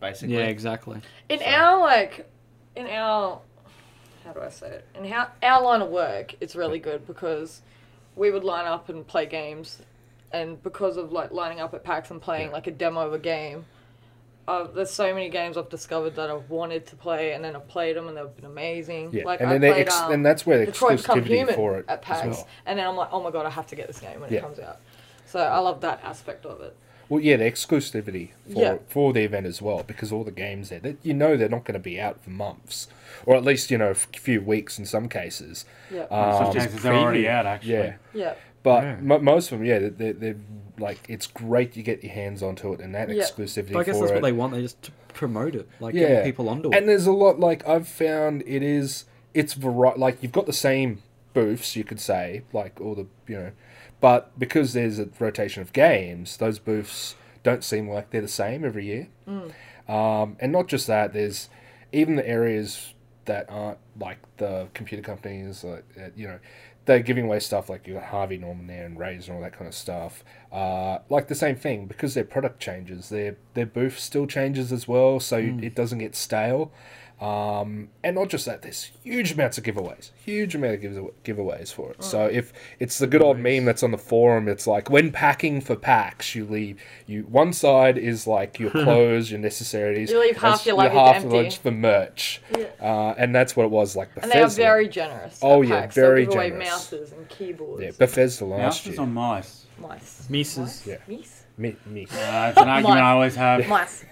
Speaker 1: Basically,
Speaker 3: Hmm. Yeah, exactly.
Speaker 4: In our like, in our, how do I say it? In our, our line of work, it's really good because we would line up and play games, and because of like lining up at PAX and playing like a demo of a game, uh, there's so many games I've discovered that I've wanted to play, and then I've played them and they've been amazing.
Speaker 5: Yeah,
Speaker 4: Like
Speaker 5: and
Speaker 4: I
Speaker 5: then they
Speaker 4: played,
Speaker 5: ex-
Speaker 4: um,
Speaker 5: and that's where the
Speaker 4: Detroit Become
Speaker 5: exclusivity
Speaker 4: Human
Speaker 5: for it
Speaker 4: at
Speaker 5: as
Speaker 4: PAX,
Speaker 5: well.
Speaker 4: and then I'm like, oh my god, I have to get this game when
Speaker 5: Yeah.
Speaker 4: it comes out. So I love that aspect of it.
Speaker 5: Well, yeah, the exclusivity for
Speaker 4: Yeah.
Speaker 5: for the event as well, because all the games there, that you know, they're not going to be out for months, or at least you know, a few weeks in some cases.
Speaker 4: Yeah,
Speaker 5: Um,
Speaker 2: Some cases they're already out, actually.
Speaker 5: Yeah,
Speaker 4: yeah,
Speaker 5: but mo- most of them, yeah, they're, they're like it's great you get your hands onto it, and that
Speaker 4: Yeah.
Speaker 5: exclusivity.
Speaker 3: But I guess
Speaker 5: for
Speaker 3: that's
Speaker 5: it.
Speaker 3: what they want. They just to promote it, like
Speaker 5: yeah.
Speaker 3: get people onto it.
Speaker 5: And there's a lot like I've found it is it's vari- like you've got the same booths you could say like all the you know, but because there's a rotation of games, those booths don't seem like they're the same every year. Um, and not just that, there's even the areas that aren't like the computer companies, like uh, you know, they're giving away stuff like you got Harvey Norman there and Rays and all that kind of stuff. Uh, like the same thing because their product changes, their their booth still changes as well, so it doesn't get stale. Um, and not just that, there's huge amounts of giveaways, huge amount of giveaw- giveaways for it. So if it's the good old meme that's on the forum, it's like when packing for packs, you leave you one side is
Speaker 4: [laughs]
Speaker 5: like your clothes, your necessities,
Speaker 4: You leave
Speaker 5: and
Speaker 4: half
Speaker 5: s-
Speaker 4: your luggage
Speaker 5: half
Speaker 4: empty.
Speaker 5: lunch for merch, uh, and that's what it was like.
Speaker 4: and
Speaker 5: Bethesda.
Speaker 4: they are very generous. at
Speaker 5: Oh, yeah,
Speaker 4: PAX. They'll
Speaker 5: very
Speaker 4: give away
Speaker 5: generous.
Speaker 4: mouses and keyboards.
Speaker 5: yeah, Bethesda last
Speaker 2: Mouses
Speaker 5: year.
Speaker 2: or mice?
Speaker 4: mice.
Speaker 3: Mises.
Speaker 4: Mice?
Speaker 5: Yeah.
Speaker 4: Mice?
Speaker 5: Me, me.
Speaker 2: Uh, it's an argument I always have.
Speaker 4: Mice.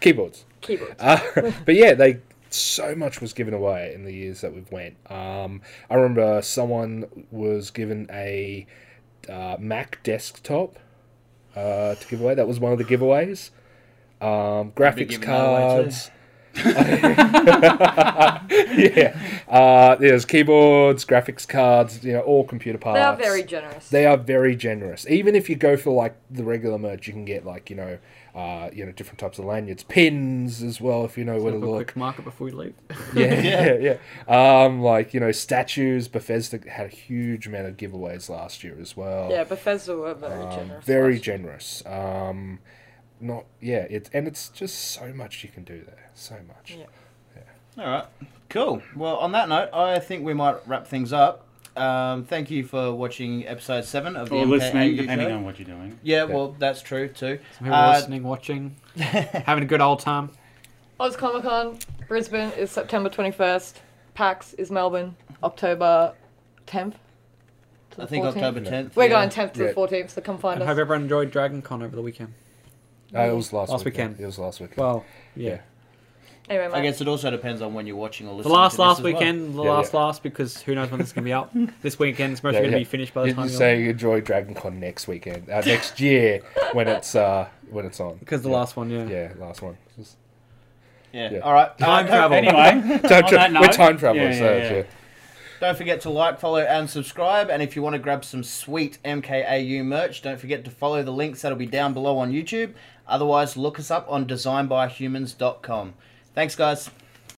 Speaker 5: Keyboards.
Speaker 4: Keyboard.
Speaker 5: Uh, [laughs] but yeah, they so much was given away in the years that we've went. Um, I remember someone was given a uh, Mac desktop uh, to give away. That was one of the giveaways. Um, graphics
Speaker 1: given that away too.
Speaker 5: cards. [laughs] yeah, uh, there's keyboards, graphics cards, you know, all computer parts.
Speaker 4: They are very generous.
Speaker 5: They are very generous. Even if you go for like the regular merch, you can get like you know, uh, you know different types of lanyards, pins as well if you know where to
Speaker 3: Have a
Speaker 5: look.
Speaker 3: quick market before we
Speaker 5: [laughs]
Speaker 3: leave.
Speaker 5: Yeah, yeah, yeah. Um, like you know, statues. Bethesda had a huge amount of giveaways last year as well.
Speaker 4: yeah, Bethesda were very
Speaker 5: Um,
Speaker 4: generous.
Speaker 5: very
Speaker 4: last year.
Speaker 5: generous. Um, not yeah. It's and it's just so much you can do there. So much.
Speaker 4: Yeah.
Speaker 1: All right. Cool. Well, on that note, I think we might wrap things up. Um, thank you for watching episode seven of the
Speaker 2: Or
Speaker 1: MKAU
Speaker 2: listening, depending
Speaker 1: show.
Speaker 2: on what you're doing.
Speaker 1: Yeah, well, that's true too.
Speaker 3: People
Speaker 1: Uh, [laughs]
Speaker 3: listening, watching, having a good old time.
Speaker 4: Oz Comic Con, Brisbane is September 21st. PAX is Melbourne, October 10th. to
Speaker 1: I
Speaker 4: the
Speaker 1: think
Speaker 4: 14th.
Speaker 1: October tenth.
Speaker 4: We're going 10th to
Speaker 5: Yeah.
Speaker 4: the 14th, so come
Speaker 3: And
Speaker 4: find
Speaker 3: hope
Speaker 4: us.
Speaker 3: everyone enjoyed Dragon Con over the weekend.
Speaker 4: Mm.
Speaker 5: Uh, it was last,
Speaker 3: Last
Speaker 5: weekend.
Speaker 3: weekend.
Speaker 5: It was last weekend.
Speaker 3: Well, yeah.
Speaker 5: Yeah.
Speaker 4: Anyway, mate.
Speaker 1: I guess it also depends on when you're watching or
Speaker 3: The
Speaker 1: listening. to
Speaker 3: last
Speaker 1: this
Speaker 3: last
Speaker 1: as well.
Speaker 3: weekend, the
Speaker 5: Yeah,
Speaker 3: last
Speaker 5: yeah.
Speaker 3: last because who knows when this is gonna be
Speaker 5: [laughs]
Speaker 3: out. this weekend's mostly
Speaker 5: Yeah,
Speaker 3: gonna
Speaker 5: yeah.
Speaker 3: be finished by the
Speaker 5: you
Speaker 3: time
Speaker 5: just
Speaker 3: you're
Speaker 5: say you enjoy Dragon Con next weekend, uh, next year when it's uh, when
Speaker 3: [laughs]
Speaker 5: it's on.
Speaker 3: because the
Speaker 5: yeah.
Speaker 3: last one, yeah.
Speaker 5: Yeah, last one. Just-
Speaker 1: Yeah.
Speaker 5: Yeah.
Speaker 1: All right. [laughs]
Speaker 3: Time
Speaker 1: Uh,
Speaker 3: travel.
Speaker 2: Anyway, [laughs]
Speaker 5: Time
Speaker 2: on
Speaker 5: tra-
Speaker 2: that
Speaker 5: we're
Speaker 2: note-
Speaker 5: time travelers.
Speaker 2: Yeah, yeah,
Speaker 5: so,
Speaker 2: yeah.
Speaker 5: yeah.
Speaker 1: Don't forget to like, follow, and subscribe. And if you want to grab some sweet MKAU merch, don't forget to follow the links that'll be down below on YouTube. Otherwise, look us up on designbyhumans.com. Thanks, guys.